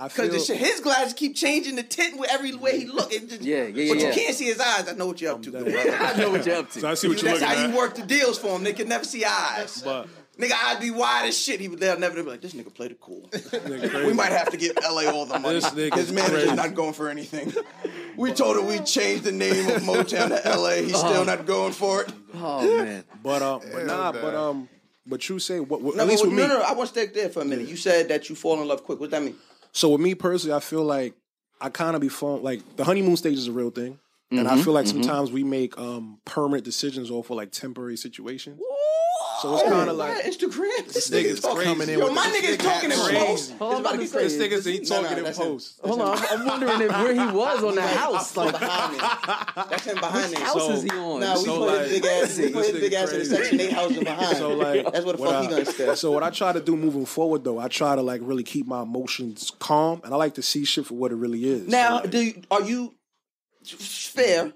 Speaker 4: I feel,
Speaker 2: Because his glasses keep changing the tint with every way he look. It just,
Speaker 3: Yeah, yeah,
Speaker 2: But
Speaker 3: yeah.
Speaker 2: you can't see his eyes. I know what you're up to. Good brother.
Speaker 3: I know what you're up to.
Speaker 4: So I see what you're
Speaker 2: That's
Speaker 4: looking
Speaker 2: how
Speaker 4: at.
Speaker 2: you work the deals for him. They can never see eyes.
Speaker 4: But
Speaker 2: Nigga, I'd be wide as shit. He would they'll never be like, this nigga played it cool.
Speaker 4: nigga
Speaker 2: We
Speaker 4: crazy.
Speaker 2: might have to give LA all the money.
Speaker 4: This nigga's
Speaker 2: His manager's
Speaker 4: crazy.
Speaker 2: not going for anything. We told him we changed the name of Motown to LA. He's still not going for it.
Speaker 3: Oh man.
Speaker 4: but um, but nah, but um, but you say what? what
Speaker 2: No,
Speaker 4: at least
Speaker 2: but-
Speaker 4: with
Speaker 2: no,
Speaker 4: me.
Speaker 2: no, I want to stick there for a minute. You said that you fall in love quick. What does that mean?
Speaker 4: So with me personally, I feel like I kind of be falling. Like the honeymoon stage is a real thing, and I feel like sometimes we make um permanent decisions off of like temporary situations. So it's kind of
Speaker 2: Why
Speaker 4: like
Speaker 2: Instagram. This
Speaker 4: nigga's coming in
Speaker 2: Yo,
Speaker 4: with
Speaker 2: my
Speaker 4: this
Speaker 2: nigga is
Speaker 4: nigga
Speaker 2: talking in
Speaker 4: crazy.
Speaker 2: post. It's
Speaker 3: Hold on,
Speaker 2: about to
Speaker 3: I'm
Speaker 2: get
Speaker 3: about to
Speaker 2: crazy.
Speaker 3: say,
Speaker 4: niggas ain't
Speaker 2: No, no,
Speaker 4: talking in
Speaker 2: that's him.
Speaker 4: post.
Speaker 3: Hold on. I'm, I'm wondering if where he was on the house.
Speaker 2: Like,
Speaker 3: Like,
Speaker 2: behind me. That's him behind me.
Speaker 3: house is he on?
Speaker 2: Nah, we
Speaker 4: So,
Speaker 2: put his
Speaker 4: like,
Speaker 2: big ass. We
Speaker 4: this
Speaker 2: put his
Speaker 4: nigga
Speaker 2: big ass in the
Speaker 4: crazy.
Speaker 2: section eight house and behind.
Speaker 4: So like
Speaker 2: that's what the
Speaker 4: what
Speaker 2: fuck
Speaker 4: I,
Speaker 2: he gonna step.
Speaker 4: So what I try to do moving forward though, I try to like really keep my emotions calm, and I like to see shit for what it really is.
Speaker 2: now,
Speaker 4: So, like, Mm-hmm.
Speaker 2: do you, are you fair?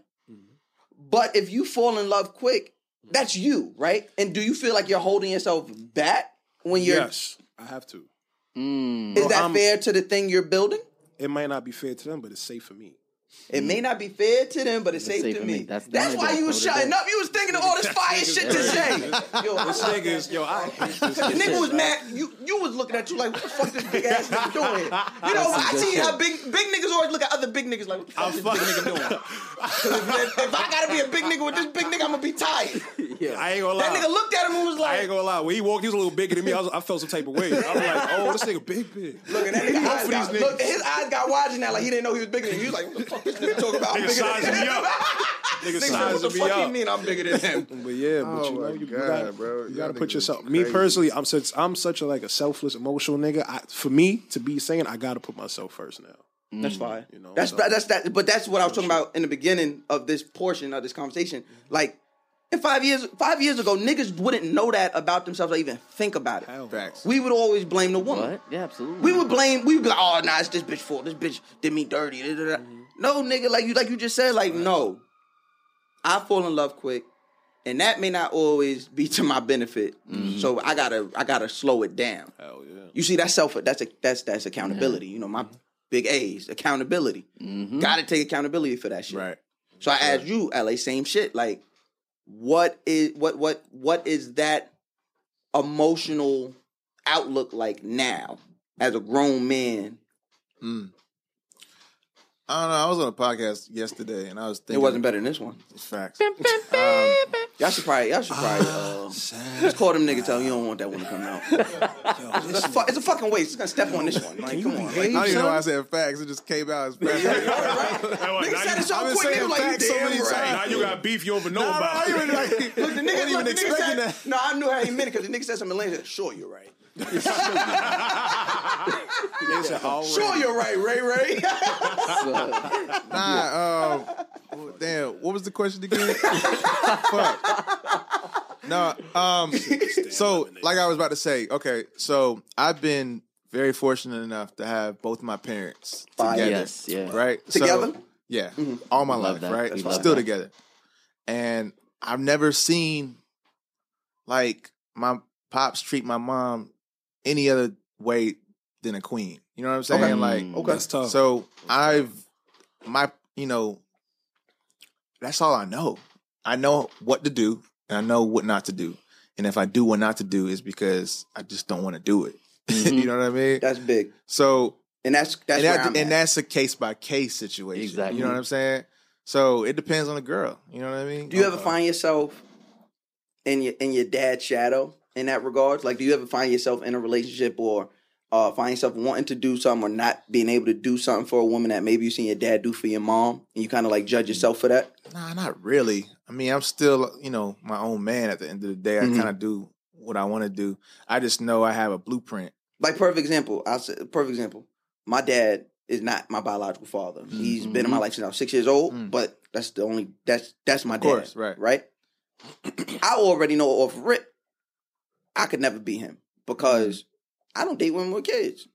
Speaker 2: But if you fall in love quick, that's you, right? And do you feel like you're holding yourself back when you're?
Speaker 4: yes, I have to.
Speaker 2: Is that
Speaker 4: I'm-
Speaker 2: fair to the thing you're building?
Speaker 4: It might not be fair to them, but it's safe for me.
Speaker 2: It may not be fair to them, but it's safe,
Speaker 3: safe
Speaker 2: to
Speaker 3: for
Speaker 2: me.
Speaker 3: me. That's-
Speaker 2: That's
Speaker 3: that
Speaker 2: why
Speaker 3: nigga
Speaker 2: you was
Speaker 3: told it
Speaker 2: shutting
Speaker 3: that.
Speaker 2: up. You was thinking of all this fire shit to say. Yo, I'm
Speaker 4: This
Speaker 2: like-
Speaker 4: niggas, yo, I hate this
Speaker 2: Nigga was mad. You you was looking at you like, what the fuck this big ass nigga doing? here? You know, I see how big big niggas always look at other big niggas like, what the fuck this big nigga doing? 'Cause if, if I gotta be a big nigga with this big nigga, I'm gonna be tired.
Speaker 3: Yeah.
Speaker 5: I ain't gonna lie.
Speaker 2: That nigga looked at him and was
Speaker 5: I
Speaker 2: like,
Speaker 5: ain't gonna lie. When he walked, he was a little bigger than me. I, was, I felt some type of way. I was like, "Oh, this nigga big, big."
Speaker 2: Look, and that nigga
Speaker 5: Both
Speaker 2: eyes
Speaker 5: of
Speaker 2: got,
Speaker 5: these
Speaker 2: look,
Speaker 5: niggas.
Speaker 2: his eyes got wide now, like he didn't know he was bigger than you. He was like, what the fuck this nigga talking about? I'm
Speaker 5: Nigga
Speaker 2: bigger than
Speaker 5: sizing
Speaker 2: him.
Speaker 5: me up. Nigga
Speaker 2: Nigga said, what
Speaker 5: sizing
Speaker 2: the
Speaker 5: me
Speaker 2: fuck you
Speaker 5: up.
Speaker 2: mean I'm bigger than him?
Speaker 5: But yeah, but
Speaker 7: Oh
Speaker 5: you
Speaker 7: my
Speaker 5: know, you, you
Speaker 7: God,
Speaker 5: gotta,
Speaker 7: bro.
Speaker 5: you
Speaker 7: Y'all
Speaker 5: gotta put
Speaker 7: niggas
Speaker 5: yourself.
Speaker 7: is
Speaker 5: Me
Speaker 7: crazy.
Speaker 5: personally, I'm such I'm such a like a selfless, emotional nigga. I, for me to be saying, I gotta put myself first now.
Speaker 2: That's fine.
Speaker 5: You know,
Speaker 2: that's
Speaker 5: so-
Speaker 2: that's that. But that's what I was talking about in the beginning of this portion of this conversation. Like, in five years, five years ago, niggas wouldn't know that about themselves or even think about it.
Speaker 4: Facts.
Speaker 2: We would always blame the woman.
Speaker 3: What? Yeah, absolutely.
Speaker 2: We would blame. We would be like, "Oh, nah, it's this bitch fault. This bitch did me dirty." da, da, da."
Speaker 5: Mm-hmm.
Speaker 2: No, nigga, like you, like you just said, like no. I fall in love quick, and that may not always be to my benefit. So I gotta, I gotta slow it down.
Speaker 5: Hell yeah.
Speaker 2: You see, that's self. That's a, that's that's accountability. You know, my big A's accountability. Gotta take accountability for that shit.
Speaker 4: Mm-hmm. Right.
Speaker 2: So I asked you, LA, same shit. Like, what is what what what is that emotional outlook like now as a grown man?
Speaker 4: I don't know. I was on a podcast yesterday and I was
Speaker 2: It
Speaker 4: thinking
Speaker 2: wasn't better than this one.
Speaker 4: facts.
Speaker 2: Y'all should probably y'all should
Speaker 4: Ah,
Speaker 2: probably uh, just call them nigga. Tell them you don't want that one to come out. it's, a fu- it's a fucking waste. It's gonna step on this one. Like, come on.
Speaker 4: I
Speaker 2: Like,
Speaker 4: don't even know why I said facts. It just came out as facts.
Speaker 5: Now,
Speaker 2: Nigga
Speaker 5: now
Speaker 2: said
Speaker 5: you-
Speaker 2: it so
Speaker 4: I've been
Speaker 2: quick. Nigga
Speaker 4: saying
Speaker 2: was like,
Speaker 4: facts
Speaker 2: you
Speaker 4: so
Speaker 2: damn
Speaker 4: many
Speaker 2: right.
Speaker 4: times.
Speaker 5: now you got beef you over know
Speaker 4: Nah, nah,
Speaker 5: about.
Speaker 4: I even, like,
Speaker 2: Look, the nigga,
Speaker 4: wasn't
Speaker 2: look,
Speaker 4: even
Speaker 2: the nigga
Speaker 4: expecting
Speaker 2: said,
Speaker 4: that.
Speaker 2: No, I knew how he meant it because the nigga said something later. he said, Sure, you're right.
Speaker 5: They said, "All right."
Speaker 2: Sure, you're right, Ray Ray.
Speaker 4: Nah, um, well, damn. What was the question again? Fuck. No, um, so like I was about to say, okay, so I've been very fortunate enough to have both my parents
Speaker 2: Fire.
Speaker 4: together,
Speaker 3: Ah, Yes, yeah.
Speaker 4: right?
Speaker 2: Together?
Speaker 4: So, yeah, all my
Speaker 3: Love that.
Speaker 4: life, right?
Speaker 3: That's
Speaker 4: Still
Speaker 3: fine.
Speaker 4: together, and I've never seen like my pops treat my mom any other way than a queen. You know what I'm saying? Like,
Speaker 5: Okay. That's tough.
Speaker 4: so I've my you know that's all I know. I know what to do and I know what not to do. And if I do what not to do is because I just don't want to do it. you know what I mean?
Speaker 2: that's big.
Speaker 4: So
Speaker 2: And that's that's
Speaker 4: and,
Speaker 2: where
Speaker 4: that-
Speaker 2: I'm
Speaker 4: and
Speaker 2: at.
Speaker 4: that's a case by case situation.
Speaker 3: Exactly.
Speaker 4: You know what I'm saying? So it depends on the girl. You know what I mean?
Speaker 2: Do you ever find yourself in your in your dad's shadow in that regard? Like, do you ever find yourself in a relationship or uh, find yourself wanting to do something or not being able to do something for a woman that maybe you seen your dad do for your mom, and you kind of like judge yourself for that?
Speaker 4: Nah, not really. I mean, I'm still, you know, my own man at the end of the day. I
Speaker 2: Mm-hmm.
Speaker 4: kind of do what I want to do. I just know I have a blueprint.
Speaker 2: Like, perfect example. I said, perfect example. My dad is not my biological father. He's been in
Speaker 3: Mm-hmm.
Speaker 2: my life since I was six years old,
Speaker 3: Mm.
Speaker 2: but that's the only that's that's my
Speaker 4: Of course,
Speaker 2: dad.
Speaker 4: right.
Speaker 2: Right. I already know off rip, I could never be him
Speaker 3: Mm.
Speaker 2: because I don't date women with kids.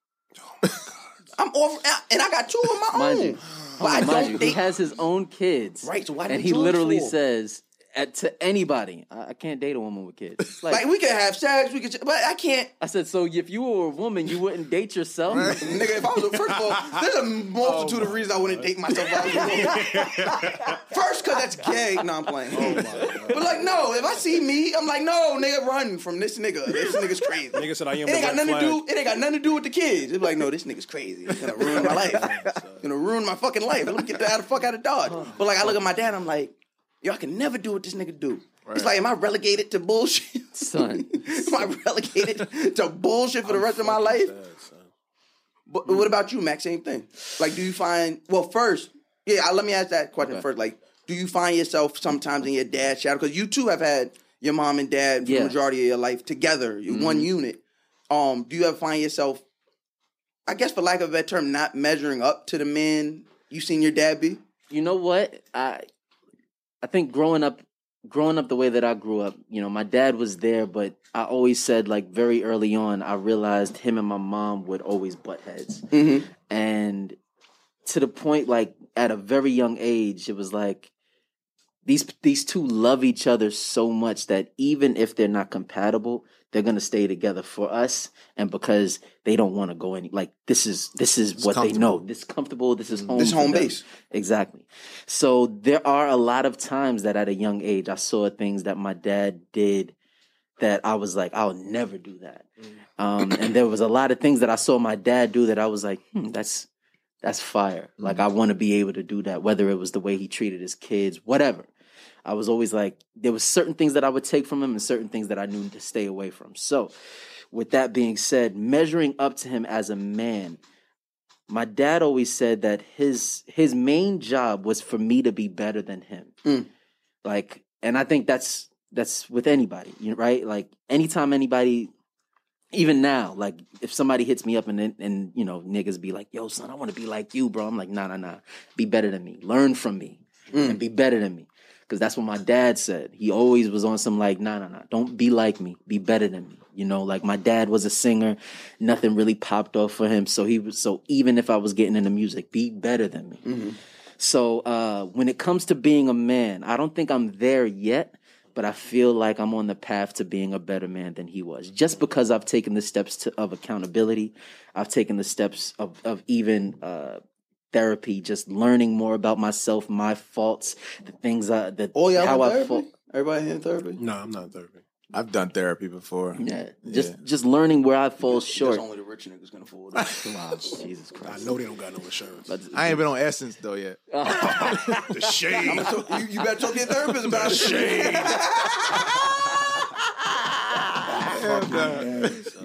Speaker 2: I'm off, and I got two of my
Speaker 3: Oh Mind
Speaker 2: own.
Speaker 3: you. oh,
Speaker 2: But I
Speaker 3: Mind
Speaker 2: don't
Speaker 3: you, he
Speaker 2: date.
Speaker 3: has his own kids.
Speaker 2: Right, so why
Speaker 3: And
Speaker 2: did
Speaker 3: he
Speaker 2: you
Speaker 3: literally
Speaker 2: fool?
Speaker 3: says at, to anybody, I, I can't date a woman with kids. It's Like,
Speaker 2: like we can have sex, we could, but I can't.
Speaker 3: I said, so if you were a woman, you wouldn't date yourself.
Speaker 2: Nigga, if I was a, first of all, there's a multitude of reasons I wouldn't date myself. If I was a woman. first, cause that's gay. No, I'm playing. but like, no, if I see me, I'm like, no, nigga, run from this nigga. This nigga's crazy.
Speaker 5: Nigga said, "I am
Speaker 2: It
Speaker 5: the
Speaker 2: ain't got
Speaker 5: red
Speaker 2: nothing
Speaker 5: flag."
Speaker 2: to do. It ain't got nothing to do with the kids. It's like, no, this nigga's crazy. It's gonna ruin my life. It's gonna ruin my fucking life. Let me get the, out the fuck out of Dodge. But like, I look at my dad. I'm like, yo, I can never do what this nigga do. It's like, am I relegated to bullshit?
Speaker 3: Son.
Speaker 2: Am I relegated to bullshit for the rest of my life? But
Speaker 3: Mm.
Speaker 2: what about you, Max? Same thing. Like, do you find? Well, first, yeah. I- Let me ask that question first. Like, do you find yourself sometimes in your dad's shadow? Because you too have had your mom and dad for
Speaker 3: Yeah. Mm-hmm.
Speaker 2: the majority of your life together, you one unit. Um, do you ever find yourself? I guess, for lack of a better term, not measuring up to the men you seen your dad be.
Speaker 3: you know what i i think growing up growing up the way that i grew up you know my dad was there but i always said like very early on i realized him and my mom would always butt heads and to the point like at a very young age it was like these these two love each other so much that even if they're not compatible they're going to stay together for us and because they don't want to go any like this is this is what they know this is comfortable this is home
Speaker 2: Mm. This
Speaker 3: for
Speaker 2: home
Speaker 3: them.
Speaker 2: base.
Speaker 3: Exactly. So there are a lot of times that at a young age I saw things that my dad did that I was like, I'll never do that.
Speaker 2: Mm.
Speaker 3: Um, and there was a lot of things that I saw my dad do that I was like, hmm, that's
Speaker 2: Mm.
Speaker 3: that's fire. Like I want to be able to do that, whether it was the way he treated his kids, whatever. I was always like, there was certain things that I would take from him and certain things that I knew to stay away from. So, with that being said, measuring up to him as a man, my dad always said that his his main job was for me to be better than him.
Speaker 2: Mm.
Speaker 3: Like, and I think that's that's with anybody, you know, right? Like, anytime anybody even now, like if somebody hits me up and then- and you know niggas be like, "Yo, son, I want to be like you, bro." I'm like, "Nah, nah, nah. Be better than me. Learn from me, and be better than me." Because that's what my dad said. He always was on some like, "Nah, nah, nah. Don't be like me. Be better than me." You know, like my dad was a singer. Nothing really popped off for him, so he was so even if I was getting into music, be better than me. So uh, when it comes to being a man, I don't think I'm there yet, but I feel like I'm on the path to being a better man than he was. Just because I've taken the steps to, of accountability, I've taken the steps of of even uh, therapy, just learning more about myself, my faults, the things I that
Speaker 2: Oh, y'all
Speaker 3: how
Speaker 2: in
Speaker 3: I
Speaker 2: therapy?
Speaker 3: fault.
Speaker 2: Everybody in therapy?
Speaker 4: No, I'm not in therapy.
Speaker 8: I've done therapy before.
Speaker 3: Yeah, just just learning where I fall short.
Speaker 2: That's only the rich niggas gonna afford it.
Speaker 3: wow, Jesus
Speaker 4: I
Speaker 3: Christ!
Speaker 4: know they don't got no insurance.
Speaker 8: I ain't been on Essence though yet.
Speaker 2: Oh.
Speaker 4: the shade.
Speaker 2: you, you better talk to your therapist about it.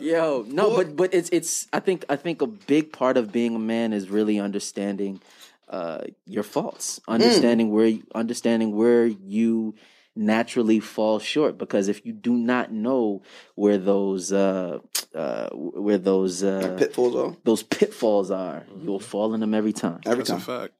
Speaker 3: Yo, no, but but it's it's I think I think a big part of being a man is really understanding uh your faults,
Speaker 2: Hmm.
Speaker 3: understanding where you, understanding where you naturally fall short because if you do not know where those uh uh where those uh
Speaker 2: Pitfalls are
Speaker 3: those pitfalls are, you'll fall in them every time.
Speaker 2: Mm-hmm. every
Speaker 4: That's a
Speaker 2: time.
Speaker 4: fact.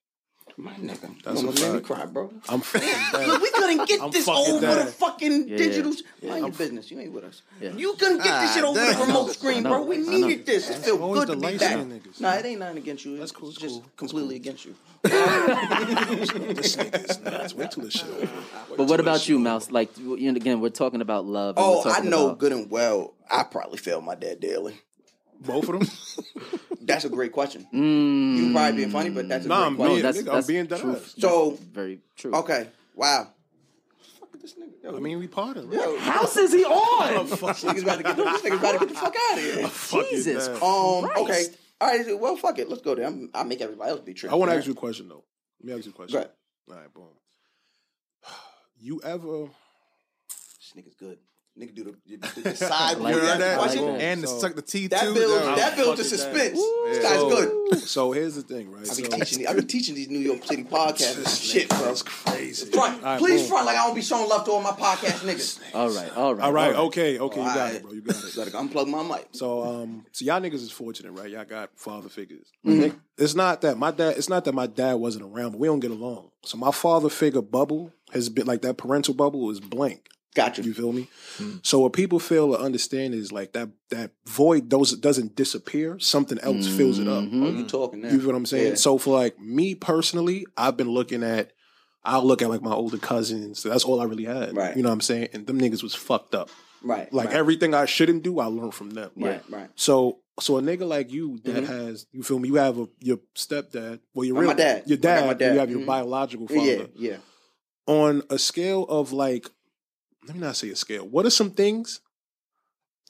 Speaker 2: My nigga,
Speaker 4: That's
Speaker 2: you almost
Speaker 4: a
Speaker 2: made me
Speaker 4: fact.
Speaker 2: cry, bro.
Speaker 4: I'm fucking bad.
Speaker 2: Look, we couldn't get
Speaker 4: I'm
Speaker 2: this
Speaker 4: fucking
Speaker 2: over
Speaker 4: dead.
Speaker 2: the fucking
Speaker 3: Yeah,
Speaker 2: digital.
Speaker 3: yeah.
Speaker 2: Mind your business. You ain't with us.
Speaker 3: Yeah.
Speaker 2: You couldn't get this shit over
Speaker 8: Ah,
Speaker 2: the
Speaker 8: damn.
Speaker 2: remote screen,
Speaker 3: know,
Speaker 2: bro. We
Speaker 3: I know.
Speaker 2: needed this. It felt
Speaker 4: always
Speaker 2: good
Speaker 4: the
Speaker 2: to be
Speaker 4: light
Speaker 2: back.
Speaker 4: skin niggas.
Speaker 2: Nah, it ain't nothing against you.
Speaker 4: That's cool,
Speaker 2: It's
Speaker 4: it's
Speaker 2: just
Speaker 4: cool. That's
Speaker 2: completely against you.
Speaker 4: This nigga is nuts. Wait till this shit over. Wait
Speaker 3: But
Speaker 4: till
Speaker 3: what
Speaker 4: this
Speaker 3: about you,
Speaker 4: shit
Speaker 3: Mouse? Like you know, again, we're talking about love. and
Speaker 2: Oh,
Speaker 3: we're
Speaker 2: I
Speaker 3: talking
Speaker 2: know
Speaker 3: about-
Speaker 2: good and well. I probably failed my dad daily.
Speaker 4: over. Both of them?
Speaker 2: That's a great question.
Speaker 3: Mm,
Speaker 2: You probably being funny, but that's a
Speaker 4: Nah,
Speaker 2: great
Speaker 4: I'm
Speaker 2: question.
Speaker 4: being,
Speaker 3: that's-
Speaker 4: nigga,
Speaker 3: that's
Speaker 4: I'm being dead
Speaker 3: true.
Speaker 4: ass.
Speaker 2: So
Speaker 3: very true.
Speaker 2: okay, wow. Fuck this nigga.
Speaker 4: I
Speaker 2: Yo,
Speaker 4: mean, we parted. Right?
Speaker 2: yo,
Speaker 3: House is he on?
Speaker 2: niggas about to get this niggas about to get the fuck out of here.
Speaker 4: Fuck you,
Speaker 3: Jesus
Speaker 4: man.
Speaker 2: Um.
Speaker 3: Christ.
Speaker 2: Okay. All right. Well, fuck it. Let's go there. I'm, I make everybody else be tricky.
Speaker 4: I want to ask you a question, though. Let me ask you a question.
Speaker 2: Go ahead.
Speaker 4: All right, boom. You ever.
Speaker 2: This nigga's good. Nigga do the, the, the side
Speaker 3: like
Speaker 2: view.
Speaker 3: that.
Speaker 2: That's-
Speaker 3: I like
Speaker 2: watch it.
Speaker 3: that.
Speaker 8: and
Speaker 4: So-
Speaker 8: to suck the teeth
Speaker 2: That
Speaker 8: too.
Speaker 2: builds
Speaker 8: though.
Speaker 2: that builds the
Speaker 4: fucking damn.
Speaker 2: suspense. This guy's good.
Speaker 4: So here's the thing, right?
Speaker 2: I be
Speaker 4: So,
Speaker 2: teaching. I be teaching these New York City podcasters shit, bro.
Speaker 4: That's crazy.
Speaker 2: Front,
Speaker 4: All right,
Speaker 2: please
Speaker 4: boom.
Speaker 2: front like I don't be showing love to all my podcast niggas.
Speaker 3: All right, all right,
Speaker 4: All right, okay, okay, you got
Speaker 2: right.
Speaker 4: it, bro. You got it.
Speaker 2: Let it unplug my mic.
Speaker 4: So um, so y'all niggas is fortunate, right? Y'all got father figures.
Speaker 2: Mm-hmm.
Speaker 4: Nick- It's not that my dad. It's not that my dad wasn't around, but we don't get along. So my father figure bubble has been like that parental bubble is blank.
Speaker 2: Got you.
Speaker 4: You feel me?
Speaker 3: Hmm.
Speaker 4: So what people fail to understand is like that that void does doesn't disappear. Something else fills it up.
Speaker 2: Oh, you talking now?
Speaker 4: You feel what I'm saying?
Speaker 2: Yeah.
Speaker 4: So for like me personally, I've been looking at I'll look at like my older cousins. That's all I really had.
Speaker 2: Right.
Speaker 4: You know what I'm saying? And them niggas was fucked up.
Speaker 2: Right.
Speaker 4: Like
Speaker 2: right,
Speaker 4: everything I shouldn't do, I learned from them.
Speaker 2: Right. Right.
Speaker 4: So so a nigga like you that has you feel me, you have a your stepdad, well your
Speaker 2: Uh,
Speaker 4: real
Speaker 2: Mm-hmm. my dad. I
Speaker 4: your
Speaker 2: got
Speaker 4: dad,
Speaker 2: my dad.
Speaker 4: you have your
Speaker 2: Mhm.
Speaker 4: biological father.
Speaker 2: Yeah. Yeah.
Speaker 4: On a scale of like, let me not say a scale. What are some things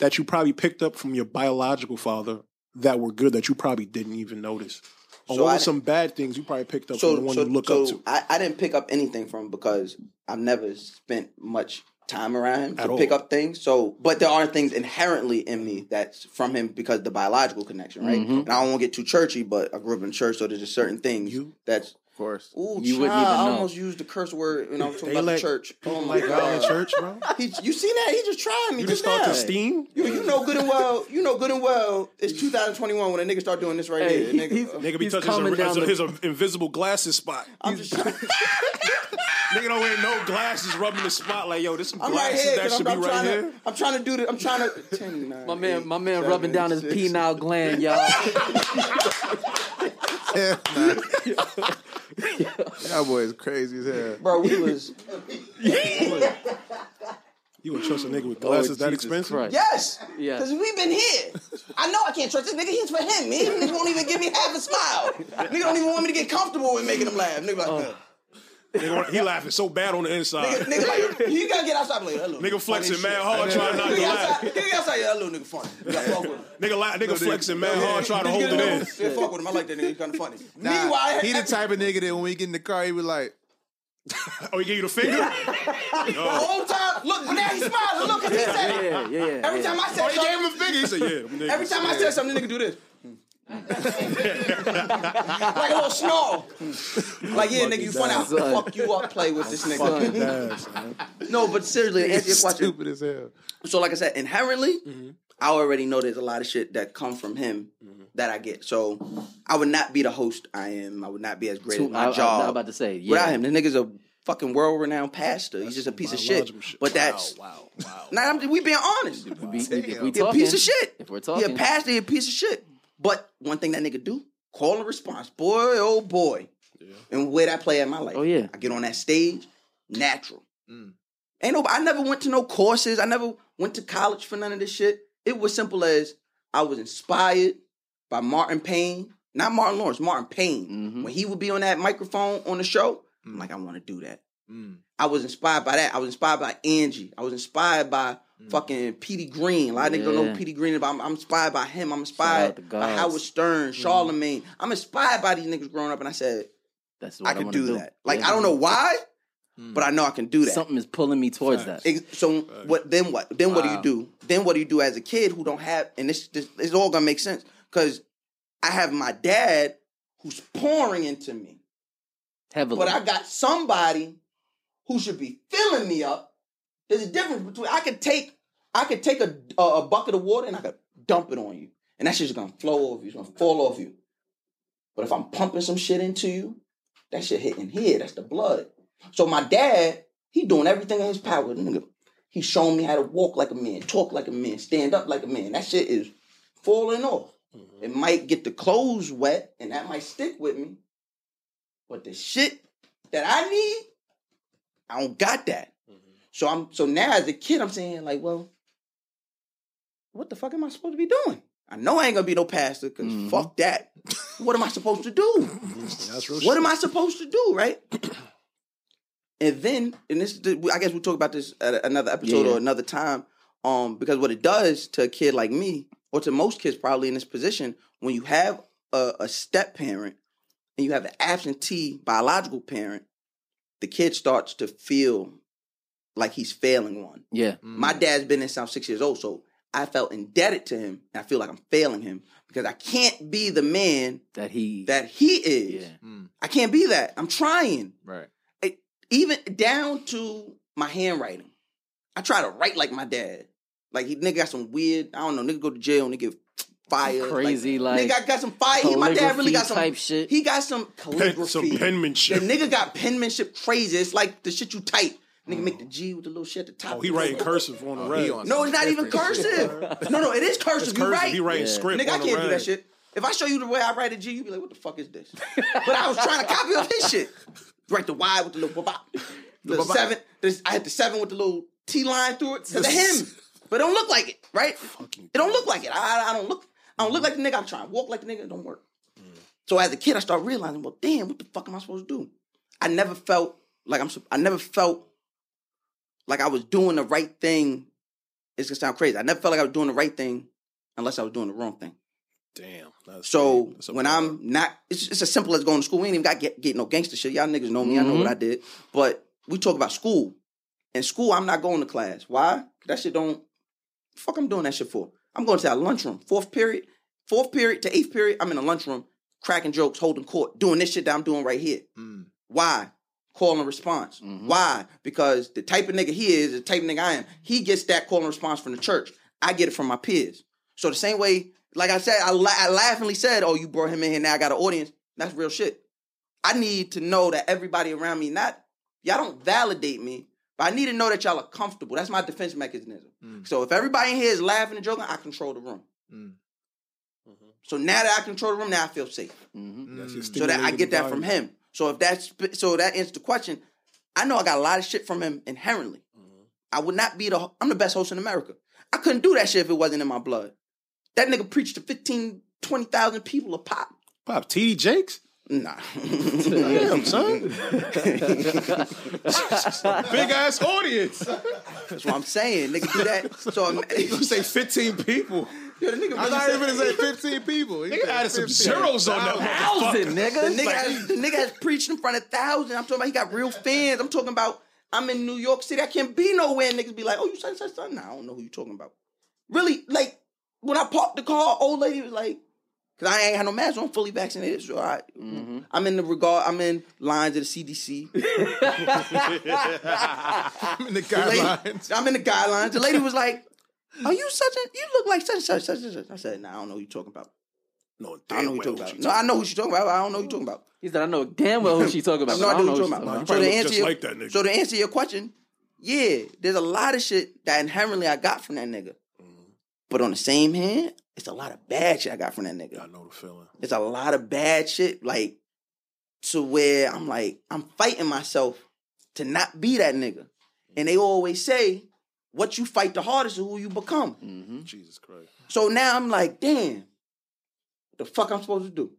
Speaker 4: that you probably picked up from your biological father that were good that you probably didn't even notice? Or
Speaker 2: So
Speaker 4: what
Speaker 2: I-
Speaker 4: were some bad things you probably picked up
Speaker 2: so,
Speaker 4: from the one
Speaker 2: so,
Speaker 4: you look
Speaker 2: so
Speaker 4: up to?
Speaker 2: I, I didn't pick up anything from him because I've never spent much time around him
Speaker 4: At
Speaker 2: to
Speaker 4: all.
Speaker 2: pick up things. So, but there are things inherently in me that's from him because the biological connection, right?
Speaker 4: Mm-hmm.
Speaker 2: And I don't want to get too churchy, but I grew up in church, so there's just certain things
Speaker 4: You?
Speaker 2: that's.
Speaker 8: Of course.
Speaker 2: Ooh,
Speaker 3: You
Speaker 2: child,
Speaker 3: wouldn't even
Speaker 2: I
Speaker 3: know.
Speaker 2: almost used the curse word when I was talking
Speaker 4: They
Speaker 2: about
Speaker 4: let
Speaker 2: the church. Oh my
Speaker 4: Like God in
Speaker 2: god,
Speaker 4: church, bro.
Speaker 2: He- you seen that? He just tried me.
Speaker 4: You just start
Speaker 2: now.
Speaker 4: to steam.
Speaker 2: You, you know good and well. You know good and well. It's 2021 when a nigga start doing this right
Speaker 3: Hey,
Speaker 2: here. Nigga.
Speaker 3: he's-
Speaker 4: Nigga be
Speaker 3: He's
Speaker 4: touching
Speaker 3: coming
Speaker 4: his,
Speaker 3: down
Speaker 4: his,
Speaker 3: the-
Speaker 4: his, uh, invisible glasses spot.
Speaker 2: I'm just trying.
Speaker 4: Nigga don't wear no glasses, rubbing the spot like, yo, this some
Speaker 2: I'm right
Speaker 4: glasses
Speaker 2: here.
Speaker 4: that
Speaker 2: 'cause
Speaker 4: should
Speaker 2: I'm,
Speaker 4: be
Speaker 2: I'm
Speaker 4: right
Speaker 2: trying
Speaker 4: here.
Speaker 2: to. I'm trying to do the. I'm trying to. 10, nine,
Speaker 3: My man,
Speaker 2: eight,
Speaker 3: my man,
Speaker 2: seven,
Speaker 3: rubbing down his
Speaker 2: six.
Speaker 3: penile gland, y'all.
Speaker 8: That boy is crazy as hell.
Speaker 2: Bro, we was
Speaker 4: You would trust a nigga with glasses that
Speaker 3: Jesus
Speaker 4: expensive?
Speaker 3: Christ.
Speaker 2: yes,
Speaker 3: Yeah.
Speaker 2: because we've been here. I know I can't trust this nigga. He's for him. He nigga won't even give me half a smile. Nigga don't even want me to get comfortable with making him laugh. Nigga
Speaker 3: Oh.
Speaker 2: like, uh,
Speaker 4: Nigga want- he laughing so bad on the inside.
Speaker 2: nigga,
Speaker 4: Nigga,
Speaker 2: nigga like, you gotta get outside. I'm Like, that little
Speaker 4: flexing mad hard, trying not to
Speaker 2: Nigga
Speaker 4: laugh.
Speaker 2: outside, nigga outside, yeah, that little nigga funny. You gotta fuck with him.
Speaker 4: Nigga, la- nigga flexing mad hard, trying to
Speaker 2: Nigga
Speaker 4: hold
Speaker 2: get
Speaker 4: it in.
Speaker 2: Yeah, fuck with him. I like that nigga. He's kind of funny.
Speaker 8: Nah,
Speaker 2: Meanwhile,
Speaker 8: he the type of nigga that when we get in the car, he be like,
Speaker 5: oh, he gave you the finger?
Speaker 2: The whole time, look, but now he's smiling. Look, 'cause he said,
Speaker 3: Yeah, yeah, yeah.
Speaker 2: every time I
Speaker 5: Oh,
Speaker 2: said
Speaker 5: he gave him
Speaker 2: something,
Speaker 5: a finger. He said, yeah.
Speaker 2: every time I said something, the nigga do this. like a little snarl. Like, yeah, nigga, you funny. I'll
Speaker 3: Son.
Speaker 2: fuck you up, play with this nigga.
Speaker 5: Fucking ass, man.
Speaker 2: No, but seriously, to answer your question,
Speaker 5: Stupid as hell.
Speaker 2: so like I said, inherently, I already know there's a lot of shit that come from him that I get. So I would not be the host I am. I would not be as great
Speaker 3: Too-
Speaker 2: at my
Speaker 3: I- I- I
Speaker 2: job.
Speaker 3: was about to say, yeah.
Speaker 2: without him, the nigga's a fucking world renowned pastor. He's just a piece of shit.
Speaker 5: Biological
Speaker 2: But that's
Speaker 5: Wow, wow, wow.
Speaker 2: now I'm, we being honest.
Speaker 3: If we- if we
Speaker 2: He a
Speaker 3: talking-
Speaker 2: piece of shit.
Speaker 3: If we're
Speaker 2: he
Speaker 3: talking,
Speaker 2: a pastor. He a piece of shit. But one thing that nigga do, call and response, boy, oh boy, and where that play at my life.
Speaker 3: Oh, yeah.
Speaker 2: I get on that stage, natural. Ain't no, I never went to no courses. I never went to college for none of this shit. It was simple as I was inspired by Martin Payne, not Martin Lawrence, Martin Payne.
Speaker 3: Mhm.
Speaker 2: When he would be on that microphone on the show, I'm like, I want to do that.
Speaker 4: Mm.
Speaker 2: I was inspired by that. I was inspired by Angie. I was inspired by fucking Petey Green. A lot of niggas don't know
Speaker 3: Yeah.
Speaker 2: who Petey Green, is, but I'm, I'm inspired by him. I'm
Speaker 3: out to
Speaker 2: inspired by
Speaker 3: gods. Mm.
Speaker 2: Howard Stern, Charlemagne. I'm inspired by these niggas growing up, and I said,
Speaker 3: that's what
Speaker 2: I can
Speaker 3: wanna
Speaker 2: do, that. Like,
Speaker 3: Yeah.
Speaker 2: I don't know why, but I know I can do that.
Speaker 3: Something is pulling me towards that.
Speaker 2: Ex- So what? Then what? Then what do you do? Then what do you do as a kid who don't have? And this, this it's all gonna make sense because I have my dad who's pouring into me,
Speaker 3: Heavily.
Speaker 2: but I got somebody who should be filling me up. There's a difference between I could take I could take a a, a bucket of water and I could dump it on you, and that shit's gonna flow over you, it's gonna fall off you. But if I'm pumping some shit into you, that shit hitting here. That's the blood. So my dad, he doing everything in his power. Nigga, he showing me how to walk like a man, talk like a man, stand up like a man. That shit is falling off. It might get the clothes wet, and that might stick with me. But the shit that I need, I don't got that. So I'm so now as a kid, I'm saying like, well, what the fuck am I supposed to be doing? I know I ain't gonna be no pastor because fuck that. what am I supposed to do?
Speaker 5: Mm-hmm. That's real
Speaker 2: What
Speaker 5: shit.
Speaker 2: am I supposed to do, right? and then, and this, I guess we'll talk about this at another episode
Speaker 3: Yeah.
Speaker 2: or another time, um, because what it does to a kid like me, or to most kids probably in this position, when you have a, a step parent and you have an absentee biological parent, the kid starts to feel like he's failing one.
Speaker 3: yeah.
Speaker 2: My dad's been in South six years old, so I felt indebted to him, and I feel like I'm failing him because I can't be the man
Speaker 3: That he.
Speaker 2: that he is.
Speaker 3: yeah.
Speaker 2: I can't be that. I'm trying.
Speaker 4: Right.
Speaker 2: It, even down to my handwriting. I try to write like my dad. Like he nigga got some weird, I don't know, nigga go to jail and nigga fire.
Speaker 3: crazy, like,
Speaker 2: nigga I got some fire. He, my dad really got
Speaker 3: calligraphy
Speaker 2: some
Speaker 3: type shit.
Speaker 2: He got some calligraphy.
Speaker 5: some penmanship.
Speaker 2: The nigga got penmanship crazy. It's like the shit you type. Nigga make the G with the little shit at the top.
Speaker 5: Mm. Oh, he writing cursive on the red.
Speaker 4: he on
Speaker 2: No, it's not even cursive. no, no, it is cursive.
Speaker 5: It's
Speaker 2: You're
Speaker 5: cursive.
Speaker 2: right.
Speaker 5: He writing script
Speaker 2: Nigga, I
Speaker 5: on the
Speaker 2: can't do
Speaker 5: rag.
Speaker 2: that shit. If I show you the way I write a G, you be like, what the fuck is this? but I was trying to copy off his shit. Write the Y with the little bop. The seven. This, I had the seven with the little T line through it. Cause of him. But it don't look like it, right? It don't look like it. I, I- I don't look I don't look like the nigga. I'm trying to walk like the nigga. It don't work. So as a kid, I started realizing, well, damn, what the fuck am I supposed to do? I never felt like I'm sup- I never felt like I was doing the right thing. It's gonna sound crazy. I never felt like I was doing the right thing unless I was doing the wrong thing.
Speaker 5: Damn. That's
Speaker 2: So
Speaker 5: That's a-
Speaker 2: when I'm not, it's, it's as simple as going to school. We ain't even got get, get no gangster shit. Y'all niggas know me. I know what I did. But we talk about school. In school, I'm not going to class. Why? That shit don't. Fuck, I'm doing that shit for. I'm going to that lunchroom. Fourth period, fourth period to eighth period. I'm in a lunchroom, cracking jokes, holding court, doing this shit that I'm doing right here. Why? Call and response. Why? Because the type of nigga he is, the type of nigga I am, he gets that call and response from the church. I get it from my peers. So the same way, like I said, I, la- I laughingly said, "Oh, you brought him in here. Now I got an audience." That's real shit. I need to know that everybody around me, not y'all, don't validate me, but I need to know that y'all are comfortable. That's my defense mechanism. So if everybody in here is laughing and joking, I control the room. So now that I control the room, now I feel safe
Speaker 5: That's your
Speaker 2: so that I
Speaker 5: stimulated
Speaker 2: get that from
Speaker 5: environment.
Speaker 2: him. So if that's so that answers the question. I know I got a lot of shit from him inherently.
Speaker 4: Mm-hmm.
Speaker 2: I would not be the I'm the best host in America. I couldn't do that shit if it wasn't in my blood. That nigga preached to 15, 20,000 people a pop.
Speaker 5: Pop, TD Jakes?
Speaker 2: Nah.
Speaker 5: Damn, son. Big ass audience.
Speaker 2: That's what I'm saying. Nigga do that. So I'm,
Speaker 5: You say 15 people.
Speaker 2: the nigga
Speaker 4: I'm not even gonna say 15 people. He
Speaker 5: Nigga
Speaker 4: said
Speaker 5: added some
Speaker 4: 15.
Speaker 5: zeros on that
Speaker 3: Thousand,
Speaker 2: The
Speaker 3: nigga.
Speaker 2: nigga, has, the nigga has preached in front of thousands. I'm talking about he got real fans. I'm talking about I'm in New York City. I can't be nowhere. And niggas be like, oh, you such such such. Nah, I don't know who you talking about. Really, like when I parked the car, old lady was like, because I ain't had no mask. on, fully vaccinated, so I, mm. I'm in the regard. I'm in lines of the CDC.
Speaker 4: I'm in the
Speaker 2: The lady-
Speaker 4: guidelines.
Speaker 2: I'm in the guidelines. The lady was like, are you such a? You look like such and such such and such. I said, nah, I don't know who you talking about.
Speaker 5: No,
Speaker 2: I don't know
Speaker 5: damn
Speaker 2: who you
Speaker 5: well
Speaker 2: talking about.
Speaker 5: you
Speaker 2: No, I know who you talking about. but I don't know who you talking about.
Speaker 3: He said, I know damn well who she's talking about.
Speaker 2: No,
Speaker 3: but
Speaker 2: I
Speaker 3: I
Speaker 2: do
Speaker 3: don't
Speaker 2: know
Speaker 3: know
Speaker 2: what
Speaker 3: who
Speaker 2: you're talking about.
Speaker 3: she's talking about.
Speaker 2: So
Speaker 5: probably
Speaker 2: to
Speaker 5: look
Speaker 2: answer
Speaker 5: just
Speaker 2: your,
Speaker 5: like that nigga.
Speaker 2: so to answer your question, yeah, there's a lot of shit that inherently I got from that nigga.
Speaker 5: Mm-hmm.
Speaker 2: But on the same hand, it's a lot of bad shit I got from
Speaker 5: I
Speaker 2: that nigga.
Speaker 5: know the feeling.
Speaker 2: It's a lot of bad shit, like to where I'm like, I'm fighting myself to not be that nigga. And
Speaker 5: Mm-hmm.
Speaker 2: they always say, what you fight the hardest is who you become.
Speaker 5: Jesus Christ.
Speaker 2: So now I'm like, damn, the fuck I'm supposed to do?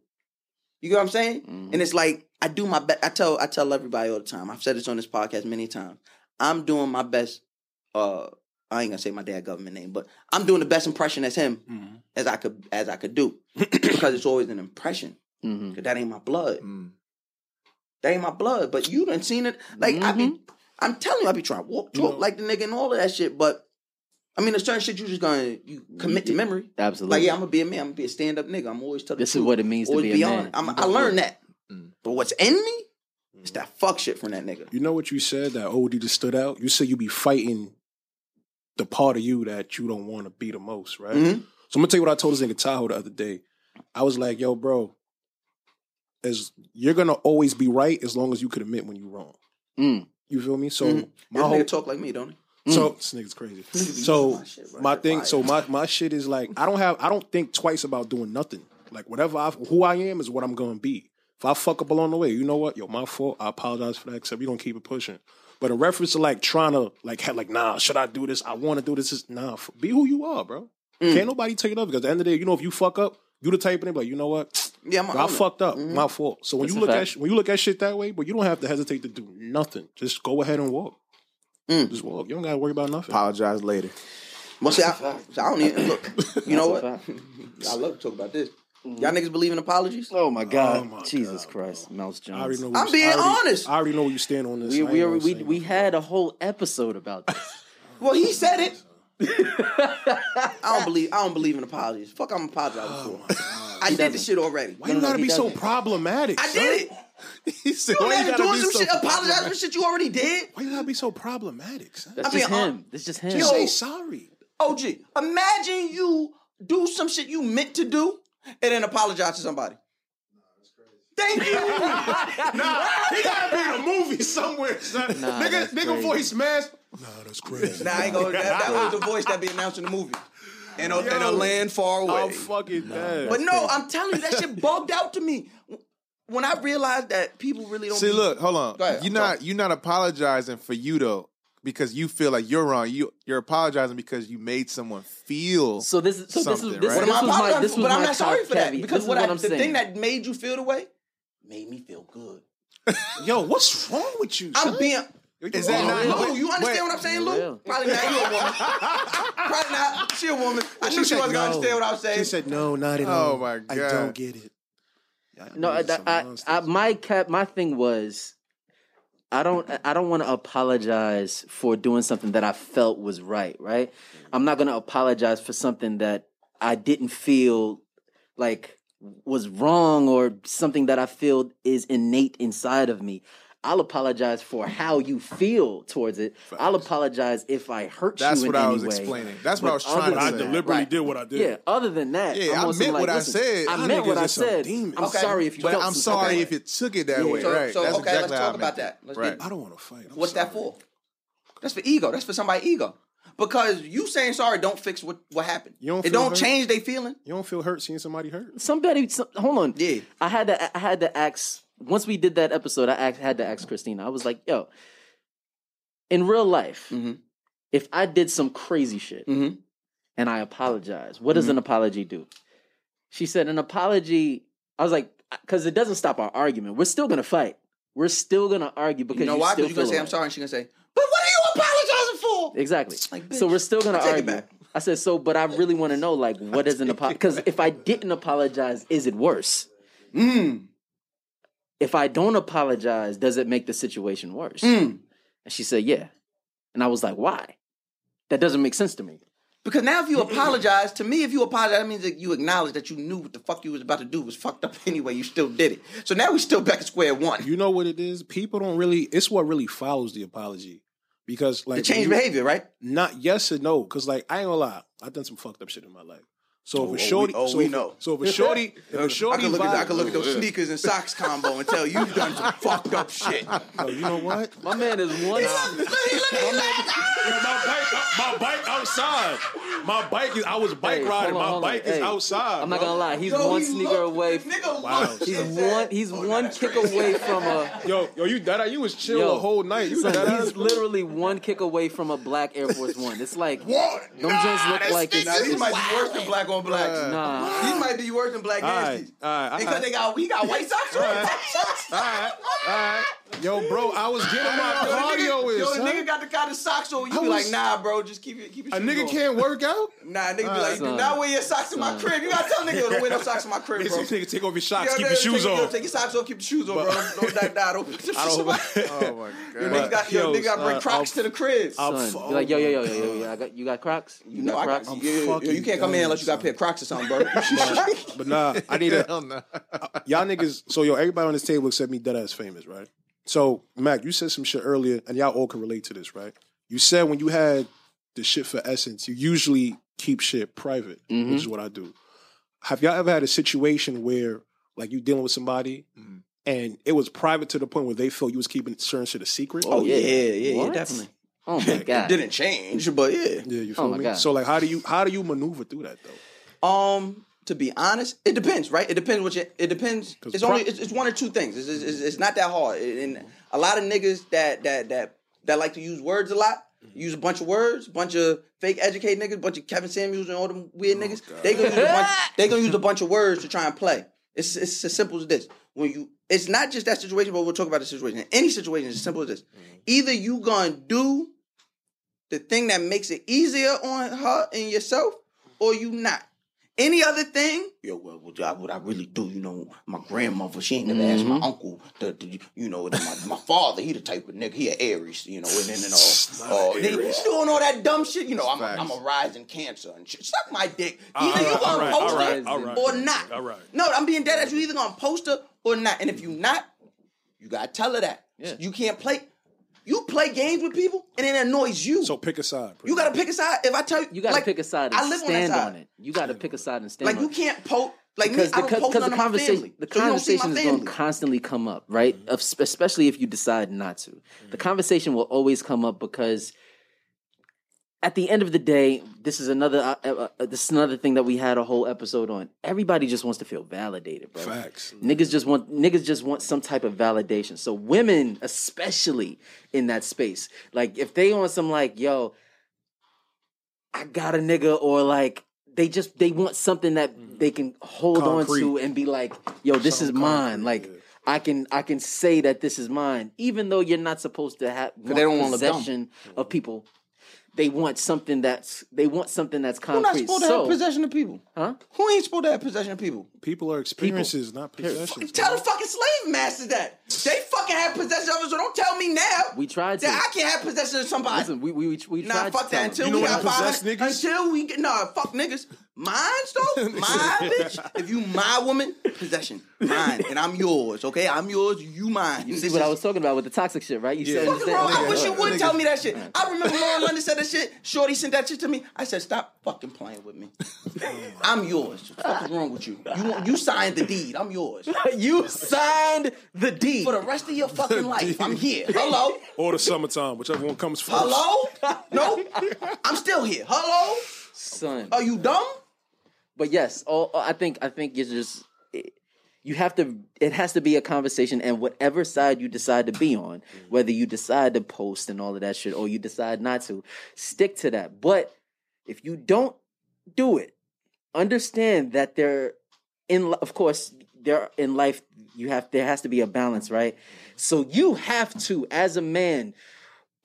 Speaker 2: You get what I'm saying? And it's like I do my best. I tell I tell everybody all the time. I've said this on this podcast many times. I'm doing my best. Uh, I ain't gonna say my dad government name, but I'm doing the best impression as him as I could as I could do because it's always an impression.
Speaker 3: Mhm.
Speaker 2: 'Cause that ain't my blood.
Speaker 4: Mm.
Speaker 2: That ain't my blood. But you done seen it. Like I be, I'm telling you, I be trying to walk, talk like the nigga and all of that shit. But I mean, there's certain shit you just gonna you commit to memory.
Speaker 3: Absolutely.
Speaker 2: Like, yeah, I'm gonna be a man. I'm gonna be a stand up nigga. I'm always telling.
Speaker 3: This
Speaker 2: the
Speaker 3: is
Speaker 2: truth.
Speaker 3: what it means to
Speaker 2: Always
Speaker 3: be a
Speaker 2: on
Speaker 3: man.
Speaker 2: it. I'm, I learned that.
Speaker 3: Mm.
Speaker 2: But what's in me is that fuck shit from that nigga.
Speaker 5: You know what you said that OD just stood out? You said you be fighting the part of you that you don't want to be the most, right?
Speaker 2: Mm-hmm.
Speaker 5: So I'm gonna tell you what I told this nigga Tahoe the other day. I was like, yo, bro, as you're gonna always be right as long as you could admit when you're wrong.
Speaker 3: Mm.
Speaker 5: You feel me? So my
Speaker 2: Mm-hmm. This
Speaker 5: whole
Speaker 2: nigga talk like me, don't he?
Speaker 5: so Mm. this nigga's crazy. So
Speaker 2: my shit, bro.
Speaker 5: my thing, so my my shit is like I don't have I don't think twice about doing nothing. Like whatever I who I am is what I'm gonna be. If I fuck up along the way, you know what? Yo, my fault. I apologize for that. Except we gonna keep it pushing. But in reference to like trying to like have, like nah, should I do this? I want to do this. Is nah, f- be who you are, bro.
Speaker 2: Mm.
Speaker 5: Can't nobody take it up because at the end of the day, you know if you fuck up, you the type of nigga like you know what?
Speaker 2: Yeah, I'm a
Speaker 5: Bro, I
Speaker 2: owner.
Speaker 5: fucked up. My fault. So when
Speaker 3: That's
Speaker 5: you
Speaker 3: a
Speaker 5: look at
Speaker 3: fact.
Speaker 5: sh- when you look at shit that way, but you don't have to hesitate to do nothing. Just go ahead and walk. Just walk. You don't gotta worry about nothing.
Speaker 4: Apologize later.
Speaker 2: Well, see, I, so I don't even look. You know what? I love to talk about this.
Speaker 3: Mm.
Speaker 2: Y'all niggas believe in apologies?
Speaker 3: Oh my God.
Speaker 5: my
Speaker 3: Jesus Christ. Mouse Jones.
Speaker 5: I already know.
Speaker 2: I'm
Speaker 5: you-
Speaker 2: being
Speaker 5: I already-
Speaker 2: honest.
Speaker 5: I already know where you stand on this.
Speaker 3: We,
Speaker 5: I ain't
Speaker 3: we,
Speaker 5: gonna
Speaker 3: we,
Speaker 5: say
Speaker 3: we
Speaker 5: nothing.
Speaker 3: had a whole episode about this.
Speaker 2: Well, he said it. I don't believe. I don't believe in apologies. Fuck, I'm
Speaker 3: Oh
Speaker 2: apologizing for. I did the shit already.
Speaker 5: Why you gotta
Speaker 3: he
Speaker 5: be so
Speaker 3: doesn't.
Speaker 5: problematic?
Speaker 2: I
Speaker 5: son?
Speaker 2: did it.
Speaker 4: He said,
Speaker 2: You
Speaker 4: "Why you
Speaker 2: imagine
Speaker 4: gotta
Speaker 2: doing
Speaker 4: be
Speaker 2: some
Speaker 4: so
Speaker 2: shit, apologize
Speaker 4: problematic?"
Speaker 2: for shit you already did.
Speaker 5: Why you gotta be so problematic? Son?
Speaker 3: That's
Speaker 2: I mean,
Speaker 3: just
Speaker 2: uh,
Speaker 3: him. That's just him.
Speaker 5: Just say sorry.
Speaker 2: OG, imagine you do some shit you meant to do and then apologize to somebody. Thank you.
Speaker 4: Nah, he gotta be in a movie somewhere, son.
Speaker 3: Nah,
Speaker 4: nigga,
Speaker 3: that's
Speaker 4: nigga
Speaker 3: crazy.
Speaker 4: voice mask.
Speaker 5: Nah, that's crazy.
Speaker 2: nah, I ain't gonna, that, that was the voice that be announced in the movie.
Speaker 4: And a,
Speaker 2: In a land far
Speaker 4: I'm
Speaker 2: away.
Speaker 4: fucking dead.
Speaker 2: but no, I'm telling you, that shit bugged out to me. When I realized that people really don't
Speaker 4: See,
Speaker 2: be-
Speaker 4: look, hold on.
Speaker 2: Go ahead,
Speaker 4: you're
Speaker 2: I'm
Speaker 4: not
Speaker 2: sorry.
Speaker 4: you're not apologizing for you though, because you feel like you're wrong. You you're apologizing because you made someone feel.
Speaker 3: So this is so this is
Speaker 4: Something,
Speaker 3: this, this
Speaker 4: right?
Speaker 2: But I'm
Speaker 3: was my
Speaker 2: apologizing,
Speaker 3: this was
Speaker 2: but
Speaker 3: my
Speaker 2: I'm not sorry
Speaker 3: top
Speaker 2: for that
Speaker 3: caveat.
Speaker 2: because
Speaker 3: this
Speaker 2: what
Speaker 3: is
Speaker 2: I,
Speaker 3: what I'm
Speaker 2: the
Speaker 3: saying.
Speaker 2: thing that made you feel the way made me feel good.
Speaker 5: Yo, what's wrong with you?
Speaker 2: I'm being
Speaker 4: is that not?
Speaker 2: Lou,
Speaker 4: Oh, wait,
Speaker 2: Oh, you understand
Speaker 4: wait.
Speaker 2: what I'm saying, Lou?
Speaker 3: Yeah.
Speaker 2: Probably not. You a woman. Probably not. She a woman. I knew she, wasn't gonna understand what I was saying.
Speaker 5: She said no, not at all.
Speaker 4: Oh, my
Speaker 5: I
Speaker 4: God.
Speaker 5: don't get it. I
Speaker 3: no,
Speaker 5: know
Speaker 3: I,
Speaker 5: some
Speaker 3: I,
Speaker 5: monsters.
Speaker 3: I, my cap, my thing was, I don't, I don't want to apologize for doing something that I felt was right. Right,
Speaker 4: Mm-hmm.
Speaker 3: I'm not going to apologize for something that I didn't feel like was wrong or something that I feel is innate inside of me. I'll apologize for how you feel towards it. I'll apologize if I hurt
Speaker 4: That's
Speaker 3: you. in
Speaker 4: what I
Speaker 3: any
Speaker 4: was
Speaker 3: way.
Speaker 4: explaining. That's what I
Speaker 3: But
Speaker 4: was trying
Speaker 3: other
Speaker 4: to
Speaker 5: I
Speaker 3: than
Speaker 4: say.
Speaker 3: that,
Speaker 5: deliberately
Speaker 3: right.
Speaker 5: did what I did.
Speaker 3: Yeah. Other than that,
Speaker 4: Yeah,
Speaker 3: I'm
Speaker 4: I
Speaker 3: on some,
Speaker 4: meant
Speaker 3: like,
Speaker 4: what I
Speaker 3: listen,
Speaker 4: said.
Speaker 3: I
Speaker 4: Y'all
Speaker 3: meant what
Speaker 5: niggas
Speaker 3: I
Speaker 5: is some
Speaker 3: said.
Speaker 5: demons.
Speaker 3: I'm
Speaker 5: Okay.
Speaker 3: sorry if you.
Speaker 4: But
Speaker 3: felt
Speaker 4: I'm
Speaker 3: some
Speaker 4: sorry
Speaker 3: type of
Speaker 4: if it took it that way.
Speaker 2: So-
Speaker 4: right.
Speaker 2: so,
Speaker 4: That's
Speaker 2: okay,
Speaker 4: exactly
Speaker 2: let's
Speaker 4: how I
Speaker 2: talk about
Speaker 4: meant
Speaker 2: that. Let's
Speaker 4: it. right.
Speaker 5: I don't want to fight. I'm
Speaker 2: What's that
Speaker 5: sorry.
Speaker 2: for? That's for ego. That's for somebody's ego. Because you saying sorry don't fix what, what happened.
Speaker 5: You don't
Speaker 2: it
Speaker 5: feel
Speaker 2: don't
Speaker 5: hurt?
Speaker 2: change they feeling.
Speaker 5: You don't feel hurt seeing somebody hurt?
Speaker 3: somebody some, hold on
Speaker 2: Yeah.
Speaker 3: i had to i had to ask once we did that episode i asked, had to ask christina i was like yo in real life
Speaker 2: Mm-hmm.
Speaker 3: if i did some crazy shit and i apologize what does an apology do she said an apology i was like because it doesn't stop our argument we're still gonna fight we're still gonna argue because
Speaker 2: You know
Speaker 3: you
Speaker 2: why?
Speaker 3: still
Speaker 2: Because you're gonna say
Speaker 3: feel away.
Speaker 2: I'm sorry and she's gonna say, But what are you apologizing for?
Speaker 3: exactly
Speaker 2: Like,
Speaker 3: so
Speaker 2: bitch,
Speaker 3: we're still gonna
Speaker 2: I take it
Speaker 3: argue
Speaker 2: back.
Speaker 3: I said, so, but I really want to know, like, what is an apology? Because if I didn't apologize, is it worse? Mm. If I don't apologize, does it make the situation worse?
Speaker 2: Hmm.
Speaker 3: Mm. And she said, yeah. And I was like, why? That doesn't make sense to me.
Speaker 2: Because now, if you apologize to me, if you apologize, that means that you acknowledge that you knew what the fuck you was about to do was fucked up anyway. You still did it. So now we still back at square one.
Speaker 4: You know what it is? People don't really. It's what really follows the apology because like
Speaker 2: To change
Speaker 4: you-
Speaker 2: behavior, right?
Speaker 4: Not yes and no. Because like I ain't gonna lie, I've done some fucked up shit in my life. So
Speaker 2: Oh,
Speaker 4: if
Speaker 2: we-
Speaker 4: a shorty,
Speaker 2: oh,
Speaker 4: so
Speaker 2: we
Speaker 4: if, a-
Speaker 2: know.
Speaker 4: So if a shorty, if a
Speaker 2: I
Speaker 4: shorty,
Speaker 2: can look at, I can look at
Speaker 4: vibe-
Speaker 2: those sneakers and socks combo and tell you've done some fucked up shit.
Speaker 4: Oh, you know what?
Speaker 3: My man is one.
Speaker 4: Yeah, my bike, uh, my bike outside. My bike is. I was bike
Speaker 3: Hey,
Speaker 4: riding.
Speaker 3: hold on,
Speaker 4: My
Speaker 3: hold on.
Speaker 4: bike is
Speaker 3: Hey,
Speaker 4: outside.
Speaker 3: I'm not
Speaker 4: bro.
Speaker 3: gonna lie, he's one sneaker away.
Speaker 2: Nigga,
Speaker 4: Wow.
Speaker 3: He's one. He's
Speaker 4: Oh,
Speaker 3: one kick away from a.
Speaker 4: Yo, yo, you that you was chill
Speaker 3: Yo,
Speaker 4: the whole night. You
Speaker 3: son,
Speaker 4: that
Speaker 3: he's literally one kick away from a black Air Force One. It's like
Speaker 2: What?
Speaker 3: them joints look like it's,
Speaker 2: Now, these
Speaker 3: it's-
Speaker 2: might be worse than black on blacks.
Speaker 3: nah.
Speaker 2: These might be worse than black
Speaker 4: All right,
Speaker 2: nasties.
Speaker 4: all right, all
Speaker 2: because
Speaker 4: right.
Speaker 2: they got we got white socks.
Speaker 4: right. All right, all right. Yo, bro, I was getting my
Speaker 2: Yo, the
Speaker 4: cardio
Speaker 2: nigga, yo,
Speaker 4: in.
Speaker 2: the
Speaker 4: son.
Speaker 2: nigga got the kind of socks on. You
Speaker 4: I
Speaker 2: be
Speaker 4: was-
Speaker 2: like, nah, bro, just keep your keep your
Speaker 4: a
Speaker 2: shoes
Speaker 4: nigga
Speaker 2: on.
Speaker 4: can't work out.
Speaker 2: Nah, nigga be like, do
Speaker 3: son.
Speaker 2: not wear your socks in my crib. You gotta tell nigga to wear no socks in my crib, bro.
Speaker 4: nigga, take off your
Speaker 2: Yo,
Speaker 4: socks,
Speaker 2: yo, take- Yo, take your socks off, keep your shoes on, bro. Don't, don't die, die. Don't put your
Speaker 4: I
Speaker 2: shoes
Speaker 4: don't.
Speaker 2: on.
Speaker 4: oh my god.
Speaker 2: Yo, nigga got, yo, uh, nigga got bring Crocs to the crib.
Speaker 4: I'll-
Speaker 3: Son,
Speaker 4: fuck-
Speaker 3: be like yo
Speaker 4: oh
Speaker 3: yo
Speaker 4: my
Speaker 3: yo yo yo, yo, I got you got Crocs. You
Speaker 2: No,
Speaker 3: got
Speaker 2: I got
Speaker 3: Crocs.
Speaker 2: you. You, you,
Speaker 4: fucking
Speaker 2: can't come in
Speaker 4: done,
Speaker 2: unless you got a pair of Crocs or something, bro.
Speaker 4: But nah, I need a y'all niggas. So yo, everybody on this table except me, dead ass famous, right? So Mac, you said some shit earlier, and y'all all can relate to this, right? You said when you had the shit for Essence, you usually keep shit private, which
Speaker 2: Mm-hmm.
Speaker 4: is what I do. Have y'all ever had a situation where like you dealing with somebody?
Speaker 2: Mm-hmm.
Speaker 4: And it was private to the point where they felt you was keeping certain shit a secret.
Speaker 2: oh yeah, yeah, yeah,
Speaker 3: What?
Speaker 2: definitely.
Speaker 3: Oh my
Speaker 2: It
Speaker 3: god.
Speaker 2: didn't change, but yeah.
Speaker 4: Yeah, you feel
Speaker 3: Oh my
Speaker 4: me?
Speaker 3: God.
Speaker 4: So like how do you how do you maneuver through that though?
Speaker 2: Um, to be honest, it depends, right? It depends what you. It depends.
Speaker 4: 'Cause
Speaker 2: It's
Speaker 4: pro-
Speaker 2: only it's, it's one or two things. It's, it's, it's not that hard. And a lot of niggas that that that that like to use words a lot. Use a bunch of words, bunch of fake educate niggas, bunch of Kevin Samuels and all them
Speaker 4: Oh,
Speaker 2: weird niggas. They gonna use a bunch. they gonna use a bunch of words to try and play. It's it's as simple as this. When you, it's not just that situation, but we'll talk about the situation. In any situation, it's as simple as this.
Speaker 4: Mm-hmm.
Speaker 2: Either you gonna do the thing that makes it easier on her and yourself, or you not. Any other thing? Yo, well, what I, what I really do, you know, my grandmother, she ain't never asked
Speaker 4: Mm-hmm.
Speaker 2: my uncle, to, to, you know, to my, my father, he the type of nigga, he an Aries, you know, and then and all. Uh, then you doing all that dumb shit, you know, I'm a, I'm a rising cancer and shit. Suck my dick. Either you gonna
Speaker 4: Uh, alright,
Speaker 2: post
Speaker 4: alright,
Speaker 2: it
Speaker 4: alright.
Speaker 2: or not.
Speaker 4: Alright.
Speaker 2: No, I'm being dead ass. You either gonna post her or not. And if you not, you gotta tell her that. You can't play. You play games with people and it annoys you.
Speaker 4: So pick a side.
Speaker 2: you gotta pick a side. If I tell you,
Speaker 3: You gotta
Speaker 2: like,
Speaker 3: pick a side and
Speaker 2: I live
Speaker 3: stand
Speaker 2: on,
Speaker 3: on,
Speaker 2: that side.
Speaker 3: it. You gotta pick a side and stand
Speaker 2: Like
Speaker 3: on
Speaker 2: you
Speaker 3: it.
Speaker 2: can't post. Like
Speaker 3: because
Speaker 2: me, I
Speaker 3: the,
Speaker 2: don't
Speaker 3: co-
Speaker 2: post
Speaker 3: cause
Speaker 2: none
Speaker 3: the
Speaker 2: of my
Speaker 3: conversation
Speaker 2: family.
Speaker 3: the
Speaker 2: So you don't see my
Speaker 3: conversation is going
Speaker 2: family. Mm-hmm.
Speaker 3: to constantly come up, right? Of- Especially if you decide not to. The conversation will always come up because at the end of the day, this is another uh, uh, uh, this is another thing that we had a whole episode on. Everybody just wants to feel validated, bro.
Speaker 4: Facts.
Speaker 3: Niggas just want niggas just want some type of validation. So women, especially in that space, like if they on some like yo, I got a nigga, or like they just they want something that
Speaker 2: Mm-hmm.
Speaker 3: they can hold
Speaker 4: Concrete.
Speaker 3: on to and be like, yo, this is mine. Like I can I can say that this is mine, even though you're not supposed to have want
Speaker 2: they don't wanna look dumb. Mm-hmm.
Speaker 3: possession of people. They want something that's they want something that's
Speaker 2: Who not
Speaker 3: concrete.
Speaker 2: supposed to have
Speaker 3: So
Speaker 2: possession of people? Huh? Who ain't supposed to have possession of people?
Speaker 4: People are experiences, not possessions.
Speaker 2: Tell the fucking slave masters that they fucking have possession of it. So don't tell me now.
Speaker 3: we tried to
Speaker 2: that I can't have possession of somebody.
Speaker 3: listen. We we we, we
Speaker 2: Nah,
Speaker 3: tried
Speaker 2: fuck
Speaker 3: to
Speaker 2: that. Until
Speaker 3: tell them.
Speaker 2: we
Speaker 4: know
Speaker 2: got
Speaker 4: what I possess
Speaker 2: 500,
Speaker 4: niggas?
Speaker 2: until we get nah, fuck niggas. Mine's though, my bitch. If you my woman, possession, mine, and I'm yours. Okay, I'm yours. You mine.
Speaker 3: You see what I was talking about with the toxic shit, right? You said
Speaker 2: Fucking wrong. I wish you would tell me that shit. I remember Lauren London said that shit. Shorty sent that shit to me. I said, "Stop fucking playing with me. I'm yours. What's wrong with you? You you signed the deed. I'm yours
Speaker 3: You signed the deed.
Speaker 2: for the rest of your fucking life. I'm here. Hello,
Speaker 4: Or the summertime, whichever one comes first.
Speaker 2: hello. No, I'm still here. Hello.
Speaker 3: son.
Speaker 2: Are you dumb?
Speaker 3: but yes, all, I think I think it's just it- you have to. It has to be a conversation, and whatever side you decide to be on, whether you decide to post and all of that shit, or you decide not to, stick to that. But if you don't do it, understand that there, in li- of course, there in life you have there has to be a balance, right? So you have to, as a man,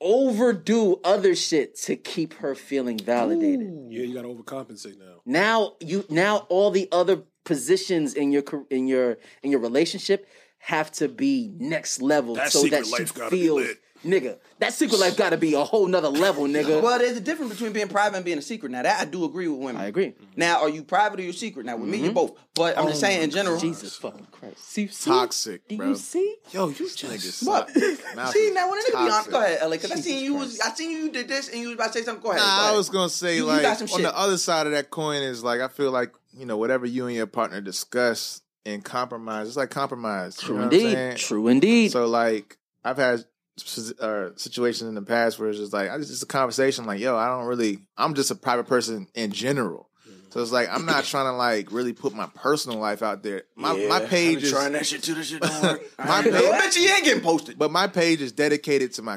Speaker 3: overdo other shit to keep her feeling validated.
Speaker 4: Yeah, you got to overcompensate now.
Speaker 3: Now you now all the other positions in your car- in your in your relationship have to be next level
Speaker 4: That
Speaker 3: so
Speaker 4: secret
Speaker 3: that she
Speaker 4: life gotta be
Speaker 3: feels
Speaker 4: lit.
Speaker 3: nigga. That secret life got to be a whole nother level, nigga.
Speaker 2: Well, there's a difference between being private and being a secret. Now that I do agree with women.
Speaker 3: I agree.
Speaker 2: Now, are you private or you secret? Now with me, you're both. But I'm just saying in general.
Speaker 3: Jesus fucking Christ. See, see?
Speaker 9: Toxic,
Speaker 3: Do
Speaker 9: bro.
Speaker 3: you see?
Speaker 9: Yo, you just
Speaker 2: What?
Speaker 9: Mouth
Speaker 2: See
Speaker 9: is
Speaker 2: now, when a nigga be honest,
Speaker 9: toxic.
Speaker 2: go ahead, LA. Because I seen you was, I seen you did this, and you was about to say something. Go ahead. go
Speaker 9: Nah, I
Speaker 2: ahead.
Speaker 9: was gonna say
Speaker 2: You- you
Speaker 9: like
Speaker 2: got some
Speaker 9: on
Speaker 2: shit.
Speaker 9: the other side of that coin is like I feel like you know whatever you and your partner discuss and compromise, it's like compromise. you
Speaker 3: True
Speaker 9: know what I'm saying?
Speaker 3: indeed. True indeed.
Speaker 9: So like I've had s- uh, situations in the past where it's just like I just it's a conversation like yo I don't really I'm just a private person in general. So it's like I'm not trying to like really put my personal life out there. My my page is
Speaker 2: that shit too. That shit don't work.
Speaker 9: my
Speaker 2: Well,
Speaker 9: page,
Speaker 2: bitch, you ain't getting posted.
Speaker 9: but my page is dedicated to my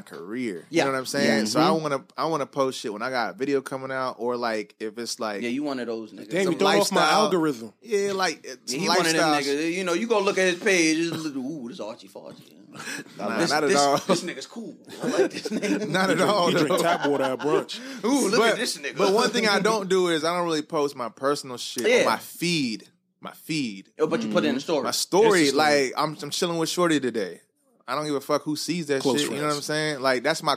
Speaker 2: Yeah.
Speaker 9: career.
Speaker 2: Mm-hmm.
Speaker 9: You know what I'm saying? So I want to I want to post shit when I got a video coming out or like if it's like
Speaker 2: Yeah, you one of those niggas.
Speaker 4: Damn,
Speaker 9: Some
Speaker 4: you throw off my
Speaker 9: lifestyle.
Speaker 4: algorithm.
Speaker 9: Yeah, like it's
Speaker 2: Yeah, he one of them
Speaker 9: lifestyle.
Speaker 2: niggas. You know, you go look at his page. It's little, ooh, this Archie Farchie.
Speaker 9: Nah,
Speaker 2: this,
Speaker 9: not at
Speaker 2: this,
Speaker 9: all.
Speaker 2: This nigga's cool. I like this nigga.
Speaker 9: Not at all.
Speaker 4: He drink
Speaker 9: though.
Speaker 4: tap water at brunch.
Speaker 2: Ooh, look
Speaker 9: but,
Speaker 2: at this nigga.
Speaker 9: but one thing I don't do is I don't really post my personal shit
Speaker 2: Yeah.
Speaker 9: on my feed. My feed.
Speaker 2: Oh, but you put it in the story.
Speaker 9: My story,
Speaker 4: It's a story.
Speaker 9: like I'm, I'm chilling with Shorty today. I don't give a fuck who sees that
Speaker 4: Close
Speaker 9: shit. You know what
Speaker 4: friends.
Speaker 9: I'm saying? Like that's my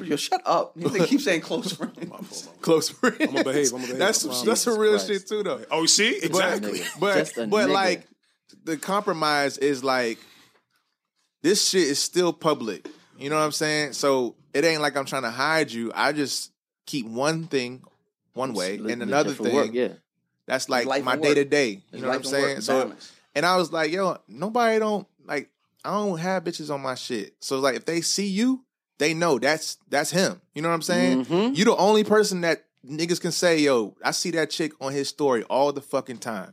Speaker 2: Yo, shut up. You think- keep saying close friends.
Speaker 9: Close friends. I'm
Speaker 4: I'ma behave, I'ma behave.
Speaker 9: That's
Speaker 4: Wow.
Speaker 9: some, that's some real
Speaker 3: Jesus
Speaker 9: shit too, though.
Speaker 4: Oh, see,
Speaker 9: But-
Speaker 4: exactly.
Speaker 9: But
Speaker 3: Just a
Speaker 9: but
Speaker 3: nigga.
Speaker 9: like the compromise is like this shit is still public. You know what I'm saying? So it ain't like I'm trying to hide you. I just keep one thing one way
Speaker 3: Legit
Speaker 9: and another
Speaker 3: for
Speaker 9: thing
Speaker 3: work, yeah.
Speaker 9: that's like
Speaker 2: Life
Speaker 9: my
Speaker 2: and work.
Speaker 9: day to day. You
Speaker 2: It's
Speaker 9: know what
Speaker 2: life
Speaker 9: I'm
Speaker 2: and
Speaker 9: saying?
Speaker 2: work,
Speaker 9: So
Speaker 2: balance.
Speaker 9: and I was like, yo, nobody don't like I don't have bitches on my shit. So like if they see you, they know that's that's him. You know what I'm saying?
Speaker 4: Mm-hmm.
Speaker 9: You the only person that niggas can say, yo, I see that chick on his story all the fucking time.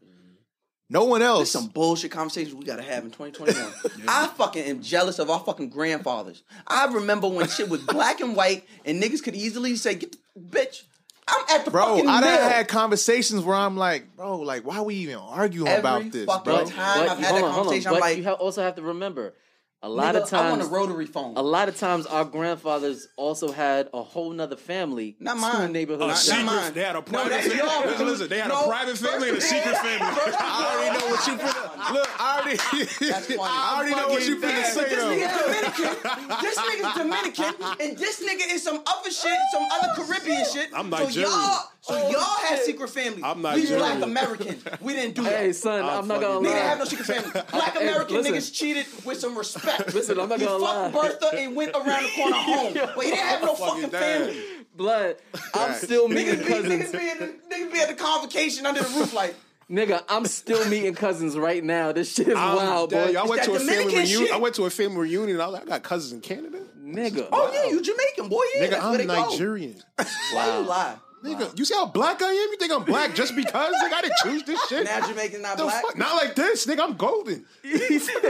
Speaker 9: No one
Speaker 2: There's
Speaker 9: else.
Speaker 2: some bullshit conversations we gotta have in 2021. I fucking am jealous of our fucking grandfathers. I remember when shit was black and white and niggas could easily say, "Get the bitch." I'm at the
Speaker 9: Bro,
Speaker 2: fucking
Speaker 9: I done
Speaker 2: mill.
Speaker 9: had conversations where I'm like, bro, like, why we even arguing
Speaker 2: Every
Speaker 9: about this,
Speaker 2: fucking
Speaker 9: bro?
Speaker 2: time I've had that conversation, I'm
Speaker 3: Oh, But
Speaker 2: like,
Speaker 3: you ha- also have to remember, a lot
Speaker 2: nigga,
Speaker 3: of
Speaker 2: I want
Speaker 3: times,
Speaker 2: a rotary phone.
Speaker 3: a lot of times, our grandfathers also had a whole nother family.
Speaker 2: Not
Speaker 3: two
Speaker 2: mine.
Speaker 3: neighborhoods.
Speaker 4: A
Speaker 2: Not-
Speaker 4: secret.
Speaker 2: not mine.
Speaker 4: They had a
Speaker 2: No,
Speaker 4: private.
Speaker 2: that's
Speaker 4: family.
Speaker 2: y'all,
Speaker 4: listen,
Speaker 2: dude.
Speaker 4: listen, they had
Speaker 2: No,
Speaker 4: a private family and a
Speaker 2: first-
Speaker 4: secret family.
Speaker 9: I already know what you finna look. I already,
Speaker 2: funny.
Speaker 9: I already know what you finna
Speaker 2: But
Speaker 9: say
Speaker 2: this
Speaker 9: though.
Speaker 2: nigga's Dominican. This nigga's Dominican, and this nigga is some other shit, some
Speaker 9: Oh,
Speaker 2: other Caribbean shit.
Speaker 4: I'm
Speaker 2: So
Speaker 4: Nigerian.
Speaker 2: y'all, so y'all had secret families.
Speaker 4: I'm
Speaker 2: We black
Speaker 4: Nigerian.
Speaker 2: Americans. We didn't do that.
Speaker 3: Oh, Hey, son, I'm, not gonna
Speaker 2: Nigga didn't have
Speaker 3: lie.
Speaker 2: no secret family. Black American
Speaker 3: listen.
Speaker 2: niggas cheated with some respect.
Speaker 3: Listen, I'm not
Speaker 2: he
Speaker 3: gonna
Speaker 2: fucked
Speaker 3: lie.
Speaker 2: Bertha and went around the corner home, but he didn't have no fucking,
Speaker 4: Fucking damn.
Speaker 2: family.
Speaker 3: Blood. I'm still meeting
Speaker 2: Niggas be, niggas,
Speaker 3: cousins.
Speaker 2: be at the, niggas be at the convocation under the roof like,
Speaker 3: Nigga, I'm still meeting cousins right now. This shit is
Speaker 4: I'm
Speaker 3: wild,
Speaker 4: dead.
Speaker 3: boy.
Speaker 4: I went
Speaker 2: that
Speaker 4: to a family
Speaker 2: Dominican
Speaker 4: reunion.
Speaker 2: shit.
Speaker 4: I went to a family reunion. I was like, I got cousins in Canada.
Speaker 3: Nigga.
Speaker 2: oh yeah, you Jamaican, boy. Yeah,
Speaker 4: Nigga,
Speaker 2: that's where they
Speaker 4: I'm
Speaker 2: go.
Speaker 4: Nigerian.
Speaker 2: Why you lie?
Speaker 4: Nigga, you see how black I am? You think I'm black just because? Nigga, I didn't choose this shit.
Speaker 2: Now Jamaican's not
Speaker 4: The
Speaker 2: black.
Speaker 4: fuck? Not like this, nigga. I'm golden. What's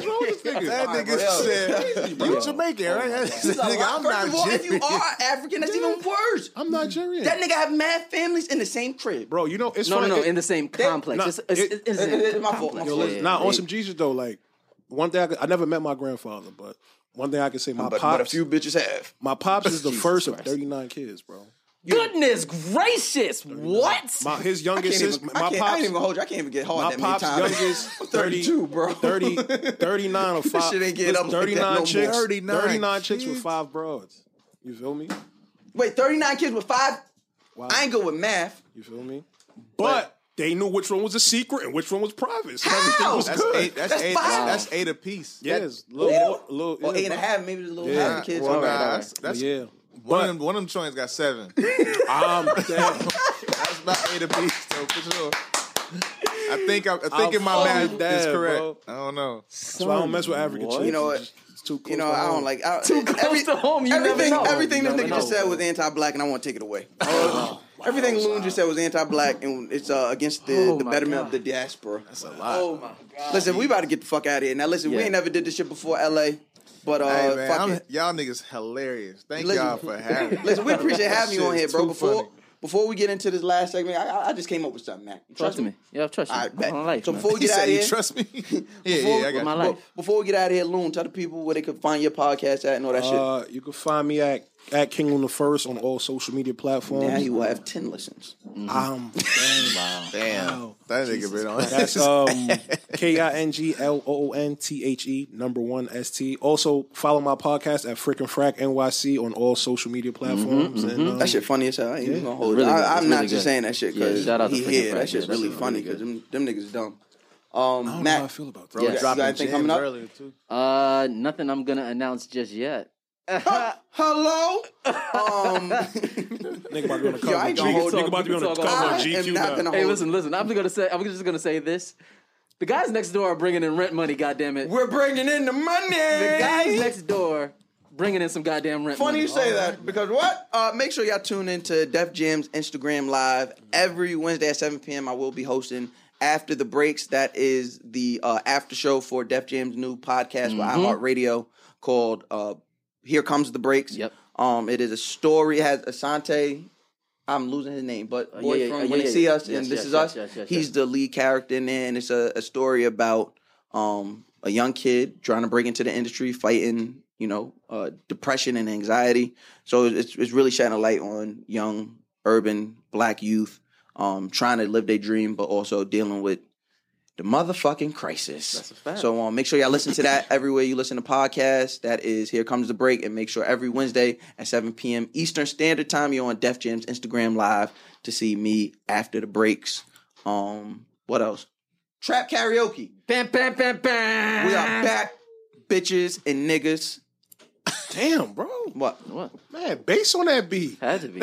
Speaker 4: wrong with this
Speaker 9: That
Speaker 4: nigga?
Speaker 9: nigga said, "You Jamaican,
Speaker 4: Oh
Speaker 9: right?"
Speaker 2: This is a
Speaker 9: nigga,
Speaker 2: lie.
Speaker 9: I'm
Speaker 2: First of all, if you
Speaker 9: Nigerian.
Speaker 2: are African, that's even worse.
Speaker 4: I'm Nigerian.
Speaker 2: That nigga have mad families in the same crib.
Speaker 4: Bro, you know, it's
Speaker 3: No, no,
Speaker 4: funny.
Speaker 3: no.
Speaker 4: It-
Speaker 3: In the same complex.
Speaker 4: Nah,
Speaker 3: it's, it's,
Speaker 4: it-
Speaker 3: it's, in the same
Speaker 2: it- it- my fault, my fault.
Speaker 3: complex.
Speaker 4: Yo, listen, nah,
Speaker 3: yeah.
Speaker 4: on some Jesus though, like one thing I, could, I never met my grandfather, but one thing I can say, my
Speaker 2: But,
Speaker 4: pops,
Speaker 2: but a few bitches have.
Speaker 4: my pops is the first of 39 kids, bro.
Speaker 3: Goodness gracious! What?
Speaker 4: My his
Speaker 2: Can't
Speaker 4: youngest is
Speaker 2: even- I
Speaker 4: my
Speaker 2: can't, I ain't
Speaker 4: pops.
Speaker 2: even gonna hold you. I can't even get hard
Speaker 4: My
Speaker 2: that
Speaker 4: pops'
Speaker 2: many times.
Speaker 4: youngest, 30,
Speaker 2: 32, bro.
Speaker 4: 30, 39 or five.
Speaker 2: shit ain't getting up like that
Speaker 4: 39
Speaker 2: no more.
Speaker 4: chicks,
Speaker 9: 39
Speaker 4: 39 chicks with
Speaker 9: kids.
Speaker 4: five broads. You feel me?
Speaker 2: Wait, 39 kids with five?
Speaker 4: Wow.
Speaker 2: I ain't good with math.
Speaker 4: You feel me? But they knew which one was a secret and which one was private. So
Speaker 2: How?
Speaker 4: everything was
Speaker 9: That's
Speaker 4: good.
Speaker 9: eight. That's,
Speaker 2: That's
Speaker 9: eight.
Speaker 2: five.
Speaker 9: That's eight apiece.
Speaker 4: yes,
Speaker 2: Ooh.
Speaker 4: little, little,
Speaker 2: Or
Speaker 4: yeah,
Speaker 2: eight and a half, maybe the little half kids.
Speaker 9: Well,
Speaker 2: All
Speaker 9: nah,
Speaker 2: right, all right.
Speaker 9: that's, that's
Speaker 4: yeah.
Speaker 9: One of
Speaker 4: But
Speaker 9: them. One of them joints got seven.
Speaker 4: I'm dead.
Speaker 9: that's about eight apiece, though, for sure. I think I, I think
Speaker 4: I'm
Speaker 9: in my math
Speaker 4: fucking
Speaker 9: is
Speaker 4: dead,
Speaker 9: correct.
Speaker 4: bro.
Speaker 9: I don't know.
Speaker 4: So I don't mess with African chicks.
Speaker 2: You know what?
Speaker 4: It's just- it's too close
Speaker 2: You know,
Speaker 4: to
Speaker 2: I don't
Speaker 4: home.
Speaker 2: like I,
Speaker 3: close to home, you never
Speaker 2: everything,
Speaker 3: know.
Speaker 2: everything
Speaker 3: You
Speaker 2: this nigga
Speaker 3: never
Speaker 2: just
Speaker 3: know.
Speaker 2: said was anti-black, and I want to take it away. everything Loon just said was anti-black, and it's uh, against the,
Speaker 3: Oh,
Speaker 2: the
Speaker 3: my
Speaker 2: betterment of
Speaker 3: God.
Speaker 2: the diaspora.
Speaker 3: oh my god!
Speaker 2: Listen, we about to get the fuck out of here. Now, listen, we
Speaker 3: Yeah.
Speaker 2: ain't never did this shit before, LA, but uh,
Speaker 9: Hey man,
Speaker 2: fuck
Speaker 9: I'm,
Speaker 2: it.
Speaker 9: y'all niggas hilarious. Thank
Speaker 2: Listen-
Speaker 9: y'all for having. me.
Speaker 2: Listen, we appreciate having you
Speaker 9: Shit
Speaker 2: on here,
Speaker 9: is
Speaker 2: bro.
Speaker 9: too
Speaker 2: Before
Speaker 9: funny.
Speaker 2: Before we get into this last segment, I- I, I just came up with something, Mac. You
Speaker 3: Trust me. Yeah, I trust you.
Speaker 2: All right, bet.
Speaker 3: My life,
Speaker 2: so
Speaker 3: man.
Speaker 2: before we
Speaker 4: He
Speaker 2: get out
Speaker 4: said,
Speaker 2: of here,
Speaker 4: "You trust me?" yeah,
Speaker 2: before,
Speaker 4: yeah, I got
Speaker 3: my
Speaker 4: you.
Speaker 3: life.
Speaker 2: Before we get out of here, Loon, tell the people where they could find your podcast at and all that
Speaker 5: Uh, you can find me at at King Luna First on all social media platforms.
Speaker 2: shit. Now you will have ten listens.
Speaker 5: Um,
Speaker 4: Damn, that nigga been on.
Speaker 5: that's um, K I N G L O O N T H E number one S T. Also follow my podcast at Frickin' Frack NYC on all social media
Speaker 3: Mm-hmm,
Speaker 5: platforms. And, um,
Speaker 2: That shit funny as hell. I ain't even gonna hold
Speaker 3: It's
Speaker 2: it.
Speaker 3: really good.
Speaker 2: I,
Speaker 3: It's
Speaker 2: I'm not
Speaker 3: really
Speaker 2: just
Speaker 3: good.
Speaker 2: saying that shit
Speaker 3: Yeah,
Speaker 2: because
Speaker 3: shout out to
Speaker 2: he
Speaker 3: Freaking
Speaker 2: here.
Speaker 3: Frank.
Speaker 2: That shit's
Speaker 3: It's
Speaker 2: really
Speaker 3: really
Speaker 2: funny
Speaker 3: good.
Speaker 2: because them, them niggas dumb. Um,
Speaker 5: know how I
Speaker 2: Mac,
Speaker 5: feel about that.
Speaker 2: bro, you got anything coming up?
Speaker 4: too.
Speaker 3: Uh, nothing I'm gonna announce just yet.
Speaker 2: Hello. Um,
Speaker 5: Nigga about to be on the
Speaker 2: Yo, I
Speaker 5: cover.
Speaker 2: ain't gonna
Speaker 5: G-
Speaker 2: hold
Speaker 5: nigga
Speaker 2: you.
Speaker 5: about to be on the
Speaker 3: Talk
Speaker 5: cover
Speaker 3: about
Speaker 5: of
Speaker 3: it.
Speaker 2: I am
Speaker 5: GQ
Speaker 2: not
Speaker 5: now.
Speaker 2: gonna
Speaker 3: Hey,
Speaker 2: hold.
Speaker 3: listen, listen. I'm gonna say. I'm just gonna say this. The guys next door are bringing in rent money. Goddamn it.
Speaker 2: We're bringing in the money.
Speaker 3: the guys next door bringing in some goddamn rent
Speaker 2: Funny
Speaker 3: money.
Speaker 2: you say that because what? Uh, make sure y'all tune into Def Jam's Instagram Live every Wednesday at 7 p.m. I will be hosting after the breaks. That is the uh, after show for Def Jam's new podcast by
Speaker 3: Mm-hmm.
Speaker 2: iHeartRadio called uh, "Here Comes the Breaks."
Speaker 3: Yep.
Speaker 2: Um, it is a story. It has Asante. I'm losing his name, but boy
Speaker 3: Uh, yeah, yeah,
Speaker 2: from
Speaker 3: yeah,
Speaker 2: When
Speaker 3: yeah,
Speaker 2: They See
Speaker 3: yeah.
Speaker 2: Us and
Speaker 3: Yes,
Speaker 2: This
Speaker 3: yes,
Speaker 2: Is
Speaker 3: yes,
Speaker 2: Us.
Speaker 3: yes, yes,
Speaker 2: he's
Speaker 3: yes.
Speaker 2: the lead character in there, and it's a, a story about um, a young kid trying to break into the industry, fighting you know uh, depression and anxiety. So it's it's really shining a light on young urban black youth um, trying to live their dream, but also dealing with the motherfucking crisis.
Speaker 3: That's a fact.
Speaker 2: So um, make sure y'all listen to that everywhere you listen to podcasts. That is Here Comes the Break. And make sure every Wednesday at 7 p.m. Eastern Standard Time, you're on Def Jam's Instagram Live to see me after the breaks. Um, What else? Trap Karaoke.
Speaker 3: Bam, bam, bam, bam.
Speaker 2: We are back, bitches and niggas.
Speaker 5: Damn, bro.
Speaker 2: What?
Speaker 3: What?
Speaker 5: Man, based on that beat.
Speaker 3: Had to be.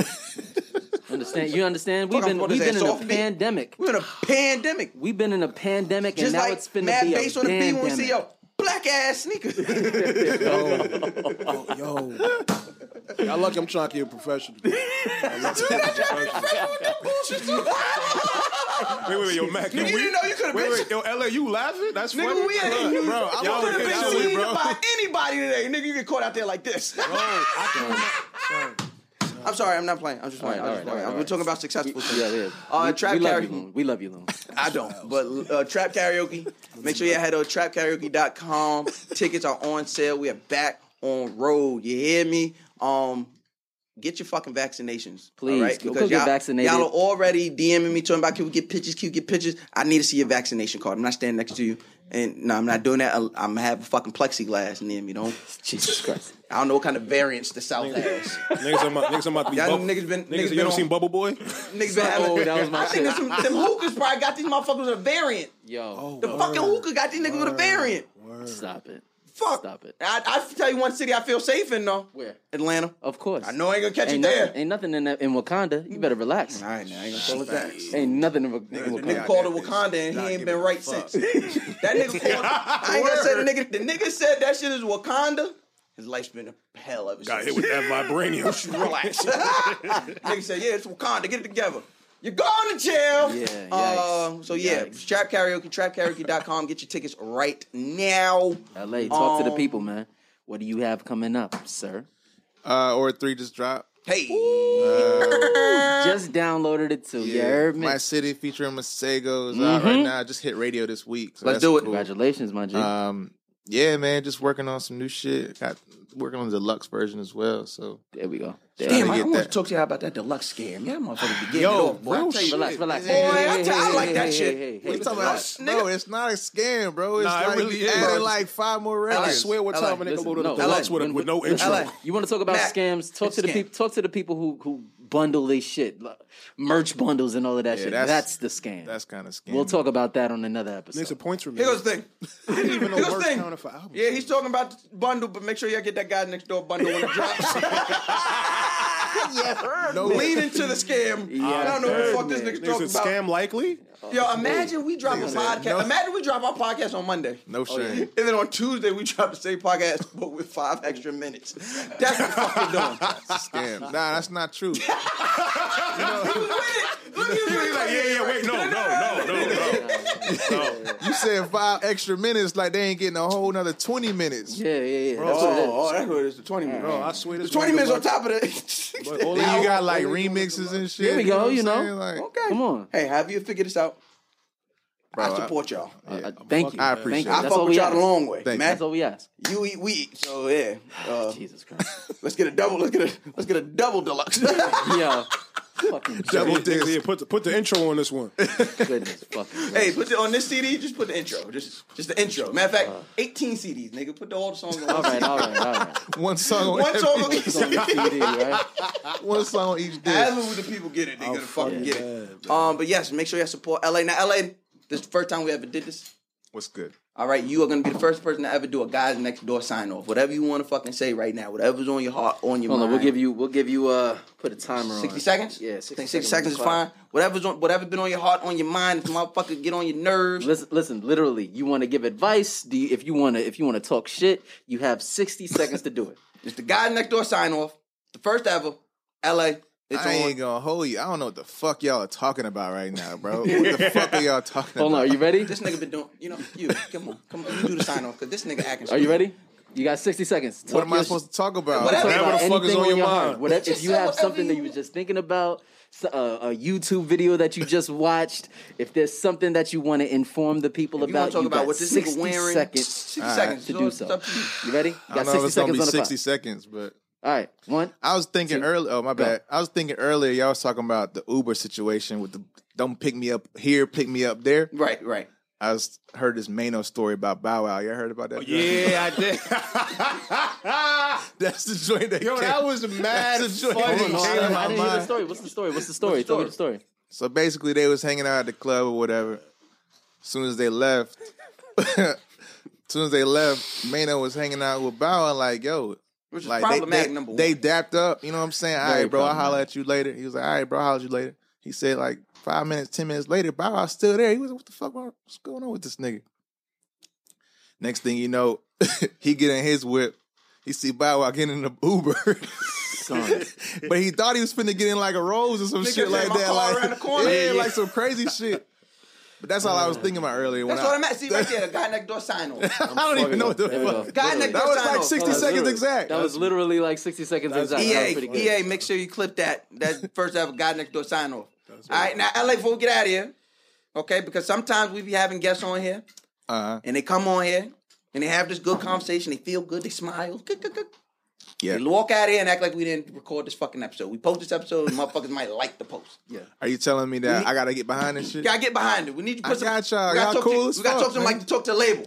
Speaker 3: understand? You understand? We've
Speaker 2: Fuck, I'm
Speaker 3: been
Speaker 2: gonna
Speaker 3: we've
Speaker 2: say
Speaker 3: been in a
Speaker 2: soft beat.
Speaker 3: pandemic.
Speaker 2: We're in a pandemic.
Speaker 3: We've been in a pandemic, and
Speaker 2: Just
Speaker 3: now
Speaker 2: like
Speaker 3: it's been
Speaker 2: mad
Speaker 3: to be
Speaker 2: bass
Speaker 3: a
Speaker 2: on the beat when we
Speaker 3: pandemic.
Speaker 2: see your black ass sneakers.
Speaker 5: Yo, yo. Y'all lucky I'm trying to get professional. I'm lucky I'm professional. Wait, wait, wait, yo, Mac.
Speaker 2: Nigga, you didn't know you could've
Speaker 5: Wait,
Speaker 2: been-
Speaker 5: wait, yo, LA, you laughing? That's
Speaker 2: Nigga,
Speaker 5: funny.
Speaker 2: we ain't.
Speaker 5: bro. I'm
Speaker 2: you
Speaker 5: over
Speaker 2: could have
Speaker 5: here
Speaker 2: been
Speaker 5: shouting,
Speaker 2: seen
Speaker 5: bro.
Speaker 2: by anybody today. Nigga, you get caught out there like this. I'm sorry, I'm not playing. I'm just playing.
Speaker 3: All
Speaker 2: I'm
Speaker 3: right,
Speaker 2: just
Speaker 3: all
Speaker 2: playing.
Speaker 3: right, all
Speaker 2: We're
Speaker 3: right.
Speaker 2: talking about successful things.
Speaker 3: Yeah, yeah.
Speaker 2: Uh,
Speaker 3: we,
Speaker 2: Trap
Speaker 3: we
Speaker 2: Karaoke.
Speaker 3: love you, Loon. We love you, Loon.
Speaker 2: I don't. But uh, Trap Karaoke, make sure you head to trapkaraoke.com. Tickets are on sale. We are back on road. You hear me? Um, get your fucking vaccinations,
Speaker 3: Please,
Speaker 2: all right?
Speaker 3: go- go get
Speaker 2: y'all,
Speaker 3: vaccinated.
Speaker 2: Y'all are already DMing me talking about can we get pictures? Can we get pictures? I need to see your vaccination card. I'm not standing next to you, and no, I'm not doing that. I'm gonna have a fucking plexiglass near me. Don't.
Speaker 3: Jesus Christ.
Speaker 2: I don't know what kind of variants the South has.
Speaker 5: Niggas, I'm about, niggas, I'm about to be
Speaker 2: Y'all
Speaker 5: bubble.
Speaker 2: niggas been-
Speaker 5: niggas,
Speaker 2: niggas been
Speaker 5: you ever
Speaker 2: on-
Speaker 5: seen Bubble Boy?
Speaker 2: Niggas been having.
Speaker 3: Oh, that was my
Speaker 2: I think
Speaker 3: shit.
Speaker 2: there's some, them hookers probably got these motherfuckers with a variant.
Speaker 3: Yo,
Speaker 2: The fucking hookah got these niggas with a variant.
Speaker 3: stop it.
Speaker 2: Fuck.
Speaker 3: Stop it.
Speaker 2: I, I tell you one city I feel safe in though.
Speaker 3: Where?
Speaker 2: Atlanta.
Speaker 3: Of course.
Speaker 2: I know I ain't gonna catch
Speaker 3: Ain't
Speaker 2: you
Speaker 3: nothing,
Speaker 2: there.
Speaker 3: ain't nothing in, that, in Wakanda. You better relax.
Speaker 2: All right, now I ain't gonna call it back.
Speaker 3: Ain't nothing in, Wa- in
Speaker 2: The
Speaker 3: Wakanda.
Speaker 2: nigga called it Wakanda and he ain't been right since. that nigga called. I ain't gonna say the nigga. The nigga said that shit is Wakanda. His life's been a hell ever
Speaker 5: Got hit
Speaker 2: since.
Speaker 5: with that vibranium.
Speaker 2: Relax. nigga said, "Yeah, it's Wakanda. Get it together. You're going to jail."
Speaker 3: Yeah,
Speaker 2: Uh,
Speaker 3: yikes.
Speaker 2: so yeah,
Speaker 3: Yikes.
Speaker 2: trap karaoke, trapkaraoke.com. Get your tickets right now.
Speaker 3: LA, talk to the
Speaker 2: Um,
Speaker 3: people, man. What do you have coming up, sir?
Speaker 4: Uh, or three just dropped.
Speaker 2: Hey.
Speaker 3: Just downloaded it too. You heard me?
Speaker 4: My City featuring Masego is out
Speaker 2: Mm-hmm.
Speaker 4: right now. I just hit radio this week. So
Speaker 2: Let's
Speaker 4: that's
Speaker 2: do it.
Speaker 4: cool.
Speaker 3: Congratulations, my G.
Speaker 2: Uh,
Speaker 4: Um, yeah, man, just working on some new shit. Got working on the deluxe version as well. So
Speaker 3: there we go. There.
Speaker 2: Damn,
Speaker 4: to
Speaker 2: I
Speaker 4: get
Speaker 2: want to
Speaker 4: that.
Speaker 2: talk to y'all about that deluxe scam. Y'all motherfuckers be getting it
Speaker 4: Yo,
Speaker 2: off, boy. I
Speaker 4: real
Speaker 2: tell you-
Speaker 3: Relax, relax.
Speaker 4: Boy,
Speaker 2: I tell- I like that shit.
Speaker 4: What you talking about?
Speaker 2: Nigga.
Speaker 4: No, it's not a scam, bro. It's
Speaker 5: Nah, it
Speaker 4: like
Speaker 5: really
Speaker 4: you
Speaker 5: is.
Speaker 4: added like five more
Speaker 5: I
Speaker 4: records.
Speaker 5: swear, what
Speaker 2: LA,
Speaker 5: time a nigga
Speaker 3: listen,
Speaker 5: go to the
Speaker 3: no,
Speaker 5: deluxe
Speaker 3: LA,
Speaker 5: with, a-
Speaker 3: when-
Speaker 5: with no
Speaker 2: LA.
Speaker 5: intro?
Speaker 3: You want to talk about
Speaker 2: Mac,
Speaker 3: scams? Talk
Speaker 2: it's
Speaker 3: to the
Speaker 2: scam.
Speaker 3: people. Talk to the people who who bundle this shit, like, merch bundles and all of that shit. That's,
Speaker 4: that's-
Speaker 3: the scam.
Speaker 4: That's kind of scam.
Speaker 3: We'll talk about that on another episode.
Speaker 5: Niggas, the points for me.
Speaker 2: Here goes the thing.
Speaker 5: didn't even know
Speaker 2: Here's the
Speaker 5: merch
Speaker 2: thing.
Speaker 5: counted for albums.
Speaker 2: Yeah, he's talking about the bundle, but make sure y'all get that guy next door bundle when it drops.
Speaker 4: No,
Speaker 2: Lean into the scam. I don't know what the fuck this nigga's
Speaker 5: Niggas,
Speaker 2: talking
Speaker 5: it's
Speaker 2: about.
Speaker 5: scam likely?
Speaker 2: Yo, imagine we drop a podcast.
Speaker 4: no.
Speaker 2: Imagine we drop our podcast on Monday.
Speaker 4: no shame.
Speaker 2: And then on Tuesday, we drop the same podcast, but with five extra minutes. That's what the fuck we're doing.
Speaker 4: It's a scam. Nah, that's not true.
Speaker 2: Look, he was with it. Look, he was with it.
Speaker 5: Like, yeah, yeah, wait, no, no, no, no, no.
Speaker 4: You said five extra minutes, like they ain't getting a whole another twenty minutes.
Speaker 3: Yeah, yeah, yeah.
Speaker 2: Oh,
Speaker 3: That's what it is.
Speaker 2: oh, that's what it is. The twenty minutes.
Speaker 4: Oh,
Speaker 5: Bro, I swear this
Speaker 2: the twenty
Speaker 5: nigga
Speaker 2: minutes on
Speaker 5: work-
Speaker 2: top of the.
Speaker 5: But all
Speaker 4: Then
Speaker 5: they-
Speaker 4: you got like
Speaker 5: all they do is
Speaker 4: remixes and shit.
Speaker 3: Here we
Speaker 4: you know
Speaker 3: go.
Speaker 4: what I'm
Speaker 3: You know,
Speaker 4: saying? Like,
Speaker 2: okay,
Speaker 3: come on.
Speaker 2: Hey, have you figured this out? I
Speaker 4: Bro, I-
Speaker 2: support y'all.
Speaker 3: Uh, thank
Speaker 4: fucking-
Speaker 3: you.
Speaker 4: I
Speaker 3: Thank
Speaker 4: appreciate
Speaker 3: you.
Speaker 4: it.
Speaker 2: I
Speaker 3: That's all
Speaker 2: fuck with
Speaker 3: we
Speaker 2: y'all the
Speaker 3: ask.
Speaker 2: long way,
Speaker 4: Thank
Speaker 2: man.
Speaker 3: That's all we ask.
Speaker 2: You eat, we eat. So yeah, uh,
Speaker 3: Jesus Christ.
Speaker 2: let's get a double. Let's get a let's get a double deluxe.
Speaker 3: Yo. fucking
Speaker 4: double
Speaker 5: Yeah, yeah,
Speaker 4: disc.
Speaker 5: put the, put the intro on this one.
Speaker 3: goodness fucking.
Speaker 2: hey, put the, on this CD, just put the intro. Just just the intro. Matter of fact, eighteen CDs, nigga. Put the, all the songs on.
Speaker 3: Uh. All right, all right, all right.
Speaker 4: One song on
Speaker 2: One
Speaker 4: every-
Speaker 2: song on each
Speaker 3: It's on the CD, right?
Speaker 4: one song on each
Speaker 2: As
Speaker 4: disc.
Speaker 2: long as the people get it, they gonna fucking get it. Um, but yes, make sure you support LA. Now, LA, this is the first time we ever did this.
Speaker 4: What's good?
Speaker 2: All right, you are gonna be the first person to ever do a guys next door sign off. Whatever you want to fucking say right now, whatever's on your heart, on your
Speaker 3: Hold on,
Speaker 2: mind.
Speaker 3: we'll give you, we'll give you, uh, put a timer on.
Speaker 2: sixty seconds.
Speaker 3: Yeah,
Speaker 2: I
Speaker 3: 60
Speaker 2: think sixty seconds
Speaker 3: seconds is
Speaker 2: is fine. Whatever's on, whatever's been on your heart, on your mind, if motherfucker get on your nerves.
Speaker 3: Listen, listen. Literally, you want to give advice. Do you, if you want to, if you want to talk shit, you have sixty seconds to do it.
Speaker 2: It's the guys next door sign off. The first ever, LA. It's
Speaker 4: I
Speaker 2: on.
Speaker 4: ain't gonna hold you. I don't know what the fuck y'all are talking about right now, bro. What the fuck are y'all talking
Speaker 3: Hold on,
Speaker 4: about?
Speaker 3: are you ready?
Speaker 2: This nigga been doing, you know, you come on, come on, you do the sign off because this nigga acting.
Speaker 3: Are you
Speaker 2: stupid.
Speaker 3: ready? You got sixty seconds.
Speaker 4: What am I supposed to talk about?
Speaker 2: Whatever.
Speaker 3: Talk
Speaker 2: Whatever
Speaker 3: about
Speaker 5: the fuck is
Speaker 3: anything
Speaker 5: on your mind.
Speaker 3: Whatever, if
Speaker 2: Just
Speaker 3: you
Speaker 2: say
Speaker 3: have
Speaker 2: whatever
Speaker 3: something that
Speaker 2: you-
Speaker 3: you were just thinking about, so- uh, a YouTube video that you just watched, if there's something that you want to inform the people
Speaker 2: If you
Speaker 3: about,
Speaker 2: want to talk
Speaker 3: you
Speaker 2: about
Speaker 3: got
Speaker 2: what this nigga
Speaker 3: 60
Speaker 2: wearing?
Speaker 3: seconds
Speaker 2: Sixty
Speaker 4: All right.
Speaker 2: seconds
Speaker 3: to
Speaker 2: It's
Speaker 3: do
Speaker 2: all- it's
Speaker 3: so.
Speaker 2: up to you.
Speaker 3: You ready? You
Speaker 4: I
Speaker 3: got
Speaker 4: don't know if
Speaker 3: 60
Speaker 4: it's gonna
Speaker 3: seconds
Speaker 4: be
Speaker 3: on the clock.
Speaker 4: 60 seconds, but
Speaker 3: All right, one.
Speaker 4: I was thinking earlier. Oh my bad. I was thinking earlier. Y'all was talking about the Uber situation with the don't pick me up here, pick me up there.
Speaker 2: Right, right.
Speaker 4: I was, heard this Mano story about Bow Wow. Y'all heard about that?
Speaker 5: Oh, Yeah, I did.
Speaker 4: that's the joint that.
Speaker 5: Yo,
Speaker 4: came-
Speaker 5: that was mad
Speaker 4: That's the joint
Speaker 5: funny.
Speaker 4: that
Speaker 3: No, I
Speaker 4: came
Speaker 3: didn't,
Speaker 4: in
Speaker 3: I
Speaker 4: my
Speaker 3: didn't hear the
Speaker 4: mind.
Speaker 3: story. What's the story? What's the story? Tell me the story.
Speaker 4: So basically, they was hanging out at the club or whatever. As soon as they left, as soon as they left, Mano was hanging out with Bow Wow. Like, yo,
Speaker 2: Which is
Speaker 4: like they-
Speaker 2: problematic
Speaker 4: they,
Speaker 2: number one.
Speaker 4: they dapped up. You know what I'm saying? All right, bro, I'll holler
Speaker 3: problematic.
Speaker 4: at you later. He was like, all right, bro, I'll holler at you later. He said like five minutes, ten minutes later, Bow Wow's still there. He was like, what the fuck, bro? what's going on with this nigga? Next thing you know, he get in his whip. He see Bow Wow getting in the Uber.
Speaker 3: Son.
Speaker 4: but he thought he was finna get in like a rose or some shit
Speaker 2: said,
Speaker 4: like
Speaker 2: "My
Speaker 4: that.
Speaker 2: car
Speaker 4: Like,
Speaker 2: around the corner."
Speaker 4: Yeah,
Speaker 2: Yeah, yeah.
Speaker 4: like some crazy shit. But that's all I was thinking about earlier. when
Speaker 2: That's
Speaker 4: I,
Speaker 2: what I'm at. See right there, the guy next door sign off.
Speaker 4: I don't even know what the
Speaker 3: There we go.
Speaker 4: fuck.
Speaker 2: Guy next
Speaker 4: That
Speaker 2: door
Speaker 4: was
Speaker 2: sign
Speaker 4: like
Speaker 2: off.
Speaker 4: 60 seconds exact.
Speaker 3: That was literally like 60 seconds
Speaker 2: E
Speaker 3: exactly. That was pretty good.
Speaker 2: EA, EA, make sure you clip that. That first ever guy next door sign off. All right, now LA, before we get out of here, okay? Because sometimes we be having guests on here,
Speaker 4: Uh-huh.
Speaker 2: and they come on here, and they have this good conversation. They feel good. They smile. Good, good, good.
Speaker 4: Yeah.
Speaker 2: They walk out of here and act like we didn't record this fucking episode. We post this episode, and motherfuckers might like the post. Yeah,
Speaker 4: Are you telling me that I gotta get behind this shit?
Speaker 2: gotta get behind it. We need you. to Put
Speaker 4: I
Speaker 2: some,
Speaker 4: got y'all.
Speaker 2: We
Speaker 4: Y'all
Speaker 2: gotta talk
Speaker 4: cool
Speaker 2: to,
Speaker 4: as
Speaker 2: We gotta
Speaker 4: fuck,
Speaker 2: talk to them
Speaker 4: man.
Speaker 2: like you talk to the label.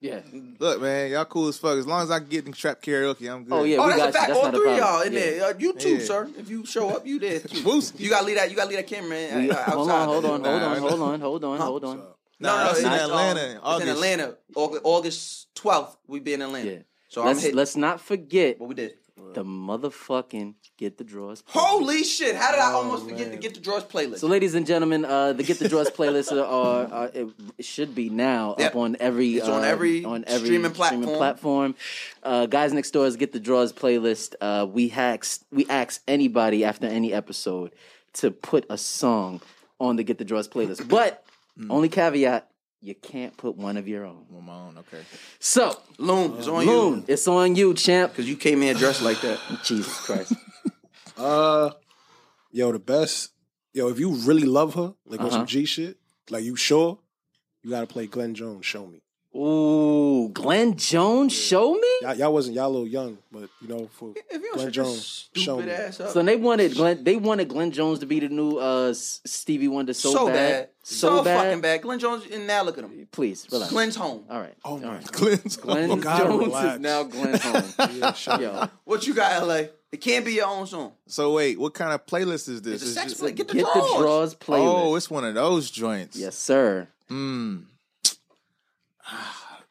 Speaker 3: Yeah.
Speaker 4: Look, man, y'all cool as fuck. As long as I can get in trap karaoke, I'm good.
Speaker 3: Oh, yeah.
Speaker 2: Oh,
Speaker 3: we
Speaker 2: that's
Speaker 3: got
Speaker 2: a fact.
Speaker 3: You. That's
Speaker 2: All
Speaker 3: not
Speaker 2: three
Speaker 3: a
Speaker 2: of
Speaker 3: problem.
Speaker 2: y'all in
Speaker 3: yeah.
Speaker 2: there. Uh, you too,
Speaker 4: Yeah.
Speaker 2: sir. If you show up, you there. too.
Speaker 4: Boost.
Speaker 2: You gotta leave that. You gotta leave that camera in, uh, outside.
Speaker 3: Hold on, hold on, hold on,
Speaker 4: Nah,
Speaker 3: hold on, hold on, hold on.
Speaker 2: No,
Speaker 4: Nah,
Speaker 2: no,
Speaker 4: that's
Speaker 2: it's
Speaker 4: in
Speaker 2: not.
Speaker 4: Atlanta
Speaker 2: Um,
Speaker 4: in
Speaker 2: It's in
Speaker 4: August.
Speaker 2: Atlanta. August, August 12th, we be in Atlanta.
Speaker 3: Yeah.
Speaker 2: So I'm
Speaker 3: let's
Speaker 2: hit.
Speaker 3: let's not forget
Speaker 2: what we did.
Speaker 3: the motherfucking get the drawers. playlist.
Speaker 2: Holy shit! How
Speaker 4: Oh,
Speaker 2: did I almost forget to get the drawers playlist?
Speaker 3: So, ladies and gentlemen, uh, the Get the Drawers playlist are, are it should be now
Speaker 2: Yep.
Speaker 3: up on every
Speaker 2: It's on
Speaker 3: uh,
Speaker 2: every
Speaker 3: on every
Speaker 2: streaming platform.
Speaker 3: platform. Uh, Guys next door's Get the Drawers playlist. Uh, we hacks we ask anybody after any episode to put a song on the Get the Drawers playlist, but
Speaker 2: Mm.
Speaker 3: only caveat: you can't put one of your own.
Speaker 4: I'm on, okay.
Speaker 3: So,
Speaker 2: Loon, it's on
Speaker 3: Loon,
Speaker 2: you.
Speaker 3: it's on you, champ.
Speaker 2: Because you came in dressed like that.
Speaker 3: Jesus Christ.
Speaker 5: Uh, yo, the best. Yo, if you really love her, like
Speaker 2: Uh-huh.
Speaker 5: on some G shit, like you sure, you gotta play Glenn Jones. Show me.
Speaker 3: Ooh, Glenn Jones, show me.
Speaker 5: Y'all, y'all wasn't y'all a little young, but you know for
Speaker 2: If you don't
Speaker 5: Glenn
Speaker 2: shut your
Speaker 5: Jones, show
Speaker 2: stupid
Speaker 5: me.
Speaker 2: ass up.
Speaker 3: So they wanted Glenn. They wanted Glenn Jones to be the new uh, S- Stevie Wonder so,
Speaker 2: so
Speaker 3: bad,
Speaker 2: So, fucking bad. Glenn Jones, and now look at him.
Speaker 3: Please relax.
Speaker 2: Glenn's home.
Speaker 3: All right.
Speaker 5: Oh my god,
Speaker 4: Cleanse.
Speaker 3: Glenn
Speaker 5: God,
Speaker 3: Jones
Speaker 5: relax.
Speaker 3: is now Glenn Home.
Speaker 5: yeah, show me.
Speaker 3: Yo,
Speaker 2: What you got, LA? It can't be your own song.
Speaker 4: So wait, what kind of playlist is this?
Speaker 2: It's a sex
Speaker 4: just-
Speaker 2: play. Get the
Speaker 3: get
Speaker 2: drawers.
Speaker 3: the draws playlist.
Speaker 4: Oh, it's one of those joints.
Speaker 3: yes, sir.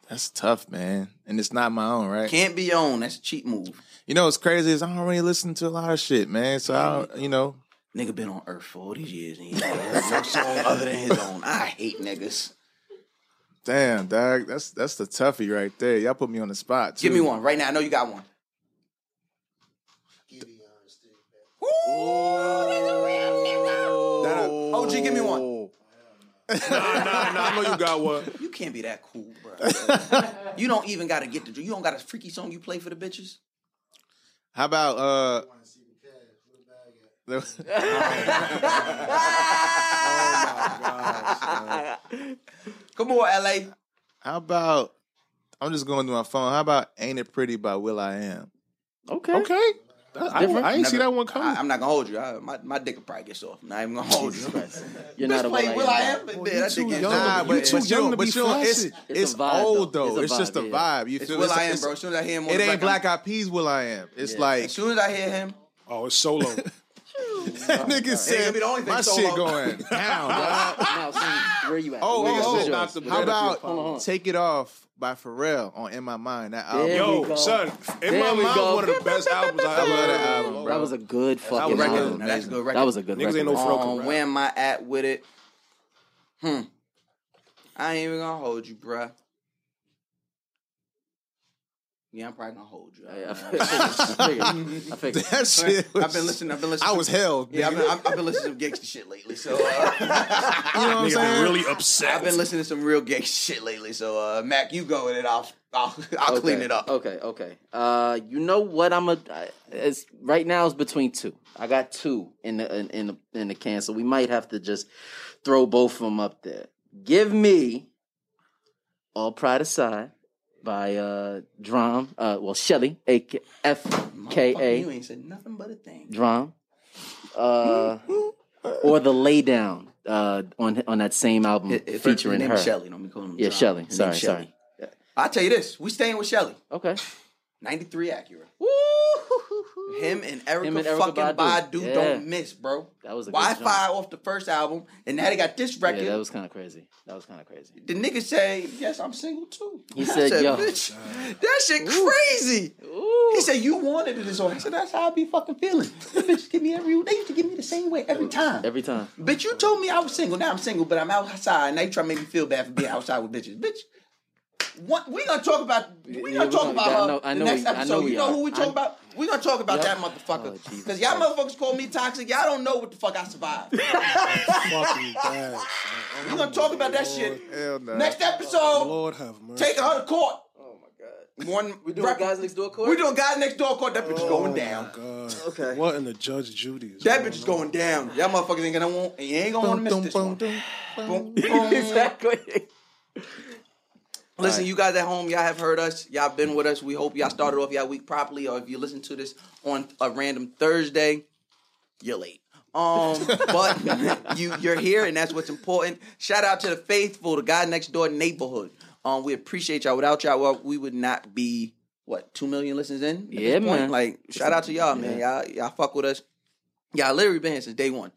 Speaker 4: That's tough, man. And it's not my own, right?
Speaker 2: Can't be your own. That's a cheat move.
Speaker 4: You know what's crazy is I don't really listen to a lot of shit, man. So I don't, you know,
Speaker 2: Nigga been on Earth for all these years and he ain't heard no song other than his own. I hate niggas.
Speaker 4: damn, dog. That's that's the toughie right there. Y'all put me on the spot. Too.
Speaker 2: Give me one right now. I know you got one. Ooh, that's a real nigga.
Speaker 4: That-
Speaker 2: OG, give me one.
Speaker 5: nah, nah, nah. I know you got one.
Speaker 2: You can't be that cool, bro. you don't even gotta get the. You don't got a freaky song you play for the bitches.
Speaker 4: How about uh?
Speaker 2: Come on, LA.
Speaker 4: How about? I'm just going through my phone. How about "Ain't It Pretty" by Will I Am?
Speaker 3: Okay.
Speaker 5: Okay. That- I, I ain't see
Speaker 2: Never-
Speaker 5: that one coming.
Speaker 2: I, am not gonna hold you. I, my my dick will probably get soft. Not even gonna hold you.
Speaker 3: You're
Speaker 2: Bitch
Speaker 3: not a
Speaker 2: play
Speaker 3: Will.i.am.
Speaker 2: Will I am, but man, that
Speaker 5: too
Speaker 2: dick is
Speaker 5: young.
Speaker 2: nah,
Speaker 4: Nah,
Speaker 5: you
Speaker 2: but
Speaker 4: but,
Speaker 5: too
Speaker 4: but you
Speaker 5: young
Speaker 4: don't-
Speaker 5: to
Speaker 4: but
Speaker 5: be
Speaker 4: you don't- it's,
Speaker 5: flaccid.
Speaker 4: it's,
Speaker 3: It's a vibe,
Speaker 4: old
Speaker 3: though.
Speaker 4: though.
Speaker 3: It's
Speaker 4: It's,
Speaker 3: a vibe,
Speaker 4: just a
Speaker 3: yeah.
Speaker 4: vibe. You
Speaker 2: it's
Speaker 4: feel
Speaker 2: Will I am,
Speaker 4: it's-
Speaker 2: bro. As soon as I hear him, on
Speaker 4: It
Speaker 2: the
Speaker 4: ain't
Speaker 2: record,
Speaker 4: Black Eyed Peas. Will I am? It's
Speaker 2: As
Speaker 4: like
Speaker 2: soon as I hear him,
Speaker 5: Oh, it's solo.
Speaker 4: nigga
Speaker 2: gonna
Speaker 4: said.
Speaker 2: be the only thing
Speaker 4: My
Speaker 2: so
Speaker 4: shit
Speaker 2: long."
Speaker 4: going down. dog.
Speaker 3: Now, see, where you at?
Speaker 4: Oh,
Speaker 3: Where-
Speaker 4: oh,
Speaker 3: where's
Speaker 4: oh.
Speaker 3: yours?
Speaker 4: how about
Speaker 3: Hold on, hold on.
Speaker 4: "Take It Off" by Pharrell on "In My Mind"? That album.
Speaker 3: There we
Speaker 5: Yo,
Speaker 3: go.
Speaker 5: son, in
Speaker 3: There we
Speaker 5: my mind,
Speaker 3: go.
Speaker 5: one of the best albums I ever
Speaker 4: love
Speaker 5: heard.
Speaker 4: that album, bro.
Speaker 3: That was a good fucking
Speaker 4: was a
Speaker 3: record.
Speaker 4: good-
Speaker 2: now that's a good record.
Speaker 3: That was a good
Speaker 5: Niggas
Speaker 3: record.
Speaker 5: ain't no
Speaker 3: man.
Speaker 5: fuck
Speaker 2: Um, where am I at with it? Hmm. I ain't even gonna hold you, bruh. Yeah, I'm probably gonna hold you.
Speaker 3: Yeah, I figured. I figured. I figured.
Speaker 4: That shit. Was,
Speaker 2: I've been listening. I've been listening.
Speaker 4: I
Speaker 2: to-
Speaker 4: was held.
Speaker 2: Yeah, I've
Speaker 4: nigga.
Speaker 2: been, I've, I've been listening to some gangsta shit lately. So uh,
Speaker 4: you know what I'm
Speaker 5: Nigga been
Speaker 4: saying?
Speaker 5: really upset.
Speaker 2: I've been listening to some real gangsta shit lately. So uh, Mac, you go with it. I'll I'll, I'll clean
Speaker 3: Okay, Oh,
Speaker 2: it up.
Speaker 3: Okay, okay. Uh, you know what? I'm a. I- It's right now. It's between two. I got two in the in, in the in the can, so we might have to just throw both of them up there. Give me all pride aside by uh Drum. Uh, well Shelly, A K F K
Speaker 2: Fuck, You
Speaker 3: A
Speaker 2: ain't said nothing but a thing.
Speaker 3: Drum. Uh, or the lay down. Uh, on on that same album Mm, featuring
Speaker 2: name
Speaker 3: her.
Speaker 2: Shelly. Don't be calling him.
Speaker 3: Yeah,
Speaker 2: John.
Speaker 3: Shelly.
Speaker 2: His
Speaker 3: Sorry,
Speaker 2: name's
Speaker 3: sorry.
Speaker 2: I tell you this, we staying with Shelly.
Speaker 3: Okay.
Speaker 2: 93 Acura. Him and Erica,
Speaker 3: Him and Erykah
Speaker 2: fucking
Speaker 3: Badu.
Speaker 2: Badu,
Speaker 3: Yeah.
Speaker 2: don't miss, bro.
Speaker 3: That was a good
Speaker 2: Wi
Speaker 3: joint.
Speaker 2: Fi off the first album, and now they got this record.
Speaker 3: Yeah, that was kind of crazy. That was kind of crazy.
Speaker 2: the nigga say, "Yes, I'm single too."
Speaker 3: He
Speaker 2: I
Speaker 3: said, "Yo."
Speaker 2: bitch, that shit crazy." He said, "You wanted it this way." I said, "That's how I be fucking feeling." The bitch give me every. They used to give me the same way every time.
Speaker 3: Every time.
Speaker 2: Bitch, you told me I was single. Now I'm single, but I'm outside. Now you try to make me feel bad for being outside with bitches. Bitch, what we gonna talk about? We
Speaker 3: Yeah,
Speaker 2: gonna
Speaker 3: we
Speaker 2: talk
Speaker 3: gonna-
Speaker 2: about
Speaker 3: I
Speaker 2: her
Speaker 3: know- I know
Speaker 2: the next
Speaker 3: we- I know
Speaker 2: episode.
Speaker 3: we
Speaker 2: you know
Speaker 3: are.
Speaker 2: who we talking
Speaker 3: I-
Speaker 2: about? We gonna talk about that
Speaker 3: Oh,
Speaker 2: motherfucker.
Speaker 3: Jesus
Speaker 2: Cause y'all motherfuckers call me toxic. Y'all don't know what the fuck I survived. we
Speaker 5: fucking bad. son. Oh,
Speaker 2: gonna talk about that shit.
Speaker 4: Hell no.
Speaker 2: Next episode,
Speaker 5: Lord have mercy.
Speaker 2: taking her to court. Oh my god. One we doing
Speaker 3: Guys next door court. Oh,
Speaker 2: We doing guys next door court. That bitch is going down.
Speaker 5: God.
Speaker 3: Okay.
Speaker 5: What in the Judge Judy? is
Speaker 2: That
Speaker 5: going
Speaker 2: bitch is
Speaker 5: on?
Speaker 2: going down. Y'all motherfuckers ain't gonna want. You ain't gonna want to miss this one. Boom, boom.
Speaker 3: exactly.
Speaker 2: Listen, you guys at home, y'all have heard us. Y'all been with us. We hope y'all started off y'all week properly, or if you listen to this on a random Thursday, you're late. Um, but you you're here, and that's what's important. Shout out to the faithful, the God next door neighborhood. Um, we appreciate y'all. Without y'all, well, we would not be what two million listens in. at this
Speaker 3: Yeah,
Speaker 2: point?
Speaker 3: man.
Speaker 2: Like shout out to y'all, man. Y'all y'all fuck with us. Y'all literally been here since day one.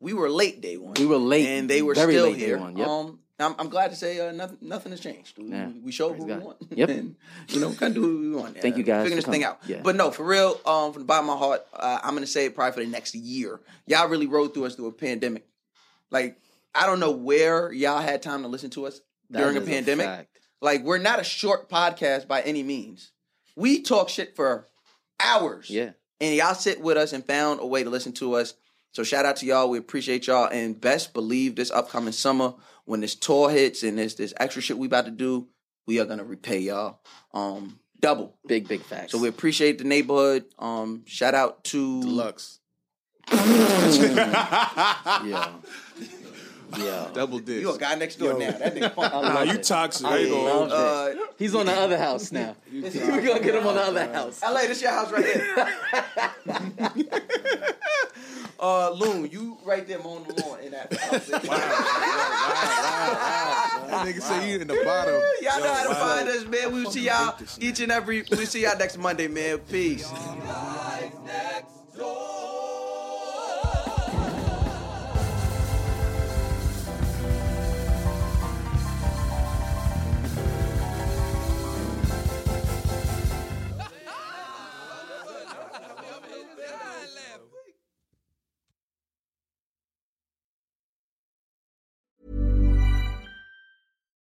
Speaker 2: We were late day one.
Speaker 3: We were late,
Speaker 2: and they were
Speaker 3: very
Speaker 2: still
Speaker 3: late day
Speaker 2: here.
Speaker 3: one, yep.
Speaker 2: Um, I'm, I'm glad to say uh, nothing nothing has changed. We,
Speaker 3: Yeah.
Speaker 2: we showed
Speaker 3: Praise
Speaker 2: who
Speaker 3: God.
Speaker 2: we want.
Speaker 3: Yep.
Speaker 2: and, you know, kind of do what we want.
Speaker 3: Thank you guys
Speaker 2: Figuring
Speaker 3: for
Speaker 2: this thing
Speaker 3: coming.
Speaker 2: out.
Speaker 3: Yeah.
Speaker 2: But no, for real, um, from the bottom of my heart, uh, I'm gonna say it probably for the next year. Y'all really rode through us through a pandemic. Like I don't know where y'all had time to listen to us during a
Speaker 3: is
Speaker 2: pandemic.
Speaker 3: fact.
Speaker 2: like we're not a short podcast by any means. We talk shit for hours
Speaker 3: Yeah.
Speaker 2: and y'all sit with us and found a way to listen to us. So shout out to y'all. We appreciate y'all. And best believe this upcoming summer, when this tour hits and this this extra shit we about to do, we are gonna repay y'all. Um double.
Speaker 3: Big, big facts.
Speaker 2: So we appreciate the neighborhood. Um shout out to
Speaker 4: Lux.
Speaker 3: yeah. yeah.
Speaker 4: Double disc.
Speaker 2: You a guy next door now. That nigga funny.
Speaker 5: Nah, you toxic. I ain't gonna hold
Speaker 3: Love
Speaker 5: you.
Speaker 2: Uh,
Speaker 3: it. He's on the other house now. We're gonna get him on the other house.
Speaker 2: LA, this your house right here. uh Loon, you right there mowing the lawn in that outfit.
Speaker 4: That nigga said you in the bottom.
Speaker 2: Y'all know how to find us, man. We'll see y'all each and every. We'll see y'all next Monday, man. Peace.